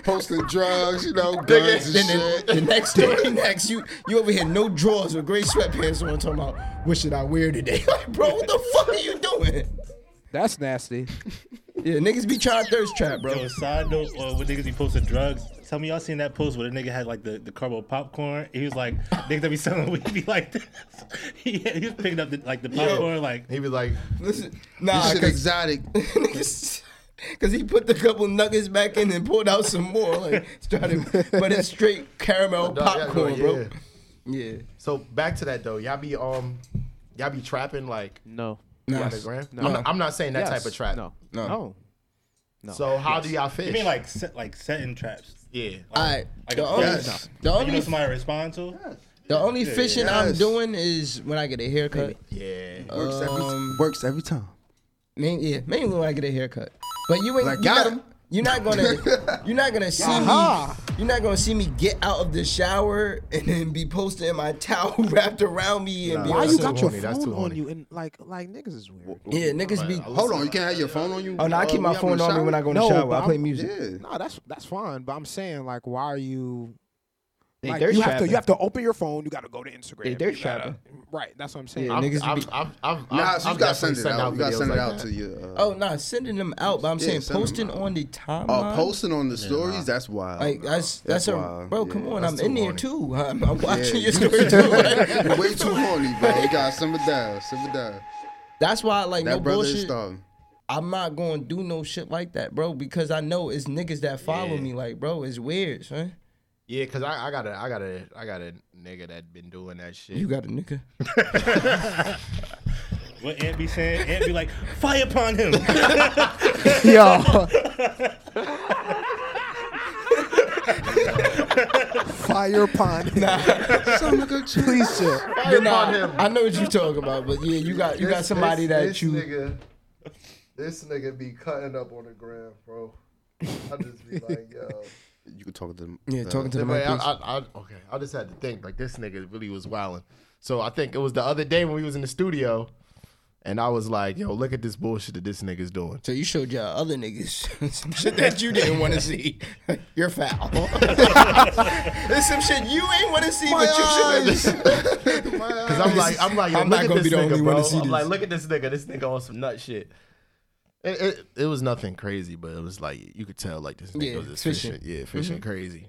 [SPEAKER 1] posting drugs, you know, guns and
[SPEAKER 4] Then
[SPEAKER 1] shit.
[SPEAKER 4] the, the next story, next you you over here, no drawers with gray sweatpants on, talking about what should I wear today? Like, bro, what the fuck are you doing?
[SPEAKER 5] That's nasty.
[SPEAKER 4] Yeah, niggas be trying to thirst trap, bro.
[SPEAKER 6] Yo, side note, uh, when niggas be posting drugs, tell me y'all seen that post where the nigga had like the, the carbo popcorn. He was like, nigga that be selling weed be like this. he, he was picking up the, like the popcorn, like,
[SPEAKER 3] he was like,
[SPEAKER 4] Listen, nah,
[SPEAKER 1] This shit
[SPEAKER 4] cause,
[SPEAKER 1] exotic.
[SPEAKER 4] niggas- cause he put the couple nuggets back in and pulled out some more, like started, but it's straight caramel
[SPEAKER 3] Dog, yeah,
[SPEAKER 4] popcorn,
[SPEAKER 3] yeah.
[SPEAKER 4] bro. Yeah.
[SPEAKER 3] So back to that though, y'all be um, y'all be trapping like
[SPEAKER 5] No.
[SPEAKER 3] on the gram. I'm, not, I'm not saying that type of trap.
[SPEAKER 5] No.
[SPEAKER 4] No.
[SPEAKER 5] No.
[SPEAKER 3] So how do y'all fish?
[SPEAKER 6] you mean like set, like setting traps?
[SPEAKER 3] yeah.
[SPEAKER 4] All right.
[SPEAKER 6] Like
[SPEAKER 4] The
[SPEAKER 6] a-
[SPEAKER 4] only,
[SPEAKER 6] Yes.
[SPEAKER 4] the
[SPEAKER 6] You know
[SPEAKER 4] only,
[SPEAKER 6] somebody respond to?
[SPEAKER 4] the only fishing I'm
[SPEAKER 1] Yes.
[SPEAKER 4] doing is when I get a haircut.
[SPEAKER 3] Yeah.
[SPEAKER 1] Works
[SPEAKER 4] Uh,
[SPEAKER 1] every time.
[SPEAKER 5] Works every time.
[SPEAKER 4] Main, yeah, mainly when I get a haircut. But you ain't
[SPEAKER 1] Like,
[SPEAKER 4] you
[SPEAKER 1] got
[SPEAKER 4] not-
[SPEAKER 1] him.
[SPEAKER 4] You're not gonna. You're not gonna see
[SPEAKER 5] Aha.
[SPEAKER 4] me. You're not gonna see me get out of the shower and then be posted in my towel wrapped around me and be
[SPEAKER 5] Why
[SPEAKER 4] on
[SPEAKER 5] you
[SPEAKER 4] some-
[SPEAKER 5] got your
[SPEAKER 3] horny, that's
[SPEAKER 5] phone
[SPEAKER 3] too
[SPEAKER 5] on
[SPEAKER 3] horny.
[SPEAKER 5] you and like like niggas is weird.
[SPEAKER 4] Yeah, niggas be.
[SPEAKER 1] Hold on, you can't have your phone on you.
[SPEAKER 4] Oh no, I keep
[SPEAKER 1] uh,
[SPEAKER 4] my
[SPEAKER 1] when you
[SPEAKER 4] phone
[SPEAKER 1] out
[SPEAKER 4] on me
[SPEAKER 1] in the
[SPEAKER 4] when I go in the
[SPEAKER 5] No,
[SPEAKER 4] shower.
[SPEAKER 5] but
[SPEAKER 4] I play
[SPEAKER 5] I'm-
[SPEAKER 4] music.
[SPEAKER 1] shower?
[SPEAKER 5] No, that's that's fine, but I'm saying like why are you
[SPEAKER 4] They
[SPEAKER 5] like,
[SPEAKER 4] thirst
[SPEAKER 5] you have to
[SPEAKER 4] trapping.
[SPEAKER 5] you have to open your phone, you got to go to Instagram.
[SPEAKER 4] They
[SPEAKER 5] you
[SPEAKER 4] thirst
[SPEAKER 5] gotta-
[SPEAKER 4] trapping.
[SPEAKER 5] Right, that's what I'm saying.
[SPEAKER 4] Yeah,
[SPEAKER 3] I've,
[SPEAKER 4] niggas
[SPEAKER 3] I've,
[SPEAKER 4] be-
[SPEAKER 3] I've, I've,
[SPEAKER 1] Yeah. Nah,
[SPEAKER 3] I've,
[SPEAKER 1] so you
[SPEAKER 3] I've
[SPEAKER 1] gotta
[SPEAKER 3] definitely
[SPEAKER 1] send it out. You gotta
[SPEAKER 3] videos
[SPEAKER 1] send it
[SPEAKER 3] like
[SPEAKER 1] out
[SPEAKER 3] that.
[SPEAKER 1] to your. uh,
[SPEAKER 4] Oh no, sending them out. But I'm
[SPEAKER 1] Yeah,
[SPEAKER 4] saying
[SPEAKER 1] send them
[SPEAKER 4] posting
[SPEAKER 1] out.
[SPEAKER 4] on the timeline.
[SPEAKER 1] Oh, posting on the stories? That's wild.
[SPEAKER 4] Like that's that's,
[SPEAKER 1] That's
[SPEAKER 4] a
[SPEAKER 1] wild.
[SPEAKER 4] bro.
[SPEAKER 1] Yeah,
[SPEAKER 4] come on,
[SPEAKER 3] that's
[SPEAKER 4] I'm
[SPEAKER 3] too
[SPEAKER 4] in there
[SPEAKER 3] horny.
[SPEAKER 4] too. I'm, I'm watching
[SPEAKER 1] Yeah.
[SPEAKER 4] your story too.
[SPEAKER 1] You're way too horny, bro. You gotta simmer down, simmer down.
[SPEAKER 4] That's why I like
[SPEAKER 1] That
[SPEAKER 4] no
[SPEAKER 1] brother is
[SPEAKER 4] bullshit.
[SPEAKER 1] starving.
[SPEAKER 4] I'm not going to do no shit like that, bro, because I know it's niggas that follow me. Like, bro, it's weird, son.
[SPEAKER 3] Yeah, cause I, I got a, I got a, I got a nigga that been doing that shit.
[SPEAKER 4] You got a nigga.
[SPEAKER 6] What Ant be saying? Ant be like, fire upon him.
[SPEAKER 5] Yo, Fire upon him.
[SPEAKER 1] Some nigga chill.
[SPEAKER 4] Please, sir.
[SPEAKER 1] Fire
[SPEAKER 4] Nah,
[SPEAKER 1] upon him.
[SPEAKER 4] I know what you're talking about, but yeah, you got you got
[SPEAKER 11] This-
[SPEAKER 4] somebody
[SPEAKER 11] this-
[SPEAKER 4] that
[SPEAKER 11] this
[SPEAKER 4] you.
[SPEAKER 11] Nigga, this nigga be cutting up on the gram, bro. I just be like, yo.
[SPEAKER 1] You could talk to them.
[SPEAKER 4] Yeah, talking to
[SPEAKER 3] Yeah,
[SPEAKER 4] the
[SPEAKER 3] but
[SPEAKER 4] mic,
[SPEAKER 3] I,
[SPEAKER 4] please.
[SPEAKER 3] I, I, okay, I just had to think like this nigga really was wilding. So I think it was the other day when we was in the studio, and I was like, "Yo, look at this bullshit that this nigga's doing."
[SPEAKER 4] So you showed y'all other niggas some shit that you didn't want to see. You're foul. There's some shit you ain't want to see, but you should.
[SPEAKER 3] Because I'm like, I'm like, yo,
[SPEAKER 4] I'm
[SPEAKER 3] look
[SPEAKER 4] not
[SPEAKER 3] at
[SPEAKER 4] gonna
[SPEAKER 3] this
[SPEAKER 4] be the
[SPEAKER 3] nigga,
[SPEAKER 4] only
[SPEAKER 3] bro.
[SPEAKER 4] one to see
[SPEAKER 3] I'm
[SPEAKER 4] this.
[SPEAKER 3] like, look at this nigga. This nigga on some nut shit. It, it, it was nothing crazy, but it was like you could tell like this nigga
[SPEAKER 4] Yeah,
[SPEAKER 3] was just
[SPEAKER 4] fishing.
[SPEAKER 3] fishing. yeah, fishing
[SPEAKER 4] Mhm.
[SPEAKER 3] crazy.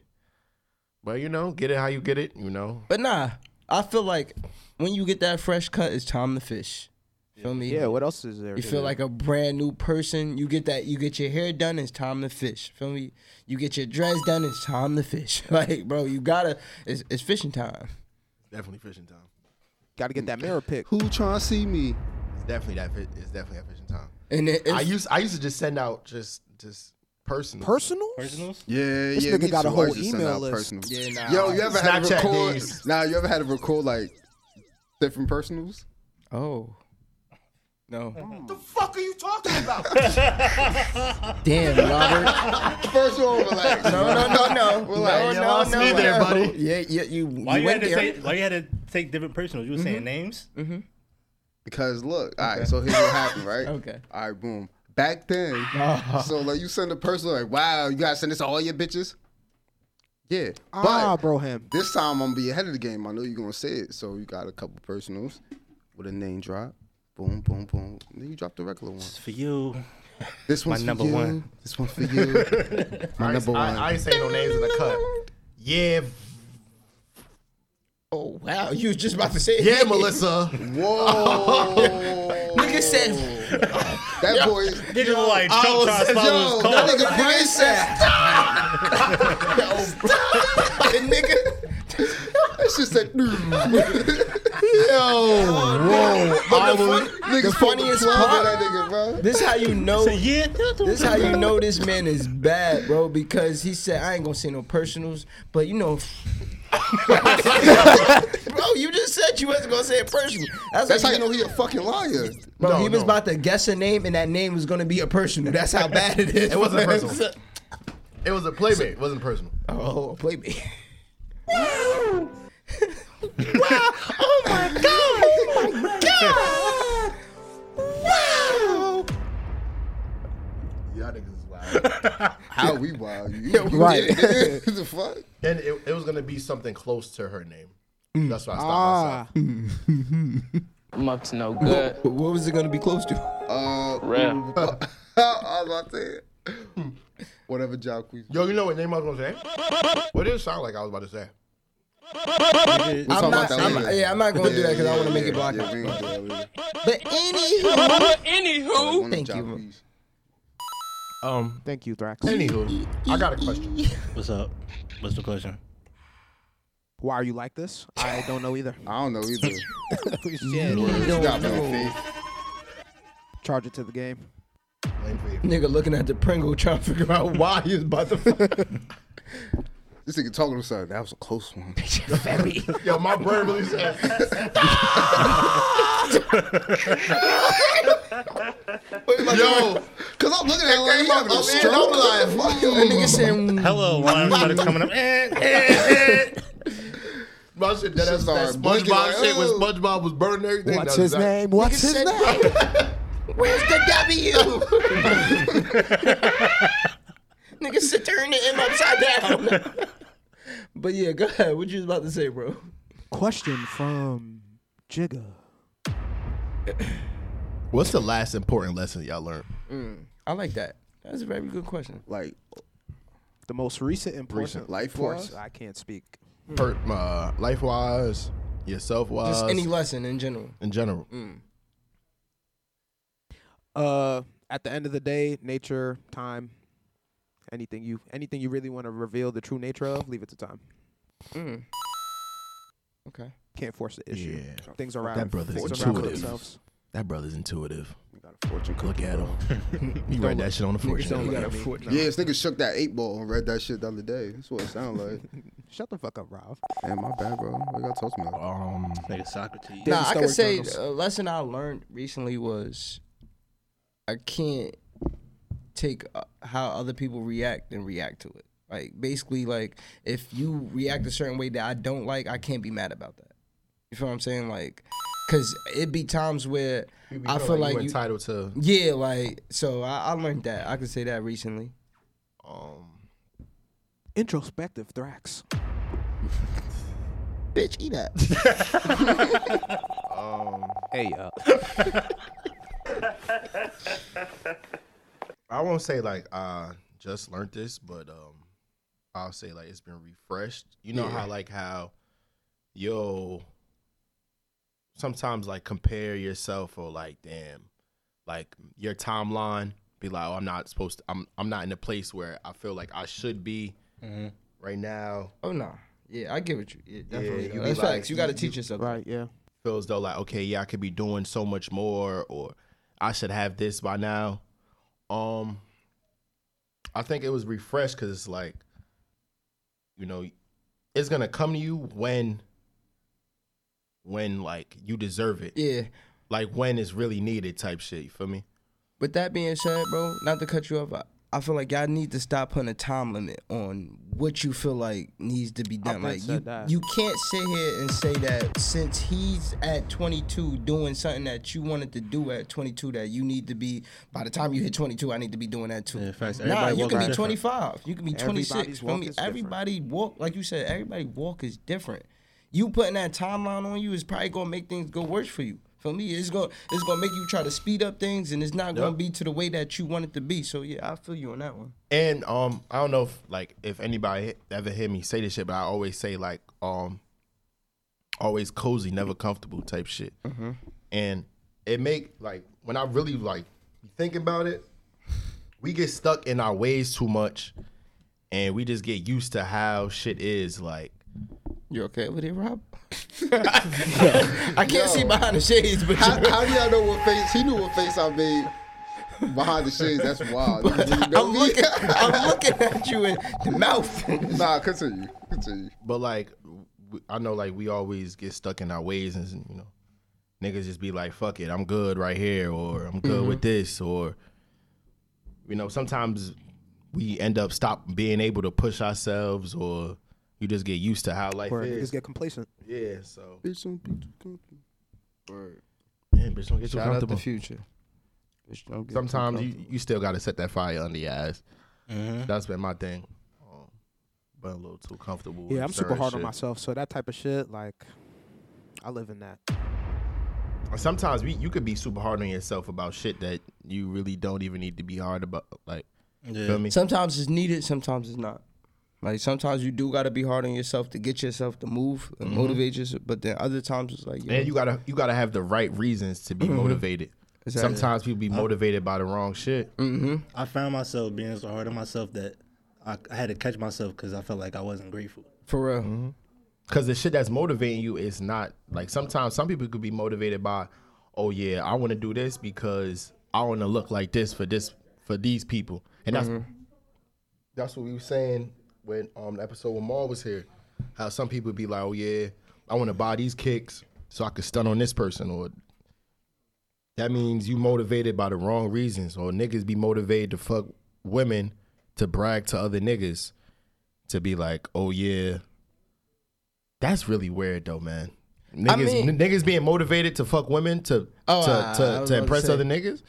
[SPEAKER 3] But you know, get it how you get it. You know,
[SPEAKER 4] But nah, I feel like when you get that fresh cut, it's time to fish. Feel me?
[SPEAKER 5] Yeah, what else is there?
[SPEAKER 4] You
[SPEAKER 5] to
[SPEAKER 4] feel
[SPEAKER 5] do?
[SPEAKER 4] like a brand new person. You get that. You get your hair done. It's time to fish. Feel me? You get your dress done. It's time to fish. Like, bro, you gotta. It's, it's fishing time.
[SPEAKER 3] definitely fishing time.
[SPEAKER 5] Got to get that mirror pick.
[SPEAKER 1] Who trying to see me?
[SPEAKER 3] It's definitely that. fi- It's definitely that fishing time.
[SPEAKER 4] And it,
[SPEAKER 3] I
[SPEAKER 4] it's,
[SPEAKER 3] used I used to just send out just just personal.
[SPEAKER 5] Personals?
[SPEAKER 6] Personals?
[SPEAKER 1] Yeah,
[SPEAKER 5] This
[SPEAKER 1] yeah.
[SPEAKER 5] nigga
[SPEAKER 1] me
[SPEAKER 5] got a
[SPEAKER 1] too. I
[SPEAKER 5] whole
[SPEAKER 1] used to send
[SPEAKER 5] email
[SPEAKER 1] out
[SPEAKER 5] list.
[SPEAKER 1] personals.
[SPEAKER 4] Yeah, nah.
[SPEAKER 1] Yo, you ever had to
[SPEAKER 3] Snapchat
[SPEAKER 1] record?
[SPEAKER 3] days.
[SPEAKER 1] Nah, you ever had to record like different personals?
[SPEAKER 4] Oh. No.
[SPEAKER 9] The fuck are you talking about?
[SPEAKER 4] Damn, Robert.
[SPEAKER 1] First one, relax.
[SPEAKER 4] No, no, no, no.
[SPEAKER 1] Relax.
[SPEAKER 4] no,
[SPEAKER 3] you
[SPEAKER 4] no,
[SPEAKER 3] lost
[SPEAKER 4] no,
[SPEAKER 3] me
[SPEAKER 4] no.
[SPEAKER 3] there, buddy.
[SPEAKER 4] Yeah, yeah, you, you
[SPEAKER 6] Why you, had
[SPEAKER 4] went
[SPEAKER 6] to
[SPEAKER 4] there.
[SPEAKER 6] say, why you had to take different personals? You were
[SPEAKER 1] Mm-hmm.
[SPEAKER 6] saying names.
[SPEAKER 1] Because look, all right. So here's what happened, right?
[SPEAKER 4] Okay.
[SPEAKER 1] All right, boom. Back then, so like you send a personal, like, wow, you gotta send this to all your bitches. Yeah,
[SPEAKER 5] Ah,
[SPEAKER 1] but
[SPEAKER 5] bro, him.
[SPEAKER 1] this time I'm gonna be ahead of the game. I know you're gonna say it, so you got a couple personals with a name drop. Boom, boom, boom. Then you drop the regular one.
[SPEAKER 6] It's for you.
[SPEAKER 1] This one's
[SPEAKER 6] number
[SPEAKER 1] for you.
[SPEAKER 6] one.
[SPEAKER 1] This one's for you. My
[SPEAKER 3] I, ain't-
[SPEAKER 1] number one.
[SPEAKER 3] I, I ain't saying no names in the cut. Yeah,
[SPEAKER 4] Oh wow, you was just about to say it.
[SPEAKER 3] yeah, Melissa.
[SPEAKER 1] Whoa.
[SPEAKER 4] Nigga said,
[SPEAKER 1] that boy is.
[SPEAKER 6] Niggas were like Trump
[SPEAKER 3] was-
[SPEAKER 6] trying to follow his
[SPEAKER 1] Yo,
[SPEAKER 6] call.
[SPEAKER 1] that nigga Bryce said,
[SPEAKER 4] nigga said, the nigga.
[SPEAKER 1] that's just mm. like,
[SPEAKER 3] Yo, whoa.
[SPEAKER 4] But the,
[SPEAKER 3] I
[SPEAKER 4] fun,
[SPEAKER 3] was-
[SPEAKER 4] the funniest part,
[SPEAKER 1] that nigga, bro.
[SPEAKER 4] this how you know,
[SPEAKER 6] So yeah,
[SPEAKER 4] this how you know this man is bad, bro, because he said I ain't gonna say no personals, but you know. bro, you just said you wasn't gonna say it personal. That's,
[SPEAKER 1] That's how you know he a fucking liar.
[SPEAKER 4] Bro,
[SPEAKER 3] No,
[SPEAKER 4] he was
[SPEAKER 3] no.
[SPEAKER 4] about to guess a name, and that name was gonna be a personal. That's how bad it is.
[SPEAKER 3] It wasn't personal. It was a playmate. It wasn't personal.
[SPEAKER 4] Oh, play me. Oh
[SPEAKER 3] Y'all niggas is wild.
[SPEAKER 1] How we wild you?
[SPEAKER 5] Right.
[SPEAKER 1] the fuck?
[SPEAKER 3] Then it, it was gonna be something close to her name. That's why I stopped
[SPEAKER 5] Ah,
[SPEAKER 10] Muck's no good.
[SPEAKER 4] But what was it gonna be close to?
[SPEAKER 1] Uh,
[SPEAKER 10] Rap.
[SPEAKER 1] I was about to say it. Whatever job we.
[SPEAKER 3] myself. Yo, you know what name I was gonna say? What did it sound like I was about to say?
[SPEAKER 6] nigga.
[SPEAKER 1] We'll talk
[SPEAKER 4] I'm not,
[SPEAKER 1] about that
[SPEAKER 4] I'm,
[SPEAKER 1] later.
[SPEAKER 4] yeah, I'm not gonna do that because I want to
[SPEAKER 1] yeah,
[SPEAKER 4] make it block.
[SPEAKER 1] Yeah, we ain't do that later.
[SPEAKER 4] But anywho,
[SPEAKER 8] But anywho.
[SPEAKER 1] One of
[SPEAKER 4] Thank
[SPEAKER 1] Ja
[SPEAKER 4] you.
[SPEAKER 1] Rule's.
[SPEAKER 3] Um.
[SPEAKER 5] thank you, Thrax.
[SPEAKER 3] Anywho, I got a question.
[SPEAKER 6] What's up? What's the question?
[SPEAKER 5] Why are you like this? I don't know either.
[SPEAKER 1] I don't know either. You
[SPEAKER 4] don't
[SPEAKER 1] got me
[SPEAKER 4] know.
[SPEAKER 1] on faith.
[SPEAKER 5] Charge it to the game.
[SPEAKER 3] Blame for you.
[SPEAKER 4] nigga looking at the Pringle trying to figure out why he was about to.
[SPEAKER 1] This nigga talking to himself. That was a close one.
[SPEAKER 3] Yo, my brain really said. Yo,
[SPEAKER 1] Cause I'm looking at him like he having a
[SPEAKER 3] I'm in,
[SPEAKER 1] stroke.
[SPEAKER 3] I'm
[SPEAKER 1] Like,
[SPEAKER 4] That nigga said,
[SPEAKER 6] Hello, line started coming up. Eh, eh, eh.
[SPEAKER 3] my
[SPEAKER 1] Shit
[SPEAKER 3] shit. That, that, that
[SPEAKER 1] started blinking
[SPEAKER 3] SpongeBob
[SPEAKER 1] like,
[SPEAKER 3] shit when
[SPEAKER 1] oh.
[SPEAKER 3] SpongeBob was burning everything.
[SPEAKER 5] What's
[SPEAKER 3] that was
[SPEAKER 5] his
[SPEAKER 3] exact-
[SPEAKER 5] name? What's his
[SPEAKER 4] said-
[SPEAKER 5] name?
[SPEAKER 4] "Where's the W?" nigga said, "Turn the M upside down." but yeah, go ahead. What you was about to say, bro?
[SPEAKER 5] Question from Jigga.
[SPEAKER 3] What's the last important lesson y'all learned?
[SPEAKER 4] I like that. That's a very good question.
[SPEAKER 1] like
[SPEAKER 5] The most recent important
[SPEAKER 3] Recent.
[SPEAKER 1] life
[SPEAKER 5] Force,
[SPEAKER 1] force.
[SPEAKER 5] I can't speak.
[SPEAKER 3] Per, uh, life wise, yourself wise,
[SPEAKER 4] Just any lesson in general. Mm.
[SPEAKER 3] in general.
[SPEAKER 5] Uh, at the end of the day, nature, time, anything you anything you really want to reveal the true nature of, leave it to time.
[SPEAKER 4] Okay. Mm.
[SPEAKER 5] Can't force the issue.
[SPEAKER 3] Yeah.
[SPEAKER 5] Things are
[SPEAKER 3] That brother's
[SPEAKER 5] things
[SPEAKER 3] intuitive.
[SPEAKER 5] themselves.
[SPEAKER 3] That brother's intuitive.
[SPEAKER 5] We gotta
[SPEAKER 1] Fortune
[SPEAKER 3] Look at him. he read that shit on the fortune.
[SPEAKER 1] Don't
[SPEAKER 3] cookie.
[SPEAKER 1] look at me. Yeah, this nigga shook that eight ball and read that shit the other day. That's what it sounded like.
[SPEAKER 5] Shut the fuck up, Ralph.
[SPEAKER 1] Man, my bad, bro. What y'all talking about?
[SPEAKER 3] Um,
[SPEAKER 6] nigga Socrates.
[SPEAKER 4] Nah, I could say uh, a lesson I learned recently was I can't take uh, how other people react and react to it. Like basically, like if you react a certain way that I don't like, I can't be mad about that. You feel what I'm saying? Like, cause it be times where
[SPEAKER 3] You be
[SPEAKER 4] I
[SPEAKER 3] feel
[SPEAKER 4] feel
[SPEAKER 3] like
[SPEAKER 4] like,
[SPEAKER 3] you
[SPEAKER 4] you-
[SPEAKER 3] entitled to-
[SPEAKER 4] Yeah, like so I, I learned that. I could say that recently.
[SPEAKER 3] Um,
[SPEAKER 5] Introspective Thrax.
[SPEAKER 4] Bitch, eat up.
[SPEAKER 3] um,
[SPEAKER 5] hey, uh,
[SPEAKER 3] I won't say like I just learned this, but um, I'll say like it's been refreshed. You know
[SPEAKER 12] Yeah.
[SPEAKER 3] how like how yo sometimes like compare yourself or like damn like your timeline be like oh I'm not supposed to I'm I'm not in a place where I feel like I should be
[SPEAKER 4] Mhm.
[SPEAKER 3] right now.
[SPEAKER 4] Oh no, yeah, I get what you. Yeah, definitely.
[SPEAKER 3] you be
[SPEAKER 4] That's
[SPEAKER 3] like-
[SPEAKER 4] facts. You got to teach yourself.
[SPEAKER 5] Right. Yeah.
[SPEAKER 3] Feel as though like okay, yeah, I could be doing so much more, or I should have this by now. Um, I think it was refreshed because it's like, you know, it's gonna come to you when, when like you deserve it.
[SPEAKER 4] Yeah.
[SPEAKER 3] Like when it's really needed, type shit. You feel me?
[SPEAKER 4] With that being said, bro, not to cut you off, I, I feel like y'all need to stop putting a time limit on what you feel like needs to be done.
[SPEAKER 5] been
[SPEAKER 4] Like
[SPEAKER 5] said
[SPEAKER 4] you,
[SPEAKER 5] that.
[SPEAKER 4] you can't sit here and say that since he's at 22 doing something that you wanted to do at 22 that you need to be by the time you hit 22, I need to be doing that too.
[SPEAKER 6] facts.
[SPEAKER 4] Nah,
[SPEAKER 6] Everybody
[SPEAKER 4] you
[SPEAKER 6] walk
[SPEAKER 4] can be
[SPEAKER 6] different.
[SPEAKER 4] 25, you can be
[SPEAKER 5] Everybody's
[SPEAKER 4] 26. feel
[SPEAKER 5] walk
[SPEAKER 4] me?
[SPEAKER 5] is different.
[SPEAKER 4] Everybody walk, like you said, everybody walk is different. You putting that timeline on you is probably gonna make things go worse for you. For me, it's gonna it's gonna make you try to speed up things, and it's not gonna be to the way that you want it to be. So yeah, I feel you on that one.
[SPEAKER 3] And um, I don't know if like if anybody ever hear me say this shit, but I always say like um, always cozy, never comfortable type shit. And it make like when I really like think about it, we get stuck in our ways too much, and we just get used to how shit is. Like
[SPEAKER 4] you okay with it, Rob? I can't see behind the shades, but
[SPEAKER 1] how, how do y'all know what face? He knew what face I made behind the shades. That's wild. I'm looking,
[SPEAKER 4] I'm looking at you in the mouth.
[SPEAKER 1] nah, continue, continue.
[SPEAKER 3] But like, w- I know like we always get stuck in our ways, and you know, niggas just be like, "Fuck it, I'm good right here," or "I'm
[SPEAKER 5] Mm-hmm.
[SPEAKER 3] good with this," or you know, sometimes we end up stop being able to push ourselves, or you just get used to how life
[SPEAKER 5] where
[SPEAKER 3] is.
[SPEAKER 5] niggas get complacent.
[SPEAKER 3] yeah, so
[SPEAKER 1] Bitch, don't be too comfortable. Word.
[SPEAKER 3] man, bitch, don't get too
[SPEAKER 4] Shout out the
[SPEAKER 3] comfortable.
[SPEAKER 4] future. Bitch, don't get too
[SPEAKER 3] Sometimes
[SPEAKER 4] comfortable. Mm-hmm.
[SPEAKER 3] you, you still gotta set that fire under your ass. That's been my thing. Um, been a little too comfortable.
[SPEAKER 5] Yeah,
[SPEAKER 3] with
[SPEAKER 5] I'm super
[SPEAKER 3] certain
[SPEAKER 5] hard on
[SPEAKER 3] shit.
[SPEAKER 5] myself. So that type of shit, like, I live in that.
[SPEAKER 3] Or sometimes we, you could be super hard on yourself about shit that you really don't even need to be hard about. Like, feel me?
[SPEAKER 4] Sometimes it's needed, sometimes it's not. Like sometimes you do gotta be hard on yourself to get yourself to move and
[SPEAKER 3] Mhm.
[SPEAKER 4] motivate yourself, but then other times it's like
[SPEAKER 3] and you gotta you gotta have the right reasons to be
[SPEAKER 4] Mhm.
[SPEAKER 3] motivated.
[SPEAKER 4] Exactly.
[SPEAKER 3] Sometimes people be motivated by the wrong shit.
[SPEAKER 4] Mm-hmm.
[SPEAKER 6] I found myself being so hard on myself that I, I had to catch myself because I felt like I wasn't grateful.
[SPEAKER 4] For real.
[SPEAKER 3] Cause the shit that's motivating you is not like sometimes some people could be motivated by, oh yeah, I want to do this because I want to look like this for this for these people, and that's that's what we were saying when um the episode when Maul was here. How some people be like, oh yeah, I want to buy these kicks so I could stun on this person, or that means you motivated by the wrong reasons, or niggas be motivated to fuck women to brag to other niggas to be like, oh yeah. That's really weird though, man. Niggas,
[SPEAKER 6] I mean-
[SPEAKER 3] n- niggas being motivated to fuck women to
[SPEAKER 6] Oh,
[SPEAKER 3] to,
[SPEAKER 6] I-
[SPEAKER 3] to,
[SPEAKER 6] I was
[SPEAKER 3] to
[SPEAKER 6] about to
[SPEAKER 3] impress
[SPEAKER 6] say.
[SPEAKER 3] other niggas.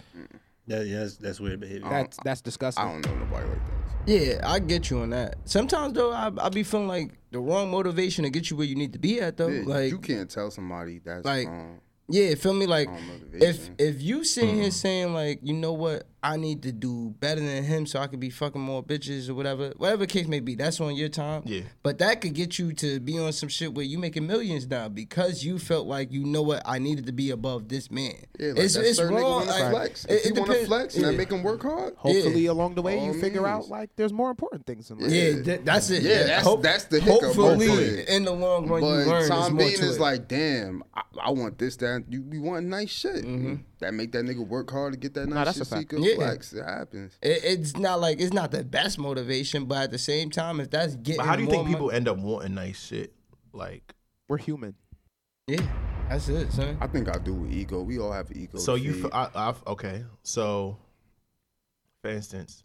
[SPEAKER 6] That, yeah, that's, that's weird behavior.
[SPEAKER 5] That's that's disgusting.
[SPEAKER 1] I don't know nobody like that.
[SPEAKER 4] Yeah, I get you on that. Sometimes though I I be feeling like the wrong motivation to get you where you need to be at though.
[SPEAKER 1] Yeah,
[SPEAKER 4] like
[SPEAKER 1] you can't tell somebody that's
[SPEAKER 4] like
[SPEAKER 1] wrong.
[SPEAKER 4] yeah feel me like
[SPEAKER 1] Wrong
[SPEAKER 4] if
[SPEAKER 1] motivation. Mm.
[SPEAKER 4] if you sitting here saying like you know what i need to do better than him so i could be fucking more bitches or whatever whatever the case may be that's on your time
[SPEAKER 3] Yeah.
[SPEAKER 4] but that could get you to be on some shit where you making millions now because you felt like you know what i needed to be above this man
[SPEAKER 1] Yeah, like
[SPEAKER 4] it's,
[SPEAKER 1] that
[SPEAKER 4] it's
[SPEAKER 1] certain nigga
[SPEAKER 4] wrong
[SPEAKER 1] wanna
[SPEAKER 4] like,
[SPEAKER 1] flex. If he wanna
[SPEAKER 4] depends-
[SPEAKER 1] flex,
[SPEAKER 4] yeah.
[SPEAKER 1] now make him work hard.
[SPEAKER 5] Hopefully,
[SPEAKER 4] Yeah.
[SPEAKER 5] along the way, you
[SPEAKER 1] All
[SPEAKER 5] figure out
[SPEAKER 1] means.
[SPEAKER 5] like there's more important things in life.
[SPEAKER 4] yeah, th- that's it.
[SPEAKER 1] Yeah, that's- that's the hiccup,
[SPEAKER 4] Hopefully,
[SPEAKER 1] hopefully.
[SPEAKER 4] in the long run,
[SPEAKER 1] But
[SPEAKER 4] you learn. there's
[SPEAKER 1] time
[SPEAKER 4] more
[SPEAKER 1] being
[SPEAKER 4] to
[SPEAKER 1] is
[SPEAKER 4] it.
[SPEAKER 1] like, damn, I, I want this, that. You, you want nice shit. That make that nigga work hard to get that nice
[SPEAKER 5] Nah, that's
[SPEAKER 1] shit.
[SPEAKER 5] a
[SPEAKER 1] so he
[SPEAKER 5] fact.
[SPEAKER 1] could
[SPEAKER 4] Yeah.
[SPEAKER 1] flex. It happens.
[SPEAKER 4] It, it's not like it's not the best motivation, but at the same time, if that's getting,
[SPEAKER 3] But how do you
[SPEAKER 4] more
[SPEAKER 3] think
[SPEAKER 4] mon-
[SPEAKER 3] people end up wanting nice shit? Like,
[SPEAKER 5] We're human.
[SPEAKER 4] Yeah, that's it, son.
[SPEAKER 1] I think I do with ego. We all have an ego.
[SPEAKER 3] so you,
[SPEAKER 1] feed.
[SPEAKER 3] f- I, I've, okay. So, for instance,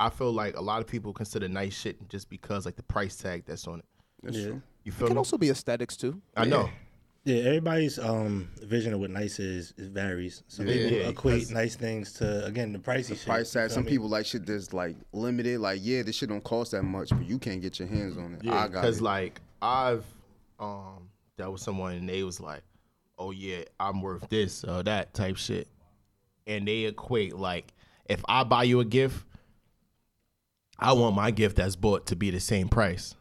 [SPEAKER 3] I feel like a lot of people consider nice shit just because like the price tag that's on it.
[SPEAKER 1] That's true.
[SPEAKER 3] You feel
[SPEAKER 5] It can
[SPEAKER 3] me?
[SPEAKER 5] also be aesthetics too.
[SPEAKER 3] I know.
[SPEAKER 6] Yeah, everybody's um vision of what nice is it varies. Some
[SPEAKER 1] Yeah.
[SPEAKER 6] people
[SPEAKER 1] Yeah,
[SPEAKER 6] equate
[SPEAKER 3] 'cause-
[SPEAKER 6] nice things to again the pricey shit.
[SPEAKER 1] price
[SPEAKER 6] you
[SPEAKER 1] tag.
[SPEAKER 6] feel
[SPEAKER 1] Some
[SPEAKER 6] me?
[SPEAKER 1] people like shit that's like limited. Like, yeah, this shit don't cost that much, but you can't get your hands on it. I got
[SPEAKER 3] Because
[SPEAKER 1] it.
[SPEAKER 3] like I've um dealt with someone and they was like, oh yeah, I'm worth this or that type shit, and they equate like if I buy you a gift, I want my gift that's bought to be the same price,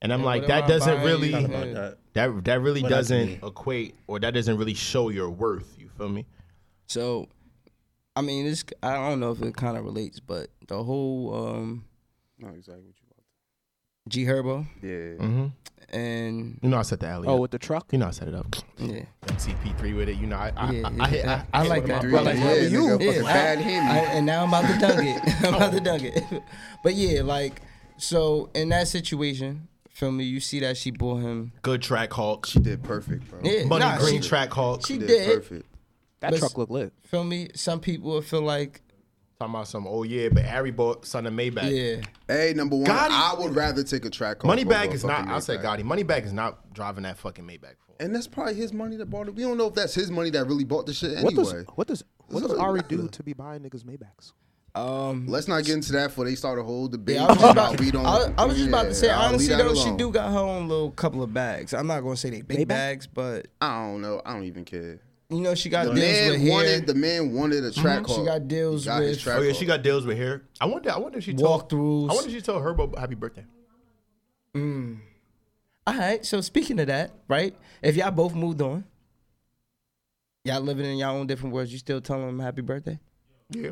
[SPEAKER 3] and I'm
[SPEAKER 4] Yeah,
[SPEAKER 3] like
[SPEAKER 4] what am
[SPEAKER 3] that
[SPEAKER 4] I
[SPEAKER 3] doesn't
[SPEAKER 4] buying
[SPEAKER 3] really
[SPEAKER 4] you?
[SPEAKER 6] Thought
[SPEAKER 3] that
[SPEAKER 6] about that.
[SPEAKER 3] that, really
[SPEAKER 6] What that's
[SPEAKER 3] doesn't
[SPEAKER 6] me.
[SPEAKER 3] equate or that doesn't really show your worth. You feel me?
[SPEAKER 4] So, I mean, this I don't know if it kind of relates, but the whole um,
[SPEAKER 1] No, exactly what you
[SPEAKER 4] G Herbo
[SPEAKER 1] want. Yeah.
[SPEAKER 3] Mm-hmm.
[SPEAKER 4] and
[SPEAKER 3] You know I set the alley.
[SPEAKER 5] Oh,
[SPEAKER 3] up.
[SPEAKER 5] with the truck.
[SPEAKER 3] you know I set it up.
[SPEAKER 4] yeah,
[SPEAKER 3] CP3 with it. You know I I,
[SPEAKER 4] Yeah,
[SPEAKER 3] I, I, hit- I,
[SPEAKER 4] yeah.
[SPEAKER 3] I,
[SPEAKER 4] I
[SPEAKER 3] hit
[SPEAKER 4] like
[SPEAKER 3] with my
[SPEAKER 4] that.
[SPEAKER 3] brother.
[SPEAKER 4] I like
[SPEAKER 1] Yeah,
[SPEAKER 4] that.
[SPEAKER 1] nigga, fucking
[SPEAKER 4] I-
[SPEAKER 1] bad hand.
[SPEAKER 4] I- and now I'm about to dug it. I'm about to dug it. But yeah, like so in that situation, feel me? You see that she bought him.
[SPEAKER 3] Good track Hulk.
[SPEAKER 1] She did perfect, bro.
[SPEAKER 4] Yeah,
[SPEAKER 3] Money
[SPEAKER 4] nah,
[SPEAKER 3] Green
[SPEAKER 4] she,
[SPEAKER 3] Track Hulk.
[SPEAKER 4] she
[SPEAKER 1] She
[SPEAKER 4] did.
[SPEAKER 1] did, perfect.
[SPEAKER 5] That
[SPEAKER 4] But-
[SPEAKER 5] truck looked lit.
[SPEAKER 4] Feel me? Some people will feel like
[SPEAKER 3] Talking about some, oh yeah, but Ari bought Son of Maybach.
[SPEAKER 4] yeah.
[SPEAKER 1] Hey, number one,
[SPEAKER 3] Gotti-
[SPEAKER 1] I would rather take a track. off
[SPEAKER 3] Moneybag
[SPEAKER 1] over a
[SPEAKER 3] is not,
[SPEAKER 1] fucking
[SPEAKER 3] I said
[SPEAKER 1] Maybach.
[SPEAKER 3] Gotti, Moneybag is not driving that fucking Maybach for him.
[SPEAKER 1] And that's probably his money that bought it. We don't know if that's his money that really bought the shit anyway.
[SPEAKER 5] What does what does what
[SPEAKER 1] It's
[SPEAKER 5] does
[SPEAKER 1] not
[SPEAKER 5] Ari
[SPEAKER 1] really
[SPEAKER 5] do
[SPEAKER 1] matter.
[SPEAKER 5] to be buying niggas Maybachs?
[SPEAKER 4] Um
[SPEAKER 1] Let's not get into that before they start a whole debate.
[SPEAKER 4] Yeah, I was just about,
[SPEAKER 1] about we don't.
[SPEAKER 4] I, I was just about
[SPEAKER 1] Yeah,
[SPEAKER 4] to say,
[SPEAKER 1] I'll leave
[SPEAKER 4] honestly,
[SPEAKER 1] that
[SPEAKER 4] though, she
[SPEAKER 1] alone.
[SPEAKER 4] do got her own little couple of bags. I'm not gonna say they big
[SPEAKER 5] Maybach?
[SPEAKER 4] bags, but
[SPEAKER 1] I don't know. I don't even care.
[SPEAKER 4] you know she
[SPEAKER 1] The
[SPEAKER 4] got deals with
[SPEAKER 1] man wanted.
[SPEAKER 4] hair, Uh-huh.
[SPEAKER 1] The man wanted a track.
[SPEAKER 4] She
[SPEAKER 1] Hawk.
[SPEAKER 4] got deals
[SPEAKER 1] He got his
[SPEAKER 4] with-
[SPEAKER 1] Track
[SPEAKER 3] Oh yeah,
[SPEAKER 1] Hawk.
[SPEAKER 3] she got deals with hair. I wonder, I wonder if she told,
[SPEAKER 4] walkthroughs.
[SPEAKER 3] I wonder if she told Herbo happy birthday.
[SPEAKER 4] All right. So speaking of that, right? If y'all both moved on, y'all living in y'all own different worlds, you still telling them happy birthday?
[SPEAKER 3] Yeah.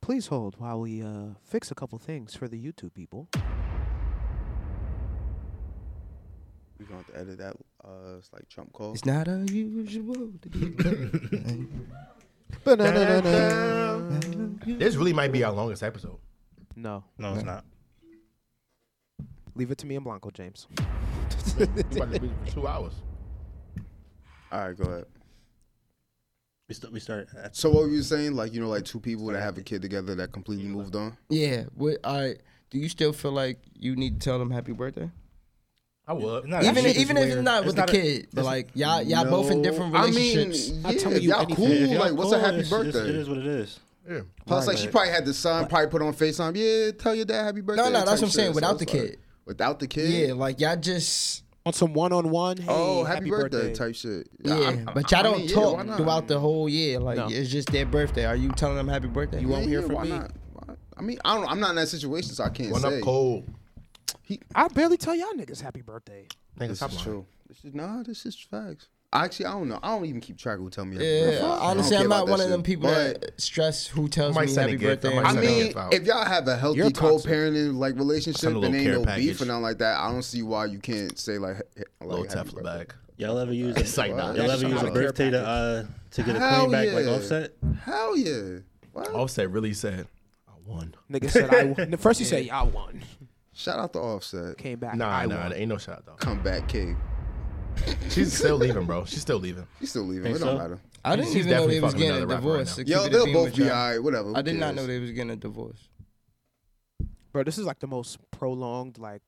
[SPEAKER 5] Please hold while we uh, fix a couple things for the YouTube people.
[SPEAKER 1] We gonna have to edit that. Uh, it's like Trump call.
[SPEAKER 4] It's not unusual to be.
[SPEAKER 3] This really might be our longest episode.
[SPEAKER 5] No,
[SPEAKER 6] No, it's not.
[SPEAKER 5] leave it to me and Blanco James.
[SPEAKER 3] It's about to be two hours.
[SPEAKER 1] All right, go ahead.
[SPEAKER 6] We st- we start. At,
[SPEAKER 1] So what were you saying? Like you know, like two people that have a kid together that completely moved on.
[SPEAKER 4] yeah. What, all right. Do you still feel like you need to tell them happy birthday?
[SPEAKER 3] I would.
[SPEAKER 6] Nah,
[SPEAKER 4] Even
[SPEAKER 6] that shit
[SPEAKER 4] if,
[SPEAKER 6] is
[SPEAKER 4] even if it's
[SPEAKER 6] weird.
[SPEAKER 4] not with
[SPEAKER 6] not
[SPEAKER 4] the
[SPEAKER 6] a-
[SPEAKER 4] kid, but
[SPEAKER 6] it's-
[SPEAKER 4] like y'all y'all both in different relationships.
[SPEAKER 1] I mean,
[SPEAKER 5] I'm
[SPEAKER 1] yeah,
[SPEAKER 5] telling you
[SPEAKER 1] y'all
[SPEAKER 5] anything.
[SPEAKER 1] cool.
[SPEAKER 6] If y'all
[SPEAKER 1] like, what's
[SPEAKER 6] cool,
[SPEAKER 1] a happy
[SPEAKER 6] it's- it's-
[SPEAKER 1] birthday?
[SPEAKER 6] It is what it is.
[SPEAKER 3] Yeah.
[SPEAKER 1] Plus, like,
[SPEAKER 5] Right.
[SPEAKER 1] she probably had the son probably put on FaceTime. Yeah, tell your dad happy birthday.
[SPEAKER 4] no, that's
[SPEAKER 1] type
[SPEAKER 4] what I'm saying,
[SPEAKER 1] shit.
[SPEAKER 4] without
[SPEAKER 1] it's
[SPEAKER 4] the
[SPEAKER 1] like-
[SPEAKER 4] kid.
[SPEAKER 1] without the kid.
[SPEAKER 4] yeah, like y'all just
[SPEAKER 5] On some one-on-one. Hey,
[SPEAKER 1] Oh, happy, birthday, type shit.
[SPEAKER 4] yeah,
[SPEAKER 1] I'm-
[SPEAKER 4] but y'all
[SPEAKER 1] I
[SPEAKER 4] don't
[SPEAKER 1] mean, yeah,
[SPEAKER 4] talk
[SPEAKER 1] why not?
[SPEAKER 4] throughout the whole year. Like
[SPEAKER 5] No.
[SPEAKER 4] it's just their birthday. Are you telling them happy birthday? You
[SPEAKER 1] Yeah, yeah, why not? Why- I mean, I don't. I'm not in that situation, so I can't
[SPEAKER 3] One
[SPEAKER 1] say.
[SPEAKER 3] up cold.
[SPEAKER 5] I barely tell y'all niggas happy birthday.
[SPEAKER 3] Nigga,
[SPEAKER 1] This
[SPEAKER 3] stop
[SPEAKER 1] is
[SPEAKER 3] lying.
[SPEAKER 1] true. This is nah. This is facts. Actually, I don't know. I don't even keep track of who tell me. happy
[SPEAKER 4] Yeah,
[SPEAKER 1] birthday. I don't
[SPEAKER 4] honestly,
[SPEAKER 1] care
[SPEAKER 4] I'm
[SPEAKER 1] about
[SPEAKER 4] not
[SPEAKER 1] that
[SPEAKER 4] one of
[SPEAKER 1] shit.
[SPEAKER 4] them people
[SPEAKER 1] But,
[SPEAKER 4] that stress who tells
[SPEAKER 3] Might
[SPEAKER 4] me
[SPEAKER 3] send a
[SPEAKER 4] happy
[SPEAKER 3] gift. I
[SPEAKER 4] birthday.
[SPEAKER 3] might
[SPEAKER 4] and
[SPEAKER 1] I
[SPEAKER 3] send a
[SPEAKER 4] stuff.
[SPEAKER 1] mean,
[SPEAKER 3] gift out.
[SPEAKER 1] if y'all have a healthy
[SPEAKER 5] You're toxic.
[SPEAKER 1] co-parenting like relationship
[SPEAKER 3] Send a
[SPEAKER 1] and
[SPEAKER 3] little
[SPEAKER 1] ain't
[SPEAKER 3] care
[SPEAKER 1] no beef
[SPEAKER 3] package.
[SPEAKER 1] and nothing like that, I don't see why you can't say like, he-
[SPEAKER 3] Little
[SPEAKER 1] like happy
[SPEAKER 3] Tefla
[SPEAKER 1] birthday.
[SPEAKER 3] bag.
[SPEAKER 6] Y'all ever use
[SPEAKER 3] It's
[SPEAKER 6] a,
[SPEAKER 3] like nah.
[SPEAKER 6] y'all
[SPEAKER 3] that's
[SPEAKER 6] ever
[SPEAKER 3] not
[SPEAKER 6] use a
[SPEAKER 1] Care
[SPEAKER 6] birthday to uh to get a
[SPEAKER 1] Hell
[SPEAKER 6] claim back like
[SPEAKER 1] yeah.
[SPEAKER 6] offset?
[SPEAKER 1] Hell yeah! What?
[SPEAKER 3] a- Offset really said, I won.
[SPEAKER 5] Nigga said I. Won. First he said y'all won.
[SPEAKER 1] Shout out to Offset.
[SPEAKER 5] Came back.
[SPEAKER 3] Nah,
[SPEAKER 5] I
[SPEAKER 3] nah,
[SPEAKER 5] won.
[SPEAKER 3] there ain't no shot though.
[SPEAKER 1] Comeback king.
[SPEAKER 3] She's still leaving, bro. She's still leaving.
[SPEAKER 1] He's still leaving.
[SPEAKER 6] Think
[SPEAKER 1] It don't
[SPEAKER 6] so?
[SPEAKER 1] matter.
[SPEAKER 4] I didn't
[SPEAKER 3] She's
[SPEAKER 4] even know
[SPEAKER 3] definitely
[SPEAKER 4] they was
[SPEAKER 3] fucking
[SPEAKER 4] getting a
[SPEAKER 3] another rapper right
[SPEAKER 4] divorce.
[SPEAKER 3] now.
[SPEAKER 4] to
[SPEAKER 1] Yo,
[SPEAKER 4] keep it
[SPEAKER 1] they'll
[SPEAKER 4] being
[SPEAKER 1] both
[SPEAKER 4] with
[SPEAKER 1] be
[SPEAKER 4] y'all.
[SPEAKER 1] alright. Whatever.
[SPEAKER 4] I did not know
[SPEAKER 1] that.
[SPEAKER 4] they was getting a divorce.
[SPEAKER 5] Bro, this is like the most prolonged like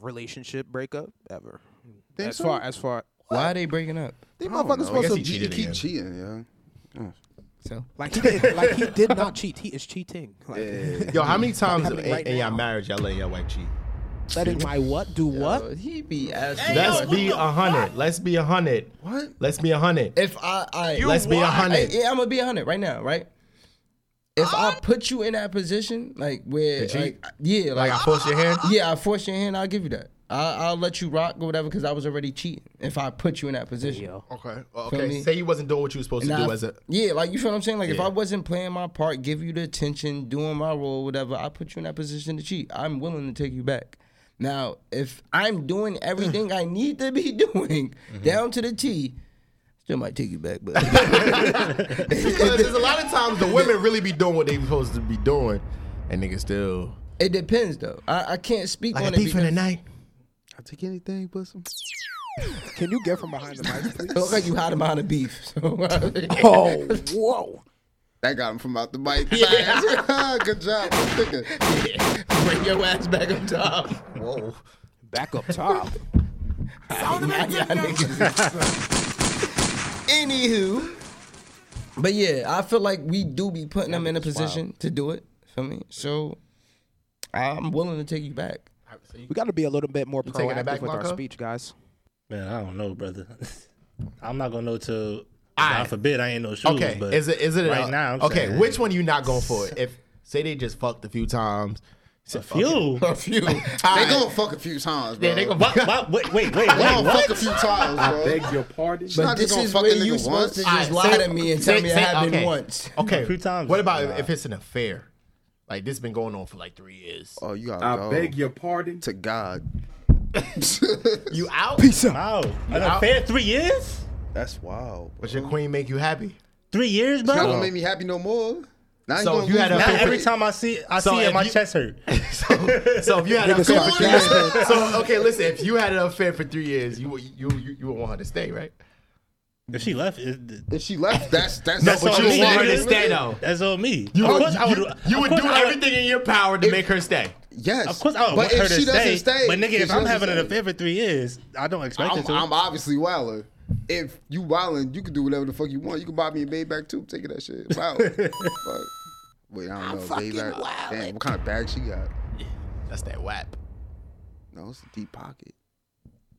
[SPEAKER 5] relationship breakup ever.
[SPEAKER 1] Think
[SPEAKER 5] as
[SPEAKER 1] so?
[SPEAKER 5] far as far
[SPEAKER 4] Why are they breaking up?
[SPEAKER 5] these
[SPEAKER 1] I don't
[SPEAKER 5] motherfuckers
[SPEAKER 1] know.
[SPEAKER 5] supposed
[SPEAKER 3] guess
[SPEAKER 5] to
[SPEAKER 3] he cheated
[SPEAKER 1] keep
[SPEAKER 3] again.
[SPEAKER 1] cheating, yeah.
[SPEAKER 4] So
[SPEAKER 5] like he did like he did not cheat. He is cheating. Like
[SPEAKER 3] Yo, how many times in,
[SPEAKER 5] happening right
[SPEAKER 3] in y'all
[SPEAKER 5] now.
[SPEAKER 3] marriage y'all letting y'all wife cheat?
[SPEAKER 5] letting my what do what?
[SPEAKER 4] Yo, he be asking.
[SPEAKER 3] Let's
[SPEAKER 4] questions.
[SPEAKER 3] be a hundred. Let's be a hundred.
[SPEAKER 1] What?
[SPEAKER 3] Let's be a hundred.
[SPEAKER 4] if I, I
[SPEAKER 3] Let's be a
[SPEAKER 4] Hey,
[SPEAKER 3] hundred.
[SPEAKER 4] yeah, I'm gonna be hundred right now, right? If I put you in that position, like where,
[SPEAKER 3] To cheat?
[SPEAKER 4] like, yeah,
[SPEAKER 3] Like
[SPEAKER 4] like,
[SPEAKER 3] I force your hand.
[SPEAKER 4] yeah, I force your hand, I'll give you that. I, I'll let you rock or whatever because I was already cheating. If I put you in that position,
[SPEAKER 3] Okay.
[SPEAKER 4] Feel
[SPEAKER 3] Okay.
[SPEAKER 4] me?
[SPEAKER 3] Say you wasn't doing what you was supposed to
[SPEAKER 4] And
[SPEAKER 3] do
[SPEAKER 4] I-
[SPEAKER 3] as a.
[SPEAKER 4] yeah, like you feel what I'm saying. Like if
[SPEAKER 3] Yeah.
[SPEAKER 4] I wasn't playing my part, give you the attention, doing my role, whatever, I put you in that position to cheat. I'm willing to take you back. Now, if I'm doing everything I need to be doing
[SPEAKER 3] Mm-hmm.
[SPEAKER 4] down to the T, still might take you back, but
[SPEAKER 3] because there's a lot of times the women really be doing what they supposed to be doing, and niggas still.
[SPEAKER 4] it depends though. I, I can't speak
[SPEAKER 3] Like
[SPEAKER 4] on
[SPEAKER 3] a
[SPEAKER 4] it
[SPEAKER 3] thief in the
[SPEAKER 4] because-
[SPEAKER 3] night.
[SPEAKER 5] I take anything but some. Can you get from behind the mic,
[SPEAKER 4] It
[SPEAKER 5] please?
[SPEAKER 4] look like you hiding behind a beef. So
[SPEAKER 5] Oh, whoa.
[SPEAKER 1] That got him from out the mic. Yeah. Good job. Good thinking.
[SPEAKER 4] bring your ass back up top.
[SPEAKER 1] Whoa.
[SPEAKER 5] Back up top.
[SPEAKER 4] Nah, y'all niggas. Anywho, but yeah, I feel like we do be putting them in a position to do it. Feel me? So I'm willing to take you back.
[SPEAKER 5] We got to be a little bit more
[SPEAKER 3] taking that back,
[SPEAKER 5] proactive with our
[SPEAKER 3] Blanco?
[SPEAKER 5] speech, guys.
[SPEAKER 6] Man, I don't know, brother. I'm not gonna know till
[SPEAKER 3] Alright.
[SPEAKER 6] God forbid I ain't no shoes.
[SPEAKER 3] Okay,
[SPEAKER 6] but
[SPEAKER 3] is it is it a-
[SPEAKER 6] right now? I'm
[SPEAKER 3] okay,
[SPEAKER 6] saying,
[SPEAKER 3] which one you not going for? If say they just fucked a few times, a
[SPEAKER 6] few?
[SPEAKER 3] a few.
[SPEAKER 1] They gonna fuck a few times, bro.
[SPEAKER 3] Yeah, they gonna
[SPEAKER 6] What, what, wait, wait, wait,
[SPEAKER 1] They
[SPEAKER 6] wait,
[SPEAKER 1] gonna
[SPEAKER 6] what?
[SPEAKER 1] fuck a few times, bro.
[SPEAKER 12] your pardon.
[SPEAKER 1] She's
[SPEAKER 4] But
[SPEAKER 1] not just
[SPEAKER 4] this
[SPEAKER 1] gonna
[SPEAKER 4] is
[SPEAKER 1] fuck a
[SPEAKER 4] where you
[SPEAKER 1] nigga
[SPEAKER 4] supposed
[SPEAKER 1] once.
[SPEAKER 4] to just
[SPEAKER 3] Alright,
[SPEAKER 4] lie
[SPEAKER 3] say-
[SPEAKER 4] to me and tell
[SPEAKER 3] say-
[SPEAKER 4] me it
[SPEAKER 3] say-
[SPEAKER 4] happened
[SPEAKER 3] okay.
[SPEAKER 4] once.
[SPEAKER 3] Okay,
[SPEAKER 6] A few times
[SPEAKER 3] What
[SPEAKER 6] is
[SPEAKER 3] about
[SPEAKER 6] a lot.
[SPEAKER 3] if it's an affair? Like this been going on for like three years.
[SPEAKER 1] Oh, you gotta
[SPEAKER 12] I
[SPEAKER 1] go
[SPEAKER 12] beg your pardon.
[SPEAKER 1] to God.
[SPEAKER 3] You out?
[SPEAKER 6] Wow, an affair three years?
[SPEAKER 1] That's wild.
[SPEAKER 3] But your queen make you happy?
[SPEAKER 6] Three years,
[SPEAKER 1] Not
[SPEAKER 6] bro.
[SPEAKER 1] gonna make me happy no more. Now
[SPEAKER 3] So
[SPEAKER 1] gonna
[SPEAKER 3] you had
[SPEAKER 1] lose
[SPEAKER 3] a-
[SPEAKER 1] me.
[SPEAKER 6] Not every time I see, I
[SPEAKER 3] So
[SPEAKER 6] see it,
[SPEAKER 3] if
[SPEAKER 6] my
[SPEAKER 3] you-
[SPEAKER 6] chest hurt.
[SPEAKER 3] So if you had an affair
[SPEAKER 1] stop
[SPEAKER 3] for three years, so okay, listen, if you had an affair for three years, you would- you you, you would want her to stay, right?
[SPEAKER 6] If she left, it,
[SPEAKER 1] If she left, that's that's
[SPEAKER 6] That's
[SPEAKER 3] but
[SPEAKER 6] on
[SPEAKER 3] you would
[SPEAKER 6] me,
[SPEAKER 3] want her
[SPEAKER 6] nigga.
[SPEAKER 3] to stay though.
[SPEAKER 6] that's on me.
[SPEAKER 3] You
[SPEAKER 6] Of
[SPEAKER 3] would,
[SPEAKER 6] course I
[SPEAKER 3] you, you
[SPEAKER 6] of
[SPEAKER 3] would
[SPEAKER 6] course
[SPEAKER 3] do
[SPEAKER 6] I would-
[SPEAKER 3] everything in your power to make her stay.
[SPEAKER 1] Yes,
[SPEAKER 6] Of course, I would
[SPEAKER 1] But
[SPEAKER 6] want
[SPEAKER 1] if
[SPEAKER 6] her to
[SPEAKER 1] she
[SPEAKER 6] stay,
[SPEAKER 1] doesn't stay,
[SPEAKER 6] But nigga,
[SPEAKER 1] if
[SPEAKER 6] if
[SPEAKER 1] she
[SPEAKER 6] I'm
[SPEAKER 1] doesn't
[SPEAKER 6] having an
[SPEAKER 1] stay-
[SPEAKER 6] affair for three years, I don't expect
[SPEAKER 1] I'm,
[SPEAKER 6] it to.
[SPEAKER 1] I'm obviously wilding. If you wilding, you can do whatever the fuck you want. You can buy me a Maybach too. I'm taking that shit. Wow. Fuck. Wait, I don't know. Maybach. Damn, what kind of bag she got?
[SPEAKER 3] That's that whap.
[SPEAKER 1] No, it's a deep pocket.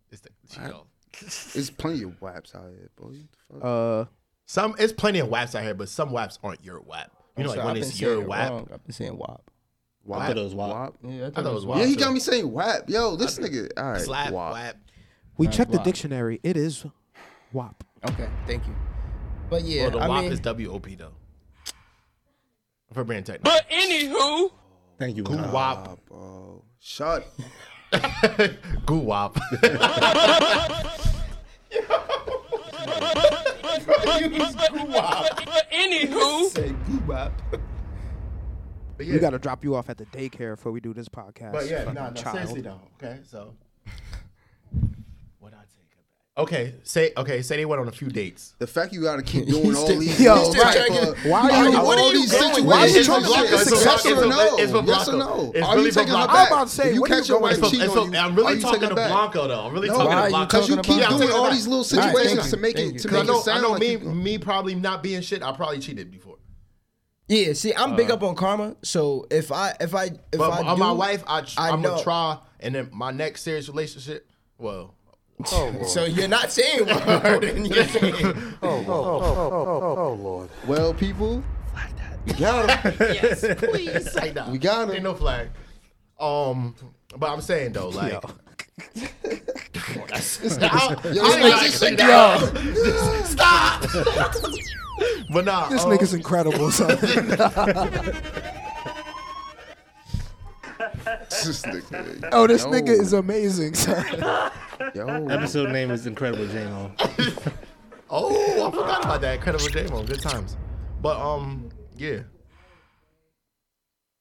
[SPEAKER 3] It's the, she go.
[SPEAKER 1] There's plenty of waps out here, boy. You the fuck?
[SPEAKER 5] Uh,
[SPEAKER 3] Some it's plenty of waps out here, but some waps aren't your wap. You know, like when it's your wap.
[SPEAKER 4] I've been saying WAP.
[SPEAKER 1] Wap.
[SPEAKER 6] thought it was wop.
[SPEAKER 4] Yeah, I
[SPEAKER 3] I
[SPEAKER 4] thought
[SPEAKER 3] thought it was wap.
[SPEAKER 1] Yeah, he got me saying wap. Yo, this nigga. All right,
[SPEAKER 3] Slap,
[SPEAKER 1] wap.
[SPEAKER 3] wap.
[SPEAKER 5] we checked the dictionary. It is WAP.
[SPEAKER 4] Okay, thank you. But yeah,
[SPEAKER 3] Well, the
[SPEAKER 4] I
[SPEAKER 3] wap
[SPEAKER 4] mean,
[SPEAKER 3] is W O P though. For brand tech.
[SPEAKER 8] But anywho,
[SPEAKER 6] Thank you.
[SPEAKER 3] Goo
[SPEAKER 6] Nah.
[SPEAKER 3] wop.
[SPEAKER 1] Bro, shut.
[SPEAKER 3] Goo wop.
[SPEAKER 8] but anywho,
[SPEAKER 1] Say goo wap.
[SPEAKER 3] But
[SPEAKER 5] We got to drop you off at the daycare before we do this podcast.
[SPEAKER 3] But yeah,
[SPEAKER 5] fucking
[SPEAKER 3] no, no,
[SPEAKER 5] child.
[SPEAKER 3] seriously though. Okay, so what I take her back. Okay, say okay, say they went on a few dates.
[SPEAKER 1] The fact you gotta keep doing all
[SPEAKER 4] still-
[SPEAKER 1] these.
[SPEAKER 4] Yo,
[SPEAKER 1] these
[SPEAKER 4] right.
[SPEAKER 1] type of-
[SPEAKER 5] Why are
[SPEAKER 1] all
[SPEAKER 5] you-
[SPEAKER 1] these-
[SPEAKER 5] what are
[SPEAKER 1] all
[SPEAKER 5] you
[SPEAKER 1] these
[SPEAKER 5] going-
[SPEAKER 1] situations-
[SPEAKER 5] why are you
[SPEAKER 1] It's
[SPEAKER 5] trying to
[SPEAKER 1] for-
[SPEAKER 5] make a
[SPEAKER 1] it's for- Yes
[SPEAKER 5] success or
[SPEAKER 1] or no?
[SPEAKER 3] It's for
[SPEAKER 1] Yes or
[SPEAKER 3] Blanco.
[SPEAKER 1] no?
[SPEAKER 3] It's
[SPEAKER 1] Are
[SPEAKER 3] really
[SPEAKER 1] you
[SPEAKER 3] for
[SPEAKER 1] taking her
[SPEAKER 3] Blanco.
[SPEAKER 1] back?
[SPEAKER 5] I'm about to say,
[SPEAKER 1] If you
[SPEAKER 5] what are you
[SPEAKER 1] catch your
[SPEAKER 5] going
[SPEAKER 1] wife
[SPEAKER 5] for?
[SPEAKER 1] cheating
[SPEAKER 3] It's
[SPEAKER 1] on
[SPEAKER 3] okay,
[SPEAKER 1] you,
[SPEAKER 3] I'm
[SPEAKER 1] are
[SPEAKER 3] really
[SPEAKER 1] you
[SPEAKER 3] talking
[SPEAKER 1] taking
[SPEAKER 3] to
[SPEAKER 1] her back?
[SPEAKER 3] Blanco though. I'm really
[SPEAKER 1] No,
[SPEAKER 3] talking
[SPEAKER 4] why
[SPEAKER 3] to
[SPEAKER 4] you
[SPEAKER 3] Blanco.
[SPEAKER 1] Because you
[SPEAKER 4] Talking
[SPEAKER 1] keep
[SPEAKER 4] about-
[SPEAKER 1] doing
[SPEAKER 3] I'm
[SPEAKER 1] all
[SPEAKER 3] talking
[SPEAKER 1] these
[SPEAKER 3] about-
[SPEAKER 1] little
[SPEAKER 4] Alright, thank
[SPEAKER 1] situations
[SPEAKER 4] you,
[SPEAKER 1] to make
[SPEAKER 4] thank
[SPEAKER 1] it
[SPEAKER 4] you.
[SPEAKER 1] to
[SPEAKER 3] Because I
[SPEAKER 1] make it
[SPEAKER 3] know, I
[SPEAKER 1] sound
[SPEAKER 3] know
[SPEAKER 1] like
[SPEAKER 3] me,
[SPEAKER 1] you-
[SPEAKER 3] me probably not being shit. I probably cheated before.
[SPEAKER 4] yeah. See, I'm big up on karma. So if I if I if
[SPEAKER 3] But
[SPEAKER 4] I
[SPEAKER 3] on my
[SPEAKER 4] do-
[SPEAKER 3] wife, I, I
[SPEAKER 4] I
[SPEAKER 3] am
[SPEAKER 4] know.
[SPEAKER 3] gonna try, and then my next serious relationship. Well,
[SPEAKER 4] so you're not saying word. and you're saying-
[SPEAKER 1] Well, people,
[SPEAKER 3] yes, please say that.
[SPEAKER 1] We got 'em.
[SPEAKER 3] Ain't no flag. Um, but I'm saying though, like. I, I
[SPEAKER 1] Yo, like,
[SPEAKER 3] didn't gotta
[SPEAKER 1] this
[SPEAKER 3] say
[SPEAKER 1] nigga-
[SPEAKER 3] that. Stop. but nah,
[SPEAKER 5] This
[SPEAKER 3] um,
[SPEAKER 5] nigga's incredible. Son.
[SPEAKER 1] this nigga.
[SPEAKER 5] oh, this
[SPEAKER 1] Yo.
[SPEAKER 5] nigga is amazing. Son.
[SPEAKER 1] Yo,
[SPEAKER 6] Episode name is Incredible J-Mo.
[SPEAKER 3] Oh, I forgot about that. Incredible J-Mo. Good times. But um, yeah.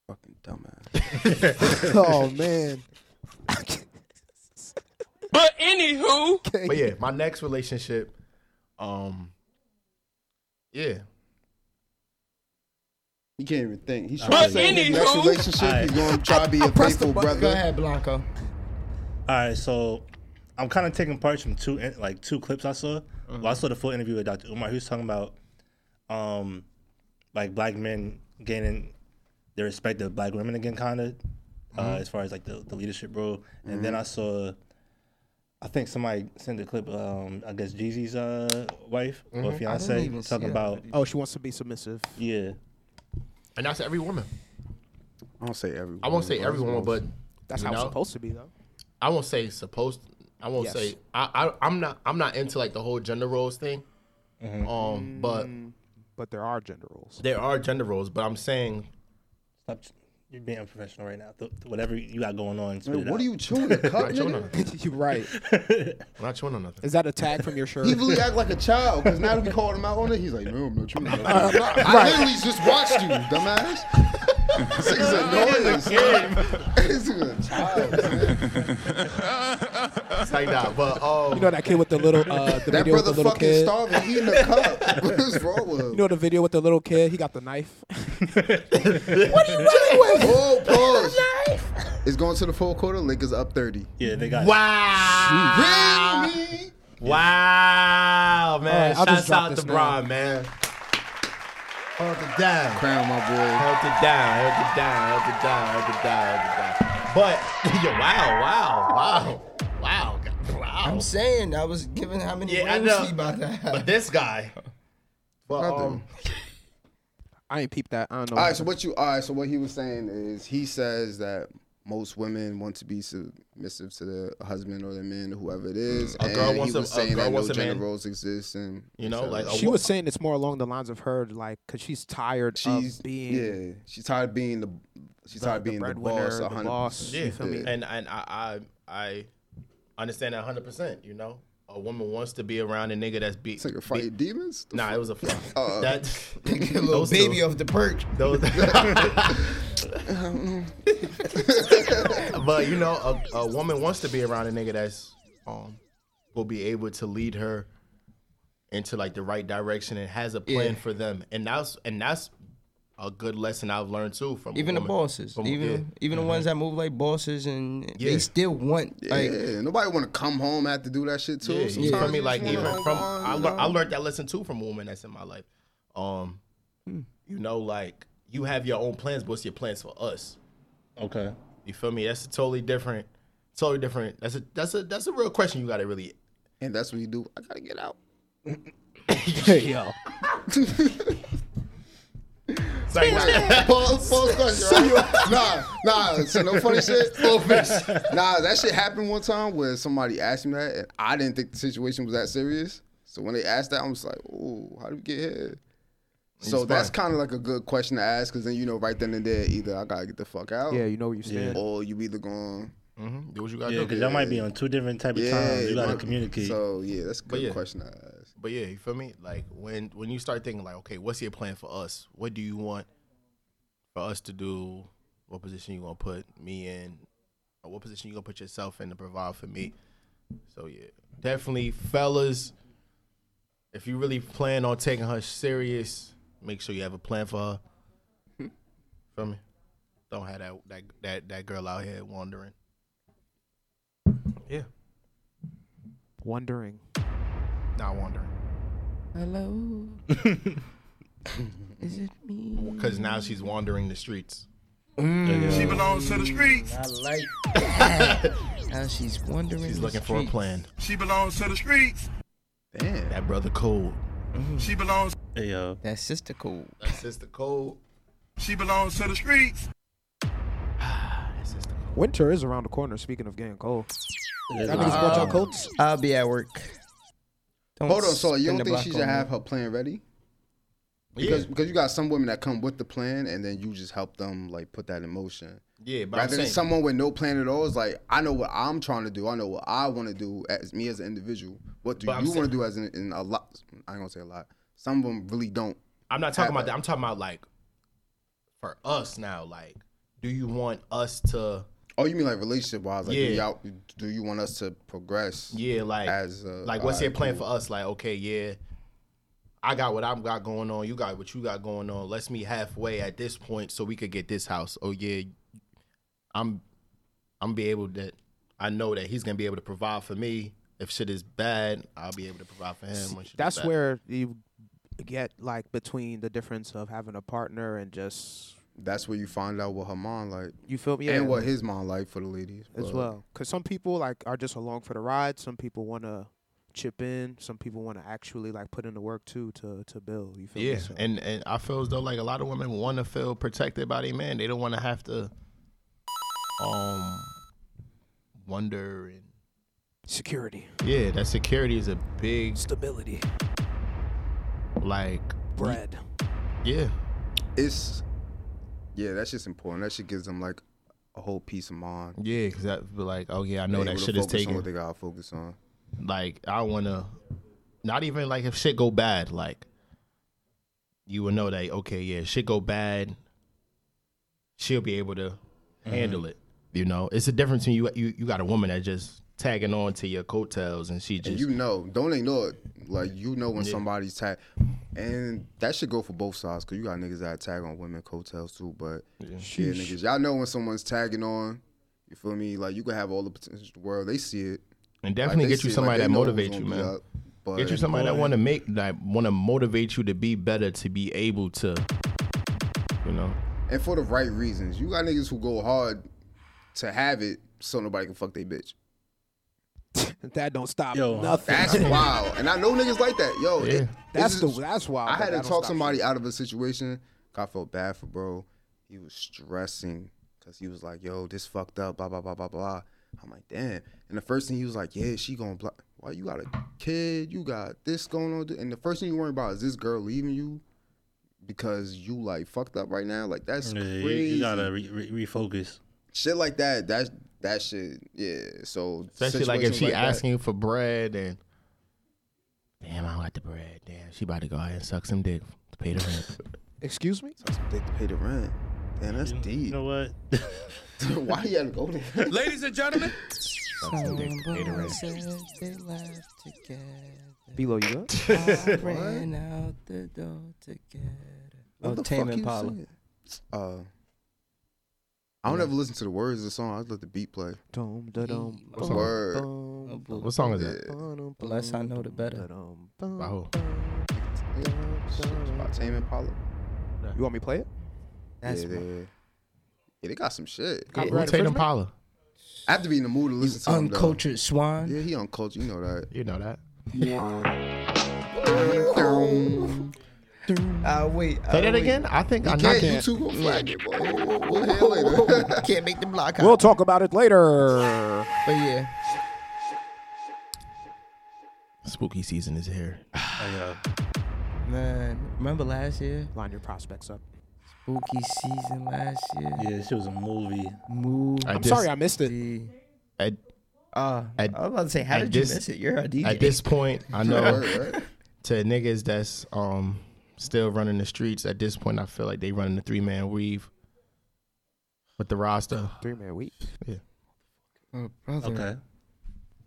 [SPEAKER 1] fucking dumbass.
[SPEAKER 5] Oh man,
[SPEAKER 8] but anywho,
[SPEAKER 3] But yeah, my next relationship, um, yeah.
[SPEAKER 1] He can't even think. He's
[SPEAKER 8] But
[SPEAKER 1] trying to say his
[SPEAKER 8] anywho-
[SPEAKER 1] next relationship. He's gonna try to be a faithful
[SPEAKER 4] Go
[SPEAKER 1] brother.
[SPEAKER 4] ahead, Blanco.
[SPEAKER 6] All right, so I'm kind of taking parts from two in- like two clips I saw. Well, I saw the full interview with Dr. Umar. He was talking about um like black men gaining the respect of black women again, kind of uh, as far as like the, the leadership role. And then I saw, I think somebody sent a clip. Um, I guess Jeezy's uh wife or fiance
[SPEAKER 4] even see
[SPEAKER 6] talking
[SPEAKER 4] that
[SPEAKER 6] about
[SPEAKER 5] oh, she wants to be submissive.
[SPEAKER 6] yeah.
[SPEAKER 3] And that's every woman.
[SPEAKER 1] I won't say everyone.
[SPEAKER 3] I won't say every woman, but
[SPEAKER 5] That's
[SPEAKER 3] you
[SPEAKER 5] how it's
[SPEAKER 3] know,
[SPEAKER 5] supposed to be, though.
[SPEAKER 3] I won't say supposed. I won't
[SPEAKER 5] Yes.
[SPEAKER 3] say I, I. I'm not. I'm not into like the whole gender roles thing. Um, but
[SPEAKER 5] But there are gender roles.
[SPEAKER 3] there are gender roles. But I'm saying
[SPEAKER 6] Stop. You're being unprofessional right now. Th- th- whatever you got going on, spit
[SPEAKER 1] Man,
[SPEAKER 6] it
[SPEAKER 1] what
[SPEAKER 6] out.
[SPEAKER 1] are you chewing? A cup,
[SPEAKER 3] Not chewing
[SPEAKER 1] nigga?
[SPEAKER 3] on
[SPEAKER 5] You're right.
[SPEAKER 3] Not chewing on nothing.
[SPEAKER 5] Is that a tag from your shirt?
[SPEAKER 1] He really act like a child because now we called him out on it. He's like, no, I'm not chewing. on that."
[SPEAKER 5] I'm not-
[SPEAKER 1] I
[SPEAKER 5] right.
[SPEAKER 1] literally just watched you, dumbass. This nigga's annoying. This nigga's a child.
[SPEAKER 3] It's like that, but um,
[SPEAKER 5] You know that kid with the little uh, the
[SPEAKER 1] That
[SPEAKER 5] video with the
[SPEAKER 1] brother
[SPEAKER 5] little
[SPEAKER 1] fucking
[SPEAKER 5] kid.
[SPEAKER 1] starving, eating a cup. What is wrong with him?
[SPEAKER 5] You know the video with the little kid. He got the knife.
[SPEAKER 1] Oh, pause. It's going to the full quarter. Lakers up 30.
[SPEAKER 6] yeah, they got.
[SPEAKER 3] wow,
[SPEAKER 1] Really?
[SPEAKER 3] wow, man!
[SPEAKER 5] Alright, I'll
[SPEAKER 3] Shouts
[SPEAKER 5] just drop
[SPEAKER 3] out to
[SPEAKER 5] this
[SPEAKER 3] Bron, man. Hold it down.
[SPEAKER 1] Crown, my boy.
[SPEAKER 3] Held it down, held it down, held it down, held it down, held it down. But yeah, wow, wow, wow, wow, God, wow.
[SPEAKER 4] I'm saying I was given how many
[SPEAKER 3] Yeah, I
[SPEAKER 4] rings
[SPEAKER 3] know.
[SPEAKER 4] he about to have.
[SPEAKER 3] but this guy, but, um,
[SPEAKER 5] I ain't peeped that. I don't know.
[SPEAKER 1] All right, so what you all right? So what he was saying is he says that most women want to be submissive to their husband or their man, whoever it is.
[SPEAKER 3] A girl
[SPEAKER 1] and
[SPEAKER 3] wants
[SPEAKER 1] he
[SPEAKER 3] a-
[SPEAKER 1] was
[SPEAKER 3] a
[SPEAKER 1] saying
[SPEAKER 3] girl
[SPEAKER 1] that
[SPEAKER 3] wants
[SPEAKER 1] no
[SPEAKER 3] a man.
[SPEAKER 1] gender roles exist, and
[SPEAKER 3] You know,
[SPEAKER 1] so
[SPEAKER 3] like,
[SPEAKER 5] she
[SPEAKER 3] what-
[SPEAKER 5] was saying it's more along the lines of her like because she's tired
[SPEAKER 1] she's
[SPEAKER 5] of being
[SPEAKER 1] yeah, she's tired of being the she's tired of
[SPEAKER 5] the
[SPEAKER 1] being the,
[SPEAKER 5] breadwinner,
[SPEAKER 1] boss,
[SPEAKER 5] the
[SPEAKER 1] a hundred
[SPEAKER 5] boss,
[SPEAKER 1] percent.
[SPEAKER 3] yeah,
[SPEAKER 5] you feel me?
[SPEAKER 3] and and I I, I understand that hundred percent. You know, a woman wants to be around a nigga that's beat.
[SPEAKER 1] It's like a fight your demons. The
[SPEAKER 3] Nah, it was a fuck.
[SPEAKER 1] Uh,
[SPEAKER 3] that
[SPEAKER 4] Get a little
[SPEAKER 3] those
[SPEAKER 4] baby
[SPEAKER 3] two-
[SPEAKER 4] off the perch.
[SPEAKER 3] Those, but you know, a, a woman wants to be around a nigga that's um will be able to lead her into like the right direction and has a plan for them, and that's and that's a good lesson I've learned too from a
[SPEAKER 4] Even the
[SPEAKER 3] woman.
[SPEAKER 4] bosses,
[SPEAKER 3] From-
[SPEAKER 4] even
[SPEAKER 3] yeah.
[SPEAKER 4] even the ones that move like bosses, and
[SPEAKER 3] Yeah.
[SPEAKER 4] they still want like
[SPEAKER 1] Mm-hmm. yeah, nobody want to come home after do that shit too.
[SPEAKER 3] Yeah,
[SPEAKER 1] Sometimes
[SPEAKER 3] you feel me?
[SPEAKER 1] you
[SPEAKER 3] Like
[SPEAKER 1] just wanna
[SPEAKER 3] even
[SPEAKER 1] go
[SPEAKER 3] from
[SPEAKER 1] on,
[SPEAKER 3] I,
[SPEAKER 1] you
[SPEAKER 3] lear-
[SPEAKER 1] know?
[SPEAKER 3] I learned that lesson too from a woman that's in my life. Um,
[SPEAKER 4] Hmm.
[SPEAKER 3] you know, like you have your own plans. but What's your plans for us?
[SPEAKER 6] Okay.
[SPEAKER 3] You feel me? That's a totally different, totally different. That's a that's a that's a real question. You got to really.
[SPEAKER 1] and that's what you do. I gotta get out.
[SPEAKER 5] yo.
[SPEAKER 3] It's like,
[SPEAKER 1] Pause, pause, question, right? Nah, nah, so no funny shit. Full fish. Nah, that shit happened one time where somebody asked me that, and I didn't think the situation was that serious. So when they asked that, I was like, "Ooh, how did we get here?" So
[SPEAKER 3] It's
[SPEAKER 1] that's
[SPEAKER 3] fine.
[SPEAKER 1] kind of like a good question to ask, because then you know right then and there, either I gotta get the fuck out,
[SPEAKER 5] Yeah, you know where you stand.
[SPEAKER 1] or you either going,
[SPEAKER 3] Mhm, do what you got to
[SPEAKER 6] Yeah,
[SPEAKER 3] do.
[SPEAKER 6] because y'all might be on two different type of
[SPEAKER 1] yeah,
[SPEAKER 6] times. You gotta
[SPEAKER 1] like-
[SPEAKER 6] communicate.
[SPEAKER 1] So yeah, that's a good
[SPEAKER 3] yeah.
[SPEAKER 1] question to ask.
[SPEAKER 3] But yeah, you feel me? Like when when you start thinking like, okay, what's your plan for us? What do you want for us to do? What position you gonna put me in? Or what position you gonna put yourself in to provide for me? So yeah, definitely, fellas. If you really plan on taking her serious, make sure you have a plan for her. feel me? Don't have that that that, that girl out here wandering. Yeah,
[SPEAKER 5] Wondering.
[SPEAKER 3] not wandering.
[SPEAKER 10] Hello. Is it me?
[SPEAKER 3] Because now she's wandering the streets.
[SPEAKER 9] belongs to the streets.
[SPEAKER 4] I like how she's wondering.
[SPEAKER 3] She's
[SPEAKER 4] the
[SPEAKER 3] looking for a
[SPEAKER 4] streets.
[SPEAKER 3] plan.
[SPEAKER 9] She belongs to the streets.
[SPEAKER 1] Damn.
[SPEAKER 3] That brother cold.
[SPEAKER 9] She belongs.
[SPEAKER 6] Hey, yo.
[SPEAKER 4] That's sister cool.
[SPEAKER 3] That's sister cold.
[SPEAKER 9] She belongs to the streets.
[SPEAKER 3] That's sister cold.
[SPEAKER 5] Winter is around the corner. Speaking of getting cold,
[SPEAKER 6] It is
[SPEAKER 5] y'all
[SPEAKER 6] what it
[SPEAKER 5] niggas
[SPEAKER 6] is.
[SPEAKER 5] bought
[SPEAKER 1] Uh,
[SPEAKER 5] y'all coats.
[SPEAKER 4] I'll be at work. Don't
[SPEAKER 1] Hold on, so you
[SPEAKER 4] spin
[SPEAKER 1] don't
[SPEAKER 4] the
[SPEAKER 1] think
[SPEAKER 4] block
[SPEAKER 1] she
[SPEAKER 4] on
[SPEAKER 1] should
[SPEAKER 4] me.
[SPEAKER 1] have her plan ready? Because because you got some women that come with the plan and then you just help them like put that in motion.
[SPEAKER 3] Yeah, but I'm
[SPEAKER 1] Rather than
[SPEAKER 3] saying,
[SPEAKER 1] someone with no plan at all, it's like I know what I'm trying to do. I know what I want to do as me as an individual. What do
[SPEAKER 3] But I'm
[SPEAKER 1] you want to
[SPEAKER 3] saying-
[SPEAKER 1] do as an in a lot? I ain't gonna say a lot. Some of them really don't.
[SPEAKER 3] I'm not talking about that. I'm talking about like for us now. Like, do you want us to?
[SPEAKER 1] Oh, you mean like relationship wise? Like, do,
[SPEAKER 3] Yeah.
[SPEAKER 1] y'all, do you want us to progress?
[SPEAKER 3] Yeah, like,
[SPEAKER 1] As a- uh,
[SPEAKER 3] like, what's your
[SPEAKER 1] alright,
[SPEAKER 3] plan for us? Like, okay, yeah, I got what I've got going on. You got what you got going on. Let's meet halfway at this point so we could get this house. Oh yeah, I'm, I'm be able to. I know that he's gonna be able to provide for me. If shit is bad, I'll be able to provide for him. when shit is
[SPEAKER 5] That's
[SPEAKER 3] bad.
[SPEAKER 5] where you get like between the difference of having a partner and just
[SPEAKER 1] That's where you find out what her mom like
[SPEAKER 5] you feel me. Yeah.
[SPEAKER 1] and what his mom like for the ladies
[SPEAKER 5] as
[SPEAKER 1] but-
[SPEAKER 5] well. Because some people like are just along for the ride. Some people want to chip in. Some people want to actually like put in the work too to to build. You feel
[SPEAKER 3] Yeah,
[SPEAKER 5] me? So-
[SPEAKER 3] and and I feel as though like a lot of women want to feel protected by their man. They don't want to have to, um, wonder and
[SPEAKER 5] security,
[SPEAKER 3] yeah, that security is a big
[SPEAKER 5] stability,
[SPEAKER 3] like
[SPEAKER 5] bread.
[SPEAKER 3] yeah.
[SPEAKER 1] it's Yeah, that's just important. That shit gives them like a whole peace of mind.
[SPEAKER 3] Yeah, because that'd be like, okay, I know
[SPEAKER 1] They
[SPEAKER 3] that
[SPEAKER 1] able to
[SPEAKER 3] shit is
[SPEAKER 1] focus on
[SPEAKER 3] taken.
[SPEAKER 1] What they gotta focus on.
[SPEAKER 3] Like, I wanna, not even like if shit go bad, like, you would know that okay, yeah, shit go bad. She'll be able to
[SPEAKER 1] Mm-hmm.
[SPEAKER 3] handle it. You know, it's a difference when you you you got a woman that just tagging on to your coattails and she just
[SPEAKER 1] And you know, don't ignore it. Like you know when somebody's tag, and that should go for both sides because you got niggas that tag on women coattails too. But yeah. niggas, y'all know when someone's tagging on. You feel me? Like you can have all the potential in the world. They see it.
[SPEAKER 3] And definitely
[SPEAKER 1] they
[SPEAKER 3] get you
[SPEAKER 1] see it.
[SPEAKER 3] somebody
[SPEAKER 1] they
[SPEAKER 3] that
[SPEAKER 1] know who's
[SPEAKER 3] motivates
[SPEAKER 1] gonna
[SPEAKER 3] you,
[SPEAKER 1] be
[SPEAKER 3] man.
[SPEAKER 1] up. But
[SPEAKER 3] Get you somebody that want to make that want to motivate you to be better, to be able to, you know.
[SPEAKER 1] and for the right reasons. You got niggas who go hard to have it so nobody can fuck they bitch.
[SPEAKER 5] that don't stop
[SPEAKER 1] Yo,
[SPEAKER 5] nothing.
[SPEAKER 1] That's wild. And I know niggas like that. Yo,
[SPEAKER 5] Yeah.
[SPEAKER 1] it-
[SPEAKER 5] That's
[SPEAKER 1] this
[SPEAKER 5] the- that's wild,
[SPEAKER 1] I
[SPEAKER 5] but
[SPEAKER 1] had
[SPEAKER 5] that
[SPEAKER 1] to
[SPEAKER 5] don't
[SPEAKER 1] talk
[SPEAKER 5] stop
[SPEAKER 1] somebody out of a situation. I felt bad for bro. He was stressing because he was like, yo, this fucked up, blah, blah, blah, blah, blah. I'm like, damn. And the first thing he was like, yeah, she gonna block. Why you got a kid? You got this going on. And the first thing you worry about is this girl leaving you because you like fucked up right now. Like that's
[SPEAKER 6] Yeah, you- you,
[SPEAKER 1] crazy
[SPEAKER 6] gotta re- re- refocus.
[SPEAKER 1] shit like that. That that shit, yeah. So
[SPEAKER 3] Especially like if
[SPEAKER 1] situations
[SPEAKER 3] she
[SPEAKER 1] that-
[SPEAKER 3] asking for bread and damn, I want the bread. Damn, she about to go out and suck some dick to pay the rent.
[SPEAKER 5] Excuse me?
[SPEAKER 1] They have to pay the rent. Damn, that's deep. You know
[SPEAKER 6] what?
[SPEAKER 1] Why you gotta go there?
[SPEAKER 8] Ladies and gentlemen.
[SPEAKER 5] Below you up.
[SPEAKER 10] I ran out the door together.
[SPEAKER 1] What
[SPEAKER 4] Oh,
[SPEAKER 1] the fuck
[SPEAKER 4] Tame
[SPEAKER 1] you
[SPEAKER 4] Impala.
[SPEAKER 1] singing? Uh, I don't ever listen to the words of the song. I just let the beat play.
[SPEAKER 5] Dum, da, dum,
[SPEAKER 1] What's
[SPEAKER 5] bum,
[SPEAKER 1] word?
[SPEAKER 5] bum, bum,
[SPEAKER 3] What song is that?
[SPEAKER 5] bum,
[SPEAKER 4] Oh, The less I know,
[SPEAKER 5] da,
[SPEAKER 4] the better.
[SPEAKER 5] dum, bum,
[SPEAKER 3] By who?
[SPEAKER 1] Shit, it's by Tame Impala.
[SPEAKER 5] You want me to play it?
[SPEAKER 4] That's
[SPEAKER 1] yeah, they, yeah, they got some shit.
[SPEAKER 5] Copyright
[SPEAKER 3] Who Tatum
[SPEAKER 5] infringement?
[SPEAKER 3] Paula?
[SPEAKER 1] I have to be in the mood to listen to him. though.
[SPEAKER 4] Uncultured swine.
[SPEAKER 1] Yeah, he uncultured. You know that.
[SPEAKER 3] You know that.
[SPEAKER 4] Uh, wait.
[SPEAKER 3] Say
[SPEAKER 4] uh,
[SPEAKER 3] that
[SPEAKER 4] wait.
[SPEAKER 3] again. I think I
[SPEAKER 1] You
[SPEAKER 3] knocked
[SPEAKER 1] can't.
[SPEAKER 3] it.
[SPEAKER 1] YouTube will flag it, boy. We'll hear later.
[SPEAKER 4] Can't make the block out.
[SPEAKER 5] We'll talk about it later.
[SPEAKER 4] But yeah,
[SPEAKER 3] Spooky season is here.
[SPEAKER 4] man. Remember last year?
[SPEAKER 5] Line your prospects up.
[SPEAKER 4] Spooky season last year.
[SPEAKER 6] Yeah, she was a movie.
[SPEAKER 4] Move.
[SPEAKER 3] I
[SPEAKER 5] I'm
[SPEAKER 3] dis-
[SPEAKER 5] sorry I missed it.
[SPEAKER 4] the-
[SPEAKER 3] At,
[SPEAKER 4] Uh,
[SPEAKER 3] At-
[SPEAKER 4] I was about to say, how
[SPEAKER 3] at
[SPEAKER 4] did you
[SPEAKER 3] this-
[SPEAKER 4] miss it? You're a DJ.
[SPEAKER 3] at this point, I know
[SPEAKER 1] Word, right?
[SPEAKER 3] to niggas that's um still running the streets. At this point, I feel like they running the three man weave with the roster.
[SPEAKER 5] Three man week.
[SPEAKER 4] Oh, brother.
[SPEAKER 6] Okay,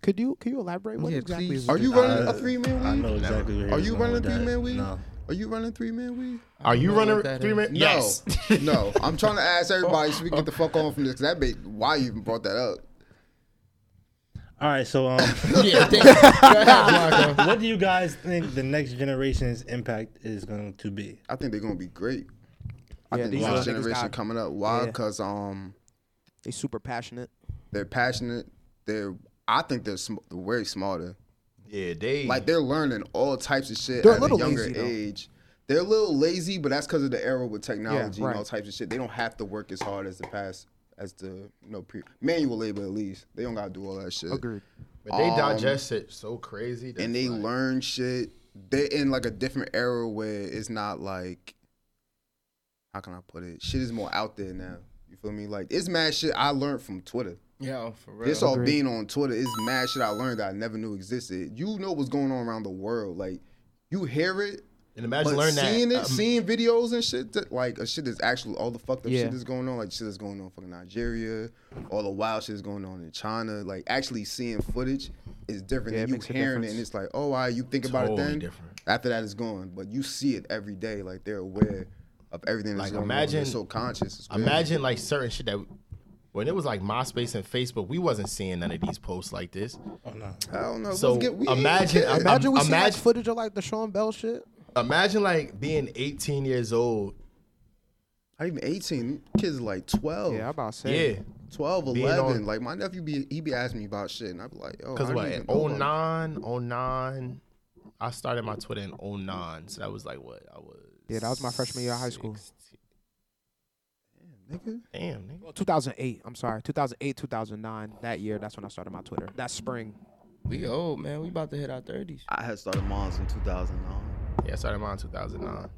[SPEAKER 5] Could you could you elaborate? What
[SPEAKER 4] Yeah,
[SPEAKER 5] exactly
[SPEAKER 4] please.
[SPEAKER 5] is the
[SPEAKER 1] Are you
[SPEAKER 5] difference?
[SPEAKER 1] running
[SPEAKER 6] Uh,
[SPEAKER 1] a three man weave?
[SPEAKER 6] I know exactly where he
[SPEAKER 1] Are
[SPEAKER 6] was
[SPEAKER 1] you
[SPEAKER 6] going
[SPEAKER 1] running
[SPEAKER 6] with
[SPEAKER 1] three
[SPEAKER 6] that.
[SPEAKER 1] man weave?
[SPEAKER 6] No,
[SPEAKER 1] Are you running three man weave?
[SPEAKER 3] Are you
[SPEAKER 4] know
[SPEAKER 3] running
[SPEAKER 4] what that
[SPEAKER 3] three
[SPEAKER 4] is.
[SPEAKER 3] man? Yes.
[SPEAKER 1] No, no. I'm trying to ask everybody so we get the fuck on from this. 'cause that bait, why you even brought that up?
[SPEAKER 6] All right, so um,
[SPEAKER 4] yeah, thank you. Go ahead, Marco.
[SPEAKER 6] what do you guys think the next generation's impact is going to be?
[SPEAKER 1] I think they're gonna be great. I
[SPEAKER 5] Yeah,
[SPEAKER 1] think
[SPEAKER 5] these
[SPEAKER 1] the
[SPEAKER 5] young
[SPEAKER 1] next
[SPEAKER 5] niggas
[SPEAKER 1] generation
[SPEAKER 5] got-
[SPEAKER 1] coming up. Why?
[SPEAKER 5] Yeah.
[SPEAKER 1] Because um,
[SPEAKER 5] They super passionate.
[SPEAKER 1] they're passionate. They're I think they're, sm- they're way smarter.
[SPEAKER 3] Yeah, they
[SPEAKER 1] Like they're learning all types of shit
[SPEAKER 5] They're a
[SPEAKER 1] at a
[SPEAKER 5] little
[SPEAKER 1] younger
[SPEAKER 5] lazy, though.
[SPEAKER 1] age. They're a little lazy, but that's because of the era with technology
[SPEAKER 5] right.
[SPEAKER 1] and all types of shit. They don't have to work as hard as the past, as the you know pre- manual labor at least. They don't gotta do all that shit.
[SPEAKER 3] But they
[SPEAKER 1] Um,
[SPEAKER 3] digest it so crazy. That
[SPEAKER 1] and they
[SPEAKER 3] like,
[SPEAKER 1] learn shit. They're in like a different era where it's not like how can I put it? Shit is more out there now. You feel me? Like it's mad shit I learned from Twitter.
[SPEAKER 4] Yo, oh, for real.
[SPEAKER 1] This all being on Twitter is mad shit I learned that I never knew existed. You know what's going on around the world. Like you hear it,
[SPEAKER 3] And imagine
[SPEAKER 1] but
[SPEAKER 3] learning that.
[SPEAKER 1] seeing it,
[SPEAKER 3] um,
[SPEAKER 1] seeing videos and shit, that, like uh, shit that's actually all the fucked up
[SPEAKER 5] Yeah.
[SPEAKER 1] shit that's going on, like shit that's going on in fucking Nigeria, all the wild shit that's going on in China. Like actually seeing footage is different
[SPEAKER 5] Yeah, it
[SPEAKER 1] than you
[SPEAKER 5] makes a
[SPEAKER 1] hearing it, and
[SPEAKER 5] difference.
[SPEAKER 1] it's like, oh, I you think about it
[SPEAKER 3] Totally
[SPEAKER 1] then.
[SPEAKER 3] different.
[SPEAKER 1] After that, it's gone, but you see it every day. Like they're aware of everything that's
[SPEAKER 3] Like,
[SPEAKER 1] going
[SPEAKER 3] imagine-
[SPEAKER 1] on. They're so conscious. It's crazy.
[SPEAKER 3] imagine like certain shit that when it was like MySpace and Facebook, we wasn't seeing none of these posts like this.
[SPEAKER 6] Oh no,
[SPEAKER 1] I don't know.
[SPEAKER 3] So
[SPEAKER 1] let's get- we ain't
[SPEAKER 3] imagine,
[SPEAKER 1] kids.
[SPEAKER 5] Imagine
[SPEAKER 3] imagine,
[SPEAKER 5] we see like,
[SPEAKER 3] imagine,
[SPEAKER 5] footage of like the Sean Bell shit.
[SPEAKER 3] imagine like being 18 years old.
[SPEAKER 1] Not even 18. Kids are like 12.
[SPEAKER 5] Yeah, I'm about to say.
[SPEAKER 3] Yeah,
[SPEAKER 1] 12,
[SPEAKER 3] Being
[SPEAKER 1] 11.
[SPEAKER 3] on-
[SPEAKER 1] like my nephew be he be asking me about shit, and Oh, I be like, yo,
[SPEAKER 3] because
[SPEAKER 1] how do
[SPEAKER 3] what? oh
[SPEAKER 1] you
[SPEAKER 3] In
[SPEAKER 1] even know about
[SPEAKER 3] 09, 09, I started my Twitter in 09, so that was like what I was.
[SPEAKER 5] Yeah, that was my freshman year of high school.
[SPEAKER 3] 16.
[SPEAKER 1] it, nigga?
[SPEAKER 3] Damn, nigga.
[SPEAKER 5] Well, 2008. I'm sorry, 2008, 2009. That year, that's when I started my Twitter. That spring.
[SPEAKER 4] We old, man. We about to hit our 30s.
[SPEAKER 1] I had started Mons in 2009.
[SPEAKER 3] Yeah, I started mine in 2009.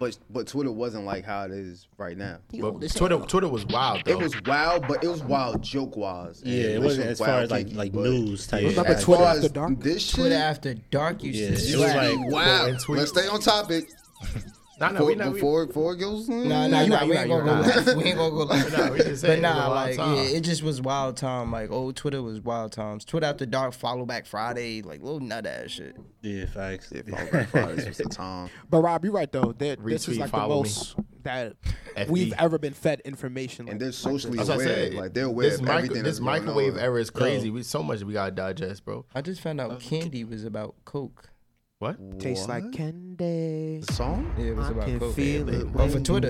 [SPEAKER 1] But but Twitter wasn't like how it is right now.
[SPEAKER 3] But Twitter, Twitter was wild. Though.
[SPEAKER 1] It was wild, but it was wild joke wise.
[SPEAKER 6] Yeah, it wasn't as far as like like news type.
[SPEAKER 1] As
[SPEAKER 6] shit.
[SPEAKER 1] far as This shit,
[SPEAKER 4] Twitter after dark used
[SPEAKER 6] Yeah,
[SPEAKER 4] to
[SPEAKER 6] it was
[SPEAKER 4] slap.
[SPEAKER 6] like
[SPEAKER 1] wow. Let's stay on topic.
[SPEAKER 3] Nah, nah, we
[SPEAKER 1] Before,
[SPEAKER 3] not. we-
[SPEAKER 1] before, before it goes,
[SPEAKER 4] Nah, nah,
[SPEAKER 3] you
[SPEAKER 4] nah,
[SPEAKER 3] right,
[SPEAKER 4] we
[SPEAKER 3] you
[SPEAKER 4] ain't
[SPEAKER 3] right,
[SPEAKER 4] gonna go
[SPEAKER 3] you right.
[SPEAKER 4] left. We ain't gonna go left.
[SPEAKER 3] Nah, we just saying
[SPEAKER 4] but
[SPEAKER 3] it was a
[SPEAKER 4] nah,
[SPEAKER 3] wild
[SPEAKER 4] like
[SPEAKER 3] time.
[SPEAKER 4] yeah, it just was wild time. Like old Twitter was wild times. Twitter after dark, follow back Friday, like little nut ass shit.
[SPEAKER 6] Yeah, facts.
[SPEAKER 1] the time.
[SPEAKER 5] But Rob, you're right though. That this
[SPEAKER 3] Retweet,
[SPEAKER 5] is like the
[SPEAKER 3] follow me.
[SPEAKER 5] most that
[SPEAKER 3] FB.
[SPEAKER 5] we've ever been fed information.
[SPEAKER 1] and
[SPEAKER 5] Like,
[SPEAKER 1] they're socially
[SPEAKER 3] That's
[SPEAKER 1] aware.
[SPEAKER 3] what I said.
[SPEAKER 1] Like they're aware
[SPEAKER 3] this
[SPEAKER 1] of
[SPEAKER 3] micro-
[SPEAKER 1] everything. that's
[SPEAKER 3] this
[SPEAKER 1] going
[SPEAKER 3] microwave
[SPEAKER 1] on.
[SPEAKER 3] era is crazy. We so much we gotta digest, bro.
[SPEAKER 4] I just found out candy was about Coke.
[SPEAKER 3] What?
[SPEAKER 5] tastes like candy.
[SPEAKER 1] The song.
[SPEAKER 4] Yeah, it was
[SPEAKER 5] I
[SPEAKER 4] about
[SPEAKER 5] can
[SPEAKER 4] Coke.
[SPEAKER 5] feel it.
[SPEAKER 4] But for Twitter,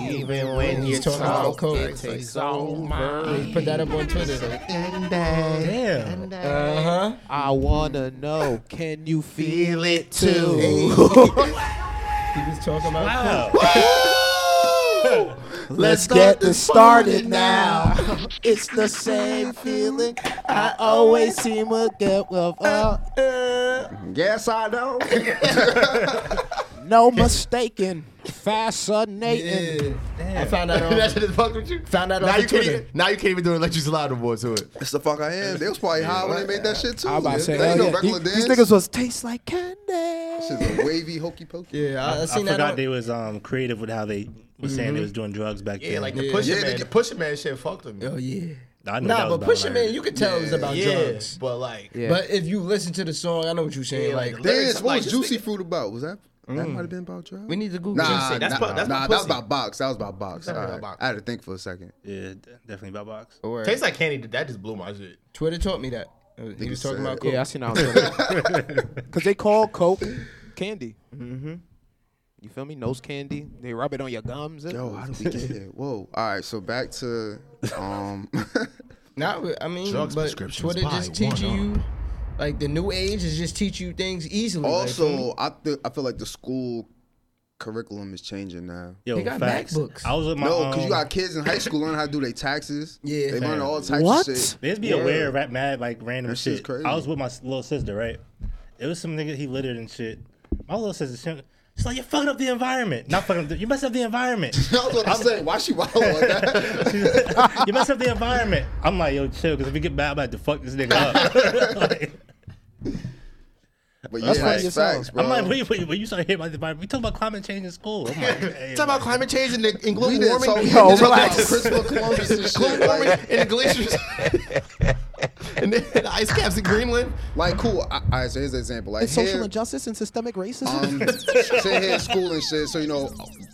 [SPEAKER 3] Even when
[SPEAKER 4] he's talking about Coke, it takes
[SPEAKER 3] over.
[SPEAKER 4] put that up on Twitter.
[SPEAKER 6] Damn.
[SPEAKER 4] Uh huh.
[SPEAKER 5] I wanna know, can you feel
[SPEAKER 3] Feel it
[SPEAKER 4] Hey.
[SPEAKER 3] too.
[SPEAKER 4] He was talking about
[SPEAKER 6] Wow.
[SPEAKER 3] Let's get this started now. It's the same feeling I always seem to get with
[SPEAKER 5] uh,
[SPEAKER 1] Yes, I know.
[SPEAKER 5] no mistaken, fascinating.
[SPEAKER 4] Yeah. I found out
[SPEAKER 3] that
[SPEAKER 4] on
[SPEAKER 3] shit is fucked with you.
[SPEAKER 4] found out
[SPEAKER 3] Now
[SPEAKER 4] on
[SPEAKER 3] you can't.
[SPEAKER 4] Twitter.
[SPEAKER 3] Even, now you can't even do an electric saliva board to it.
[SPEAKER 1] That's the fuck I am. They was probably high when they made that shit too.
[SPEAKER 5] I was about to say,
[SPEAKER 1] They ain't no
[SPEAKER 5] hell yeah.
[SPEAKER 1] regular
[SPEAKER 5] These- these
[SPEAKER 1] dance.
[SPEAKER 5] niggas was taste like candy.
[SPEAKER 1] This is a wavy hokey pokey.
[SPEAKER 4] Yeah, I, I
[SPEAKER 6] I
[SPEAKER 4] seen that.
[SPEAKER 6] forgot
[SPEAKER 4] on-
[SPEAKER 6] they was um creative with how they was saying they was doing drugs back then.
[SPEAKER 3] Yeah, like the
[SPEAKER 4] Yeah.
[SPEAKER 3] pusher
[SPEAKER 1] Yeah, they
[SPEAKER 3] man. The
[SPEAKER 1] get-
[SPEAKER 3] pusher man shit fucked with me.
[SPEAKER 4] Oh yeah.
[SPEAKER 6] I know
[SPEAKER 4] Nah,
[SPEAKER 6] that was
[SPEAKER 4] but
[SPEAKER 6] about,
[SPEAKER 4] Pusha
[SPEAKER 6] like-
[SPEAKER 4] Man, you could tell it was about
[SPEAKER 3] Yeah,
[SPEAKER 4] drugs.
[SPEAKER 3] but like,
[SPEAKER 5] Yeah.
[SPEAKER 4] But if you listen to the song, I know what you're saying.
[SPEAKER 3] Yeah, like,
[SPEAKER 4] like,
[SPEAKER 3] the-
[SPEAKER 1] Dance. What
[SPEAKER 3] Like,
[SPEAKER 1] was
[SPEAKER 3] this
[SPEAKER 1] Juicy Fruit about? Was that
[SPEAKER 5] Mm-hmm.
[SPEAKER 1] that might have been about drugs?
[SPEAKER 4] we need to Google.
[SPEAKER 1] Nah,
[SPEAKER 4] this.
[SPEAKER 1] nah,
[SPEAKER 3] That's about- that's
[SPEAKER 1] nah, that
[SPEAKER 3] about
[SPEAKER 1] was
[SPEAKER 3] pussy.
[SPEAKER 1] about box. That was about box.
[SPEAKER 3] That's not
[SPEAKER 1] All
[SPEAKER 3] about
[SPEAKER 1] right.
[SPEAKER 3] box.
[SPEAKER 1] I had to think for a second.
[SPEAKER 6] Yeah, de- definitely about box.
[SPEAKER 4] Or-
[SPEAKER 3] tastes like candy. That just blew my shit.
[SPEAKER 4] Twitter taught me that. Uh, He was talking
[SPEAKER 1] said-
[SPEAKER 4] about Coke.
[SPEAKER 5] Yeah, I seen that. Because they call Coke candy. Mm-hmm. You feel me? Nose candy. They rub it on your gums.
[SPEAKER 1] Yo, how did we get here? Whoa. All right. So back to um.
[SPEAKER 4] Not, with- I mean,
[SPEAKER 3] Drugs
[SPEAKER 4] but
[SPEAKER 3] prescriptions
[SPEAKER 4] Twitter
[SPEAKER 3] by
[SPEAKER 4] just
[SPEAKER 3] one
[SPEAKER 4] teaching you, like the new age is just teach you things easily. like, feel me?
[SPEAKER 1] also, I th- I feel like the school curriculum is changing now.
[SPEAKER 6] Yo,
[SPEAKER 4] They got
[SPEAKER 6] facts.
[SPEAKER 4] MacBooks.
[SPEAKER 6] I was with my
[SPEAKER 1] No, because
[SPEAKER 6] um,
[SPEAKER 1] you got kids in high school learning how to do their taxes.
[SPEAKER 4] Yeah.
[SPEAKER 1] they learn all types
[SPEAKER 5] What?
[SPEAKER 1] of shit.
[SPEAKER 6] They just be aware of rap mad like random
[SPEAKER 1] That shit's
[SPEAKER 6] shit.
[SPEAKER 1] crazy.
[SPEAKER 6] I was with my s- little sister, right? It was some nigga he littered and shit. My little sister, she- she's like, "You're fucking up the environment. Not fucking. up the- You mess up the environment.
[SPEAKER 1] I was about to say, why she wild like that?
[SPEAKER 6] you mess up the environment." I'm like, "Yo, chill, because if we get bad, I'm about to fuck this nigga up." Like,
[SPEAKER 1] But yeah, that's
[SPEAKER 5] yourself.
[SPEAKER 1] facts, bro.
[SPEAKER 6] I'm like, "Wait, wait, wait! You started hearing about the environment? We talk about climate change in school." I'm like, hey,
[SPEAKER 3] Talk about climate change and, the, and
[SPEAKER 1] we
[SPEAKER 3] global
[SPEAKER 1] didn't
[SPEAKER 3] warming.
[SPEAKER 1] talk we
[SPEAKER 5] Yo,
[SPEAKER 1] didn't talk
[SPEAKER 5] relax.
[SPEAKER 1] about Christopher Columbus and shit.
[SPEAKER 3] global warming
[SPEAKER 1] Like,
[SPEAKER 3] and the glaciers and the, the ice caps in Greenland.
[SPEAKER 1] like, cool. I- All right, so here's an example. Like,
[SPEAKER 5] And social
[SPEAKER 1] here,
[SPEAKER 5] injustice and systemic racism.
[SPEAKER 1] um, say here in school and shit. So you know,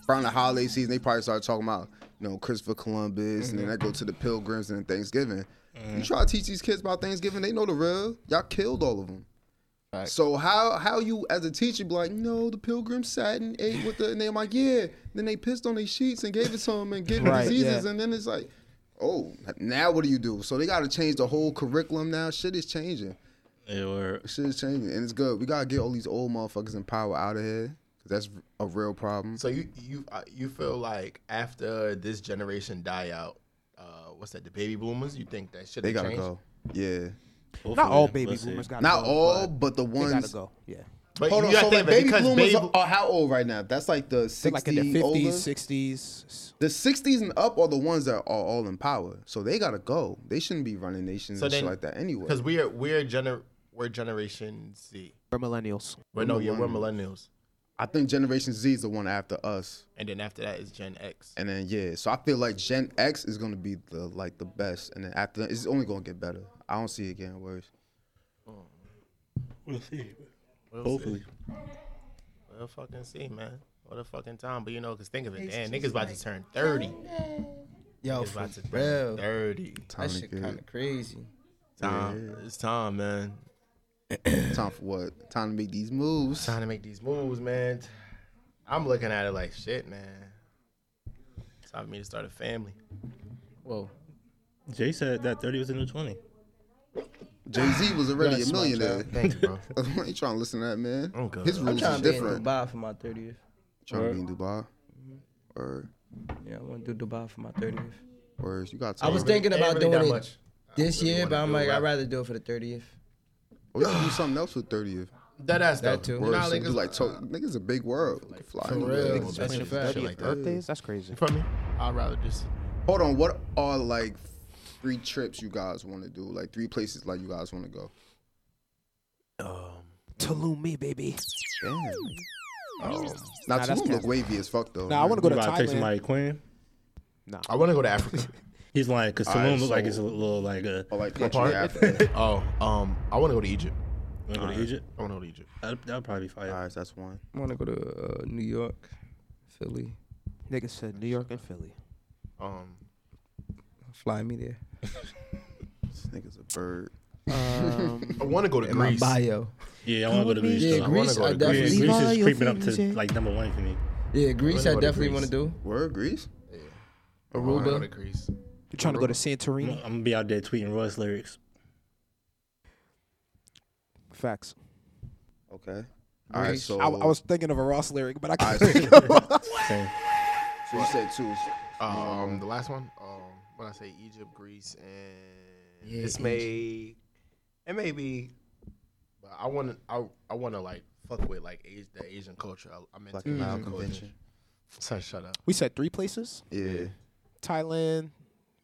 [SPEAKER 1] around the holiday season, they probably started talking about you know Christopher Columbus, and then
[SPEAKER 5] Mm-hmm.
[SPEAKER 1] I go to the Pilgrims and Thanksgiving. You try to teach these kids about Thanksgiving, they know the real. Y'all killed all of them. So how how you as a teacher be like, no, the pilgrims sat and ate with the and they're like, yeah. Then they pissed on their sheets and gave it to them and gave them
[SPEAKER 5] Right,
[SPEAKER 1] diseases.
[SPEAKER 5] yeah.
[SPEAKER 1] And then it's like, oh, now what do you do? So they gotta change the whole curriculum now. Shit is changing.
[SPEAKER 6] Yeah, word.
[SPEAKER 1] Shit is changing, and it's good. We gotta get all these old motherfuckers in power out of here, cause that's a real problem.
[SPEAKER 3] So you you uh, you feel like after this generation die out, uh, what's that? The baby boomers? You think that shit
[SPEAKER 1] They
[SPEAKER 3] gotta
[SPEAKER 1] gotta go. Yeah,
[SPEAKER 6] Hopefully,
[SPEAKER 5] Not all baby
[SPEAKER 6] we'll see.
[SPEAKER 5] boomers got
[SPEAKER 1] not
[SPEAKER 5] go,
[SPEAKER 1] all, but the
[SPEAKER 5] They
[SPEAKER 1] ones.
[SPEAKER 5] gotta go. Yeah.
[SPEAKER 3] But
[SPEAKER 1] Hold
[SPEAKER 3] you
[SPEAKER 1] on,
[SPEAKER 3] gotta
[SPEAKER 1] so
[SPEAKER 3] think
[SPEAKER 1] like
[SPEAKER 3] that
[SPEAKER 1] baby
[SPEAKER 3] because
[SPEAKER 1] bloomers
[SPEAKER 3] baby-
[SPEAKER 1] are- are how old right now? That's like the
[SPEAKER 5] They're
[SPEAKER 1] sixty,
[SPEAKER 5] like in the 50s,
[SPEAKER 1] older.
[SPEAKER 5] 60s.
[SPEAKER 1] The sixties and up are the ones that are all in power, so they gotta go. They shouldn't be running nations
[SPEAKER 3] so
[SPEAKER 1] and
[SPEAKER 3] then
[SPEAKER 1] shit like that anyway.
[SPEAKER 3] Because we are we're gener we're Generation Z.
[SPEAKER 5] For millennials.
[SPEAKER 3] But no, yeah, we're millennials,
[SPEAKER 1] I think Generation Z is the one after us,
[SPEAKER 3] and then after that is Gen X.
[SPEAKER 1] and then yeah, so I feel like Gen X is gonna be the like the best, and then after that, it's only gonna get better. I don't see it getting worse.
[SPEAKER 6] We'll see. Hopefully.
[SPEAKER 3] We'll fucking see, man. What a fucking time. But you know, cause think of it, damn, niggas about to turn thirty.
[SPEAKER 4] yo,
[SPEAKER 3] Niggas
[SPEAKER 4] for
[SPEAKER 3] about to turn
[SPEAKER 4] real,
[SPEAKER 3] thirty.
[SPEAKER 1] Time
[SPEAKER 4] that
[SPEAKER 1] to
[SPEAKER 4] shit
[SPEAKER 1] get
[SPEAKER 4] kind of crazy.
[SPEAKER 3] Time, it's time, man.
[SPEAKER 1] time for what? Time to make these moves.
[SPEAKER 3] Time to make these moves, man. I'm looking at it like shit, man. It's time for me to start a family.
[SPEAKER 4] Whoa,
[SPEAKER 6] Jay said that 30 was a new 20.
[SPEAKER 1] Jay Z was already a millionaire.
[SPEAKER 3] Thanks, bro.
[SPEAKER 1] I ain't trying to listen to that man.
[SPEAKER 3] I'm good.
[SPEAKER 1] His
[SPEAKER 3] I'm
[SPEAKER 1] rules
[SPEAKER 4] trying
[SPEAKER 1] is
[SPEAKER 4] to be in
[SPEAKER 1] different.
[SPEAKER 4] Dubai for my thirtieth.
[SPEAKER 1] Trying to be in Dubai. Or
[SPEAKER 4] Yeah, I want to do Dubai for my thirtieth.
[SPEAKER 1] or you got.
[SPEAKER 4] I was
[SPEAKER 1] time.
[SPEAKER 4] thinking
[SPEAKER 3] Ain't
[SPEAKER 4] about
[SPEAKER 3] really that
[SPEAKER 4] doing it
[SPEAKER 3] much.
[SPEAKER 4] this
[SPEAKER 3] really
[SPEAKER 4] year,
[SPEAKER 3] wanna
[SPEAKER 4] but I'm
[SPEAKER 3] do
[SPEAKER 4] like,
[SPEAKER 3] it.
[SPEAKER 4] I'd rather do it for the thirtieth.
[SPEAKER 1] Oh, Or you can do something else with 30th.
[SPEAKER 3] That ass
[SPEAKER 1] That
[SPEAKER 3] though.
[SPEAKER 1] too. Nah, niggas like to- niggas a big world. Like, fly
[SPEAKER 3] for
[SPEAKER 1] anywhere.
[SPEAKER 3] real.
[SPEAKER 1] Niggas
[SPEAKER 3] That's
[SPEAKER 1] just
[SPEAKER 3] a
[SPEAKER 1] fly.
[SPEAKER 3] fact. Shit like that.
[SPEAKER 5] That's crazy.
[SPEAKER 3] For me, I'd rather just.
[SPEAKER 1] Hold on, what are like three trips you guys want to do? Like three places like you guys want to go?
[SPEAKER 5] Tulum, me baby.
[SPEAKER 1] Um, now
[SPEAKER 5] Nah, that's
[SPEAKER 1] Tulum look
[SPEAKER 5] canceled.
[SPEAKER 1] wavy as fuck though.
[SPEAKER 5] Nah, I wanna go
[SPEAKER 6] You
[SPEAKER 5] to
[SPEAKER 6] about to take
[SPEAKER 5] Thailand.
[SPEAKER 6] somebody queen?
[SPEAKER 5] Nah.
[SPEAKER 3] I want to go to Africa.
[SPEAKER 6] He's lying because
[SPEAKER 3] Alright,
[SPEAKER 6] Tulum look like
[SPEAKER 3] so-
[SPEAKER 6] it's a little like uh, a.
[SPEAKER 1] Or like
[SPEAKER 3] What
[SPEAKER 1] country Africa.
[SPEAKER 3] oh, um, I want to go to Egypt.
[SPEAKER 6] Wanna go to Egypt?
[SPEAKER 3] I want to go to Egypt.
[SPEAKER 6] That would probably be fire.
[SPEAKER 1] All right, that's one.
[SPEAKER 10] I want to go to uh, New York, Philly.
[SPEAKER 5] Nigga said New York and Philly.
[SPEAKER 3] Um,
[SPEAKER 10] Fly me there.
[SPEAKER 1] This nigga's a bird.
[SPEAKER 3] I want to go to
[SPEAKER 10] In my
[SPEAKER 3] Greece.
[SPEAKER 10] bio.
[SPEAKER 6] Yeah, I want to go to Greece.
[SPEAKER 4] Yeah,
[SPEAKER 6] though. I wanna
[SPEAKER 4] Greece,
[SPEAKER 6] go
[SPEAKER 4] I
[SPEAKER 6] to Greece.
[SPEAKER 4] definitely-
[SPEAKER 6] Greece
[SPEAKER 5] Levi,
[SPEAKER 6] is
[SPEAKER 5] your
[SPEAKER 6] creeping up to
[SPEAKER 5] fiance.
[SPEAKER 6] like number one for me.
[SPEAKER 10] Yeah, Greece.
[SPEAKER 3] wanna
[SPEAKER 10] I
[SPEAKER 3] go to
[SPEAKER 10] definitely
[SPEAKER 3] Greece.
[SPEAKER 10] want to do.
[SPEAKER 1] Word, Greece.
[SPEAKER 3] I wanna go
[SPEAKER 10] Aruba.
[SPEAKER 3] to Greece.
[SPEAKER 5] You trying to go to
[SPEAKER 6] I'm,
[SPEAKER 5] Santorini?
[SPEAKER 6] gonna be out there tweeting Royce lyrics.
[SPEAKER 5] Facts.
[SPEAKER 1] Okay. All right, so
[SPEAKER 5] I, I was thinking of a Ross lyric, but I
[SPEAKER 1] All right,
[SPEAKER 5] can't.
[SPEAKER 1] so,
[SPEAKER 6] Same.
[SPEAKER 1] so you said two.
[SPEAKER 3] Um, the last one. Um, when I say Egypt, Greece, and this may, it may be, but I want to, I, I want to like fuck with like Asi- the Asian culture. I, I'm into
[SPEAKER 1] Black
[SPEAKER 3] Asian
[SPEAKER 1] Lives
[SPEAKER 3] culture.
[SPEAKER 1] Convention.
[SPEAKER 3] Son, shut up.
[SPEAKER 5] we said three places:
[SPEAKER 1] Yeah.
[SPEAKER 5] Thailand,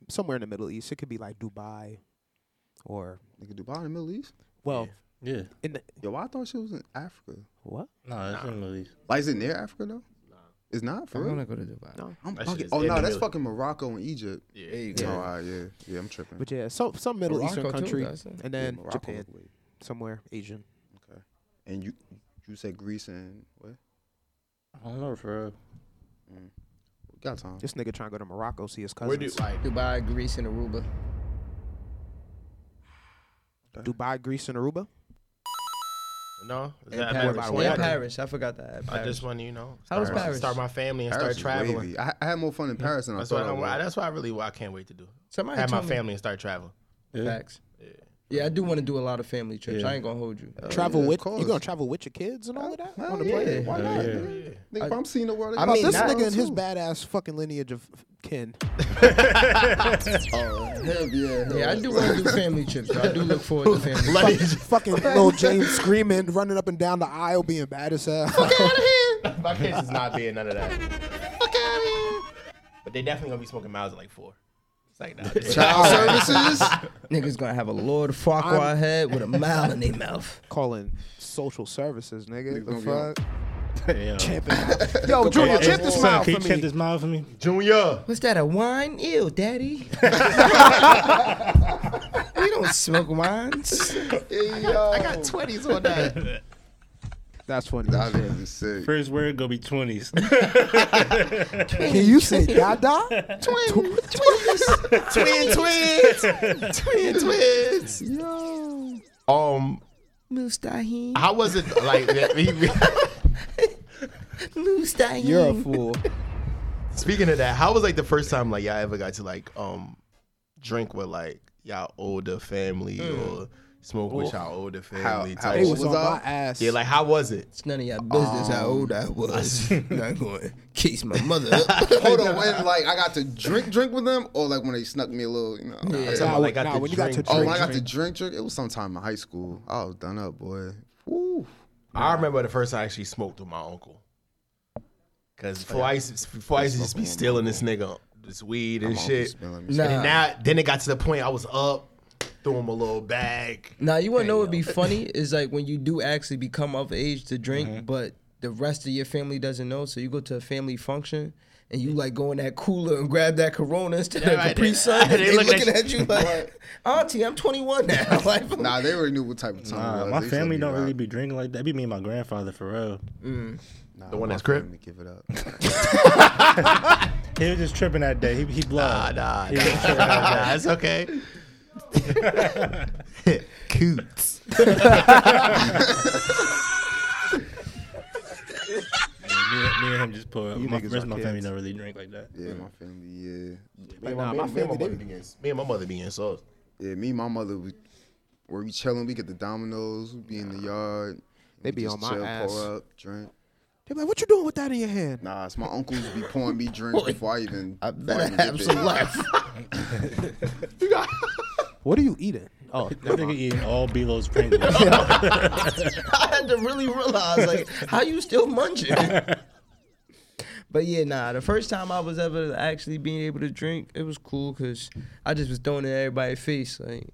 [SPEAKER 5] somewhere in the Middle East. It could be like Dubai, or
[SPEAKER 1] Nigga, Dubai in the Middle East?
[SPEAKER 5] well,
[SPEAKER 6] Yeah.
[SPEAKER 5] in the
[SPEAKER 1] Yo, I thought she was in Africa.
[SPEAKER 5] what?
[SPEAKER 6] Nah, that's not really.
[SPEAKER 1] Like, is it near Africa though? No. It's not
[SPEAKER 10] I
[SPEAKER 1] for
[SPEAKER 10] want
[SPEAKER 1] real.
[SPEAKER 10] to go to Dubai.
[SPEAKER 5] No,
[SPEAKER 1] I'm
[SPEAKER 3] That
[SPEAKER 1] fucking,
[SPEAKER 3] shit's
[SPEAKER 1] oh
[SPEAKER 3] in
[SPEAKER 1] no,
[SPEAKER 3] the
[SPEAKER 1] that's
[SPEAKER 3] middle.
[SPEAKER 1] fucking Morocco and Egypt.
[SPEAKER 3] Yeah. There you
[SPEAKER 1] Yeah. Oh, all right, yeah, yeah, I'm tripping.
[SPEAKER 5] but yeah, so some Middle Eastern
[SPEAKER 10] Morocco too,
[SPEAKER 5] country,
[SPEAKER 10] that's it.
[SPEAKER 5] and then
[SPEAKER 1] Yeah, Morocco
[SPEAKER 5] Japan,
[SPEAKER 1] look weird.
[SPEAKER 5] somewhere Asian.
[SPEAKER 1] And you, you said Greece and what?
[SPEAKER 6] I don't know for
[SPEAKER 1] We got time.
[SPEAKER 5] This nigga trying to go to Morocco see his
[SPEAKER 3] Where
[SPEAKER 5] cousins.
[SPEAKER 3] do like?
[SPEAKER 10] Dubai, Greece, and Aruba.
[SPEAKER 5] Dubai, Greece, and Aruba.
[SPEAKER 3] No, is
[SPEAKER 10] And
[SPEAKER 3] that
[SPEAKER 10] Paris.
[SPEAKER 3] about
[SPEAKER 10] Yeah,
[SPEAKER 3] what I do?
[SPEAKER 10] Paris. I forgot that.
[SPEAKER 3] I
[SPEAKER 10] Paris.
[SPEAKER 3] just want to, you know,
[SPEAKER 10] How was
[SPEAKER 3] start-
[SPEAKER 10] Paris?
[SPEAKER 3] Start my family and
[SPEAKER 1] Paris
[SPEAKER 3] start
[SPEAKER 1] is
[SPEAKER 3] traveling.
[SPEAKER 1] wavy. I, I had more fun in Paris than I
[SPEAKER 3] That's
[SPEAKER 1] thought
[SPEAKER 3] what
[SPEAKER 1] I
[SPEAKER 3] I,
[SPEAKER 1] would.
[SPEAKER 3] wa- that's what I really I can't wait to do.
[SPEAKER 10] Somebody
[SPEAKER 3] Have my
[SPEAKER 10] told me-
[SPEAKER 3] family and start traveling.
[SPEAKER 10] Facts. Yeah, I do want to do a lot of family trips.
[SPEAKER 6] Yeah.
[SPEAKER 10] I ain't gonna hold you.
[SPEAKER 5] travel
[SPEAKER 1] yeah,
[SPEAKER 5] with
[SPEAKER 1] of
[SPEAKER 5] you gonna
[SPEAKER 1] course.
[SPEAKER 5] travel with your kids and all of that
[SPEAKER 1] Hell
[SPEAKER 5] on the
[SPEAKER 1] yeah,
[SPEAKER 5] plane.
[SPEAKER 1] Why not?
[SPEAKER 6] yeah.
[SPEAKER 1] nigga? Nigga, if I'm seeing the world.
[SPEAKER 10] I
[SPEAKER 1] I'm
[SPEAKER 10] mean,
[SPEAKER 1] seeing
[SPEAKER 5] This
[SPEAKER 1] the
[SPEAKER 10] not-
[SPEAKER 5] nigga
[SPEAKER 1] world,
[SPEAKER 5] and his
[SPEAKER 1] too.
[SPEAKER 5] badass fucking lineage of kin.
[SPEAKER 1] Oh, hell yeah. hell
[SPEAKER 10] Yeah, I do want to do family trips. Though. I do look forward to family. trips.
[SPEAKER 5] fucking, fucking little James screaming, running up and down the aisle, being bad as hell.
[SPEAKER 3] My kids is not being none of that. But they definitely gonna be smoking miles at like four. It's like nah, dude.
[SPEAKER 1] Child services.
[SPEAKER 10] Niggas gonna have a Lord Farquaad head with a mile in their mouth.
[SPEAKER 5] Calling social services, nigga.
[SPEAKER 1] Nigga gonna
[SPEAKER 5] The
[SPEAKER 1] be
[SPEAKER 5] fuck?
[SPEAKER 6] real. Damn.
[SPEAKER 5] Yo, Junior,
[SPEAKER 6] Hey,
[SPEAKER 5] chant this
[SPEAKER 6] son,
[SPEAKER 5] mouth
[SPEAKER 6] Can
[SPEAKER 5] for
[SPEAKER 6] you chant
[SPEAKER 5] me.
[SPEAKER 6] this mouth for me?
[SPEAKER 3] Junior.
[SPEAKER 10] What's that? A wine? Ew, daddy. we don't smoke wines.
[SPEAKER 1] I got
[SPEAKER 10] Twenties on that.
[SPEAKER 5] That's funny.
[SPEAKER 1] That nigga is sick.
[SPEAKER 6] First word gonna be twenties.
[SPEAKER 5] Can you say Dada? Twin.
[SPEAKER 10] Twin twins. Twin twins.
[SPEAKER 3] Um,
[SPEAKER 10] Mustahin.
[SPEAKER 3] how was it like? that- he-
[SPEAKER 10] Mustahin.
[SPEAKER 5] You're a fool.
[SPEAKER 3] speaking of that, how was like the first time like y'all ever got to like um drink with like y'all older family or smoke with y'all older
[SPEAKER 1] Mm.
[SPEAKER 3] family?
[SPEAKER 1] how
[SPEAKER 3] type
[SPEAKER 5] They
[SPEAKER 1] old
[SPEAKER 3] shit?
[SPEAKER 5] was
[SPEAKER 1] was
[SPEAKER 5] on my
[SPEAKER 1] up?
[SPEAKER 5] ass.
[SPEAKER 3] yeah, like how was it?
[SPEAKER 10] It's none of your business how old I was. Not going to kiss my mother up.
[SPEAKER 1] Hold on, when like I got to drink, drink with them, or like when they snuck me a little, you know.
[SPEAKER 10] Yeah.
[SPEAKER 5] Nah,
[SPEAKER 3] Someone, like,
[SPEAKER 5] when-
[SPEAKER 3] got
[SPEAKER 5] nah,
[SPEAKER 3] the
[SPEAKER 5] when you got to
[SPEAKER 3] drink.
[SPEAKER 1] Oh, when
[SPEAKER 5] drink,
[SPEAKER 1] I got to drink,
[SPEAKER 5] drink.
[SPEAKER 1] drink, it was sometime in high school. I was done up, boy. Woo.
[SPEAKER 3] I
[SPEAKER 1] Mm.
[SPEAKER 3] remember the first time I actually smoked with my uncle. Cause
[SPEAKER 1] Oh,
[SPEAKER 3] before I used to, before I used to just be stealing this nigga this weed and
[SPEAKER 1] My uncle
[SPEAKER 3] shit.
[SPEAKER 1] spilling me
[SPEAKER 10] Nah.
[SPEAKER 1] shit.
[SPEAKER 3] And then now then it got to the point I was up, threw him a little bag.
[SPEAKER 10] Now you wanna know what'd be funny is like when you do actually become of age to drink,
[SPEAKER 3] Mm-hmm.
[SPEAKER 10] but the rest of your family doesn't know. So you go to a family function and you like go in that cooler and grab that Corona instead
[SPEAKER 3] Yeah,
[SPEAKER 10] of
[SPEAKER 3] right.
[SPEAKER 10] Capri Sun.
[SPEAKER 3] They
[SPEAKER 10] They,
[SPEAKER 3] look at
[SPEAKER 10] looking at you like, Auntie, I'm 21 now. like,
[SPEAKER 1] Nah, they already knew what type of time. it
[SPEAKER 6] Uh,
[SPEAKER 1] was.
[SPEAKER 6] my
[SPEAKER 1] They
[SPEAKER 6] family
[SPEAKER 1] said,
[SPEAKER 6] don't
[SPEAKER 1] "Nah,
[SPEAKER 6] really be drinking like that. Be me and my grandfather for real.
[SPEAKER 1] nah,
[SPEAKER 3] The one
[SPEAKER 1] my
[SPEAKER 3] that's crib?
[SPEAKER 1] family Give it up.
[SPEAKER 6] He was just tripping that day. He he
[SPEAKER 3] Nah,
[SPEAKER 6] blood.
[SPEAKER 3] nah,
[SPEAKER 6] He was just tripping that day.
[SPEAKER 3] nah. It's okay. Coots.
[SPEAKER 6] Me, me and him just pull up.
[SPEAKER 5] You
[SPEAKER 6] My,
[SPEAKER 5] niggas
[SPEAKER 6] rest
[SPEAKER 5] are
[SPEAKER 6] of my family
[SPEAKER 5] kids.
[SPEAKER 6] don't really drink like that.
[SPEAKER 1] Yeah, my family. Yeah,
[SPEAKER 5] Like, nah, my family, they-
[SPEAKER 3] Me and my mother being so
[SPEAKER 1] yeah. Me and my mother, we, where we chilling, we get the dominoes, we be in the yard.
[SPEAKER 5] They
[SPEAKER 1] we
[SPEAKER 5] be
[SPEAKER 1] just
[SPEAKER 5] on my
[SPEAKER 1] chill,
[SPEAKER 5] ass.
[SPEAKER 1] Pour up, drink.
[SPEAKER 5] they be like, what you doing with that in your hand?
[SPEAKER 1] Nah, it's my uncles be pouring me drinks before I even. I
[SPEAKER 10] better have some left.
[SPEAKER 5] What are you eating? Oh,
[SPEAKER 6] That nigga eating all Belos Pringles.
[SPEAKER 4] I had to really realize like how you still munching. But yeah, nah. The first time I was ever actually being able to drink, it was cool because I just was throwing it in everybody's face, like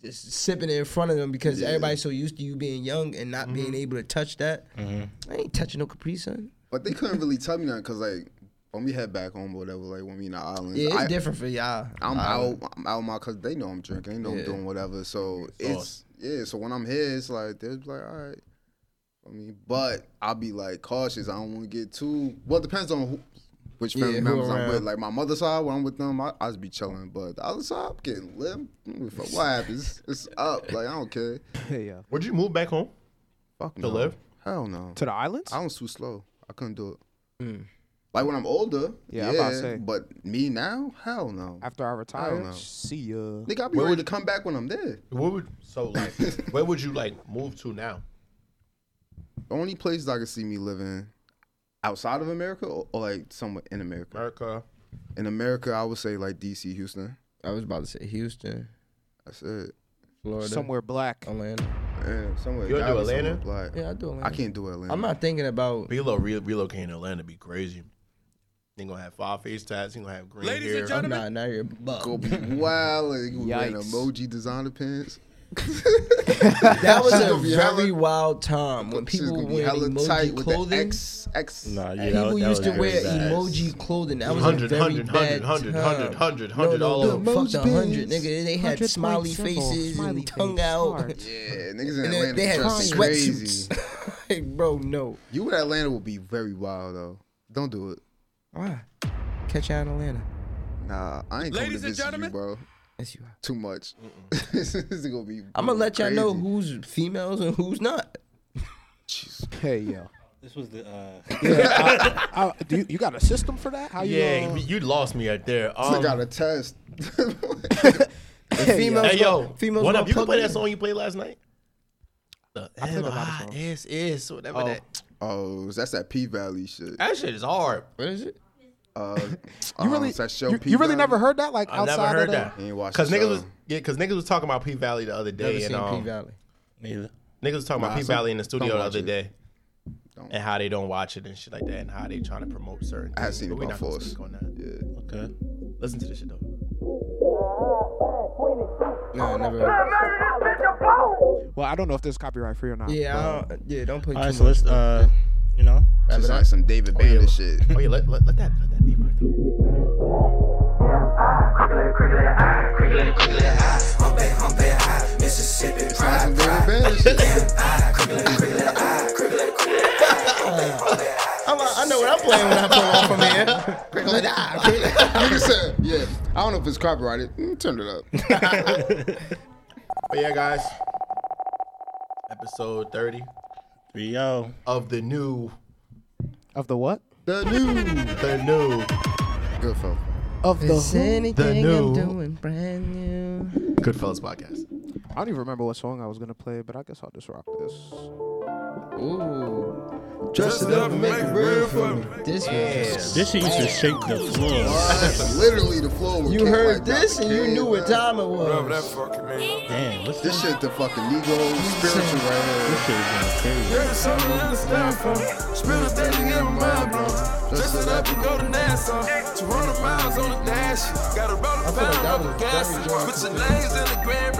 [SPEAKER 4] just sipping it in front of them because everybody's so used to you being young and not being able to touch that. I ain't touching no Capri Sun.
[SPEAKER 1] But they couldn't really tell me that because like when we head back home or whatever, like when we in the islands,
[SPEAKER 4] Yeah, it's
[SPEAKER 1] I,
[SPEAKER 4] different for y'all.
[SPEAKER 1] I'm
[SPEAKER 4] Uh,
[SPEAKER 1] out. I'm out my cause they know I'm drinking. They know I'm doing whatever. So it's yeah. So when I'm here, it's like they're just like, all right. I mean, but I'll be like cautious. I don't want to get too. Well, it depends on who, which family
[SPEAKER 4] who
[SPEAKER 1] members I'm
[SPEAKER 4] around.
[SPEAKER 1] with. Like my mother's side, when I'm with them, I, I just be chilling. But the other side, I'm getting lit. I don't give a fuck What happens? It's up. Like I don't care.
[SPEAKER 5] hey, yo.
[SPEAKER 3] Would you move back home
[SPEAKER 1] Fuck
[SPEAKER 3] to
[SPEAKER 1] no.
[SPEAKER 3] live?
[SPEAKER 1] Hell no.
[SPEAKER 5] To the islands?
[SPEAKER 1] I was too slow. I couldn't do it.
[SPEAKER 4] Mm.
[SPEAKER 1] Like when I'm older,
[SPEAKER 5] Yeah,
[SPEAKER 1] yeah,
[SPEAKER 5] I'm about to say.
[SPEAKER 1] but me now, hell no.
[SPEAKER 5] After I retire,
[SPEAKER 1] know.
[SPEAKER 5] see ya.
[SPEAKER 1] Nigga, I'll be
[SPEAKER 3] Where
[SPEAKER 1] ready
[SPEAKER 3] would-
[SPEAKER 1] to come back when I'm there.
[SPEAKER 3] Where would so like where would you like move to now?
[SPEAKER 1] The only places I could see me living outside of America or, or, like somewhere in America.
[SPEAKER 3] America.
[SPEAKER 1] In America, I would say like DC, Houston.
[SPEAKER 4] I was about to say Houston,
[SPEAKER 1] That's it.
[SPEAKER 4] Florida,
[SPEAKER 5] Somewhere black.
[SPEAKER 4] Atlanta.
[SPEAKER 1] Yeah, somewhere.
[SPEAKER 3] You wanna do
[SPEAKER 1] Dallas, somewhere
[SPEAKER 3] Atlanta?
[SPEAKER 1] black.
[SPEAKER 4] Yeah, I do Atlanta.
[SPEAKER 1] I can't do Atlanta.
[SPEAKER 4] I'm not thinking about.
[SPEAKER 3] Below re- relocating to Atlanta be crazy. They gonna have five face tats. He gonna have green
[SPEAKER 2] Ladies
[SPEAKER 3] hair.
[SPEAKER 2] and
[SPEAKER 4] I'm
[SPEAKER 2] gentlemen,
[SPEAKER 4] not. Now you're buck.
[SPEAKER 1] Go be wild. Like, you wearing
[SPEAKER 5] Yikes.
[SPEAKER 1] emoji designer pants.
[SPEAKER 4] That was
[SPEAKER 1] She's
[SPEAKER 4] a
[SPEAKER 1] gonna be
[SPEAKER 4] very
[SPEAKER 1] hella-
[SPEAKER 4] wild time when
[SPEAKER 1] She's
[SPEAKER 4] people
[SPEAKER 1] gonna
[SPEAKER 4] were
[SPEAKER 1] be
[SPEAKER 4] wearing
[SPEAKER 1] hella
[SPEAKER 4] emoji
[SPEAKER 1] tight with
[SPEAKER 4] clothing.
[SPEAKER 1] the X X.
[SPEAKER 6] nah, yeah,
[SPEAKER 4] People
[SPEAKER 6] that,
[SPEAKER 4] used
[SPEAKER 6] that
[SPEAKER 4] to
[SPEAKER 6] was
[SPEAKER 4] wear
[SPEAKER 6] crazy.
[SPEAKER 4] emoji clothing. That was a
[SPEAKER 3] 100,
[SPEAKER 4] very
[SPEAKER 3] 100, 100,
[SPEAKER 4] bad time.
[SPEAKER 3] 100, 100, 100
[SPEAKER 4] no, no,
[SPEAKER 3] all
[SPEAKER 4] no,
[SPEAKER 3] over.
[SPEAKER 4] Fuck the
[SPEAKER 5] Emoji
[SPEAKER 4] hundred,
[SPEAKER 5] pins.
[SPEAKER 4] nigga. They had
[SPEAKER 5] 100
[SPEAKER 4] smiley
[SPEAKER 5] point symbol,
[SPEAKER 4] faces
[SPEAKER 5] smiley
[SPEAKER 4] and tongue
[SPEAKER 5] face,
[SPEAKER 4] out.
[SPEAKER 5] heart.
[SPEAKER 1] Yeah, niggas in
[SPEAKER 4] And
[SPEAKER 1] Atlanta
[SPEAKER 4] then they had
[SPEAKER 1] dress crazy.
[SPEAKER 4] sweatsuits. like, bro, no.
[SPEAKER 1] You in Atlanta will be very wild though. Don't do it.
[SPEAKER 4] Why? Catch you out in Atlanta.
[SPEAKER 1] Nah, I ain't coming to
[SPEAKER 2] Ladies and
[SPEAKER 1] visit
[SPEAKER 2] gentlemen.
[SPEAKER 1] you, bro.
[SPEAKER 4] Yes, you are.
[SPEAKER 1] Too much. this is gonna be.
[SPEAKER 4] I'm gonna let y'all know
[SPEAKER 1] crazy.
[SPEAKER 4] who's females and who's not.
[SPEAKER 5] Hey, yo.
[SPEAKER 6] This was the uh,
[SPEAKER 5] I, do you, you got a system for that? How you?
[SPEAKER 3] Yeah,
[SPEAKER 5] uh,
[SPEAKER 3] you lost me right there.
[SPEAKER 1] Still
[SPEAKER 3] Um,
[SPEAKER 1] got a test.
[SPEAKER 5] hey, yo.
[SPEAKER 4] females-
[SPEAKER 3] hey yo,
[SPEAKER 4] Females
[SPEAKER 3] what
[SPEAKER 4] gonna
[SPEAKER 3] up? You can
[SPEAKER 4] plug
[SPEAKER 3] play
[SPEAKER 4] in.
[SPEAKER 3] that song you played last night. The I
[SPEAKER 5] played a lot of songs.
[SPEAKER 3] Yes, yes, whatever
[SPEAKER 5] Oh.
[SPEAKER 3] that.
[SPEAKER 1] oh, that's that P Valley shit.
[SPEAKER 3] That shit is hard.
[SPEAKER 4] What is it?
[SPEAKER 1] Uh,
[SPEAKER 5] You really,
[SPEAKER 1] that show
[SPEAKER 5] you,
[SPEAKER 1] P
[SPEAKER 5] you really
[SPEAKER 1] Valley?
[SPEAKER 5] never heard that? Like
[SPEAKER 3] I
[SPEAKER 5] outside
[SPEAKER 3] never
[SPEAKER 5] of
[SPEAKER 3] heard
[SPEAKER 5] the,
[SPEAKER 3] that.
[SPEAKER 1] You ain't watched
[SPEAKER 3] Cause
[SPEAKER 1] the
[SPEAKER 3] niggas
[SPEAKER 1] show.
[SPEAKER 3] was yeah, cause niggas was talking about P Valley the other
[SPEAKER 4] Never
[SPEAKER 3] day, and
[SPEAKER 4] seen
[SPEAKER 3] um,
[SPEAKER 4] P Valley.
[SPEAKER 6] neither.
[SPEAKER 3] niggas was talking about
[SPEAKER 1] Nah,
[SPEAKER 3] P Valley
[SPEAKER 1] some-
[SPEAKER 3] in the studio
[SPEAKER 1] don't
[SPEAKER 3] the
[SPEAKER 1] watch
[SPEAKER 3] other
[SPEAKER 1] it.
[SPEAKER 3] day,
[SPEAKER 1] Don't.
[SPEAKER 3] and how they don't watch it and shit like that, and how they trying to promote certain.
[SPEAKER 1] I had
[SPEAKER 3] things,
[SPEAKER 1] seen
[SPEAKER 3] but
[SPEAKER 1] it
[SPEAKER 3] we
[SPEAKER 1] by
[SPEAKER 3] not gonna
[SPEAKER 1] force.
[SPEAKER 3] speak on that.
[SPEAKER 6] Okay.
[SPEAKER 3] Listen to this shit though.
[SPEAKER 4] Nah, I never heard.
[SPEAKER 5] Well, I don't know if this is copyright free or not.
[SPEAKER 4] Yeah, I don't, yeah. Don't play
[SPEAKER 6] All
[SPEAKER 4] too
[SPEAKER 6] right,
[SPEAKER 4] much.
[SPEAKER 6] so let's uh, you know,
[SPEAKER 1] It's like some David Banner shit.
[SPEAKER 3] Oh yeah, let, let, let that let that be right though.
[SPEAKER 1] It's like some David Banner shit.
[SPEAKER 4] I'm, I know what I'm playing when I pull off from here.
[SPEAKER 1] ah, Nigga said, yeah. I don't know if it's copyrighted. Mm, Turn it up.
[SPEAKER 3] But yeah, guys, episode thirty
[SPEAKER 6] three yo.
[SPEAKER 3] of the new
[SPEAKER 5] Of the what?
[SPEAKER 1] the new
[SPEAKER 3] the new
[SPEAKER 1] good folk.
[SPEAKER 5] Of the
[SPEAKER 4] Is
[SPEAKER 5] who?
[SPEAKER 4] anything
[SPEAKER 3] new-
[SPEAKER 4] I'm doing brand new?
[SPEAKER 3] Goodfellas podcast.
[SPEAKER 5] I don't even remember what song I was gonna play, but I guess I'll just rock this.
[SPEAKER 4] Ooh. Dress it up and make it real for me. This one.
[SPEAKER 6] This shit used to shake the floor.
[SPEAKER 1] Literally, the floor. was
[SPEAKER 4] You
[SPEAKER 1] kicked
[SPEAKER 4] heard
[SPEAKER 1] like
[SPEAKER 4] this
[SPEAKER 1] Dr.
[SPEAKER 4] and you
[SPEAKER 1] King,
[SPEAKER 4] knew what
[SPEAKER 1] man.
[SPEAKER 4] time it was.
[SPEAKER 6] Damn, what's this?
[SPEAKER 1] This shit, the fucking Negro spiritual right here.
[SPEAKER 6] This shit is going crazy.
[SPEAKER 4] I feel like that was very drunk.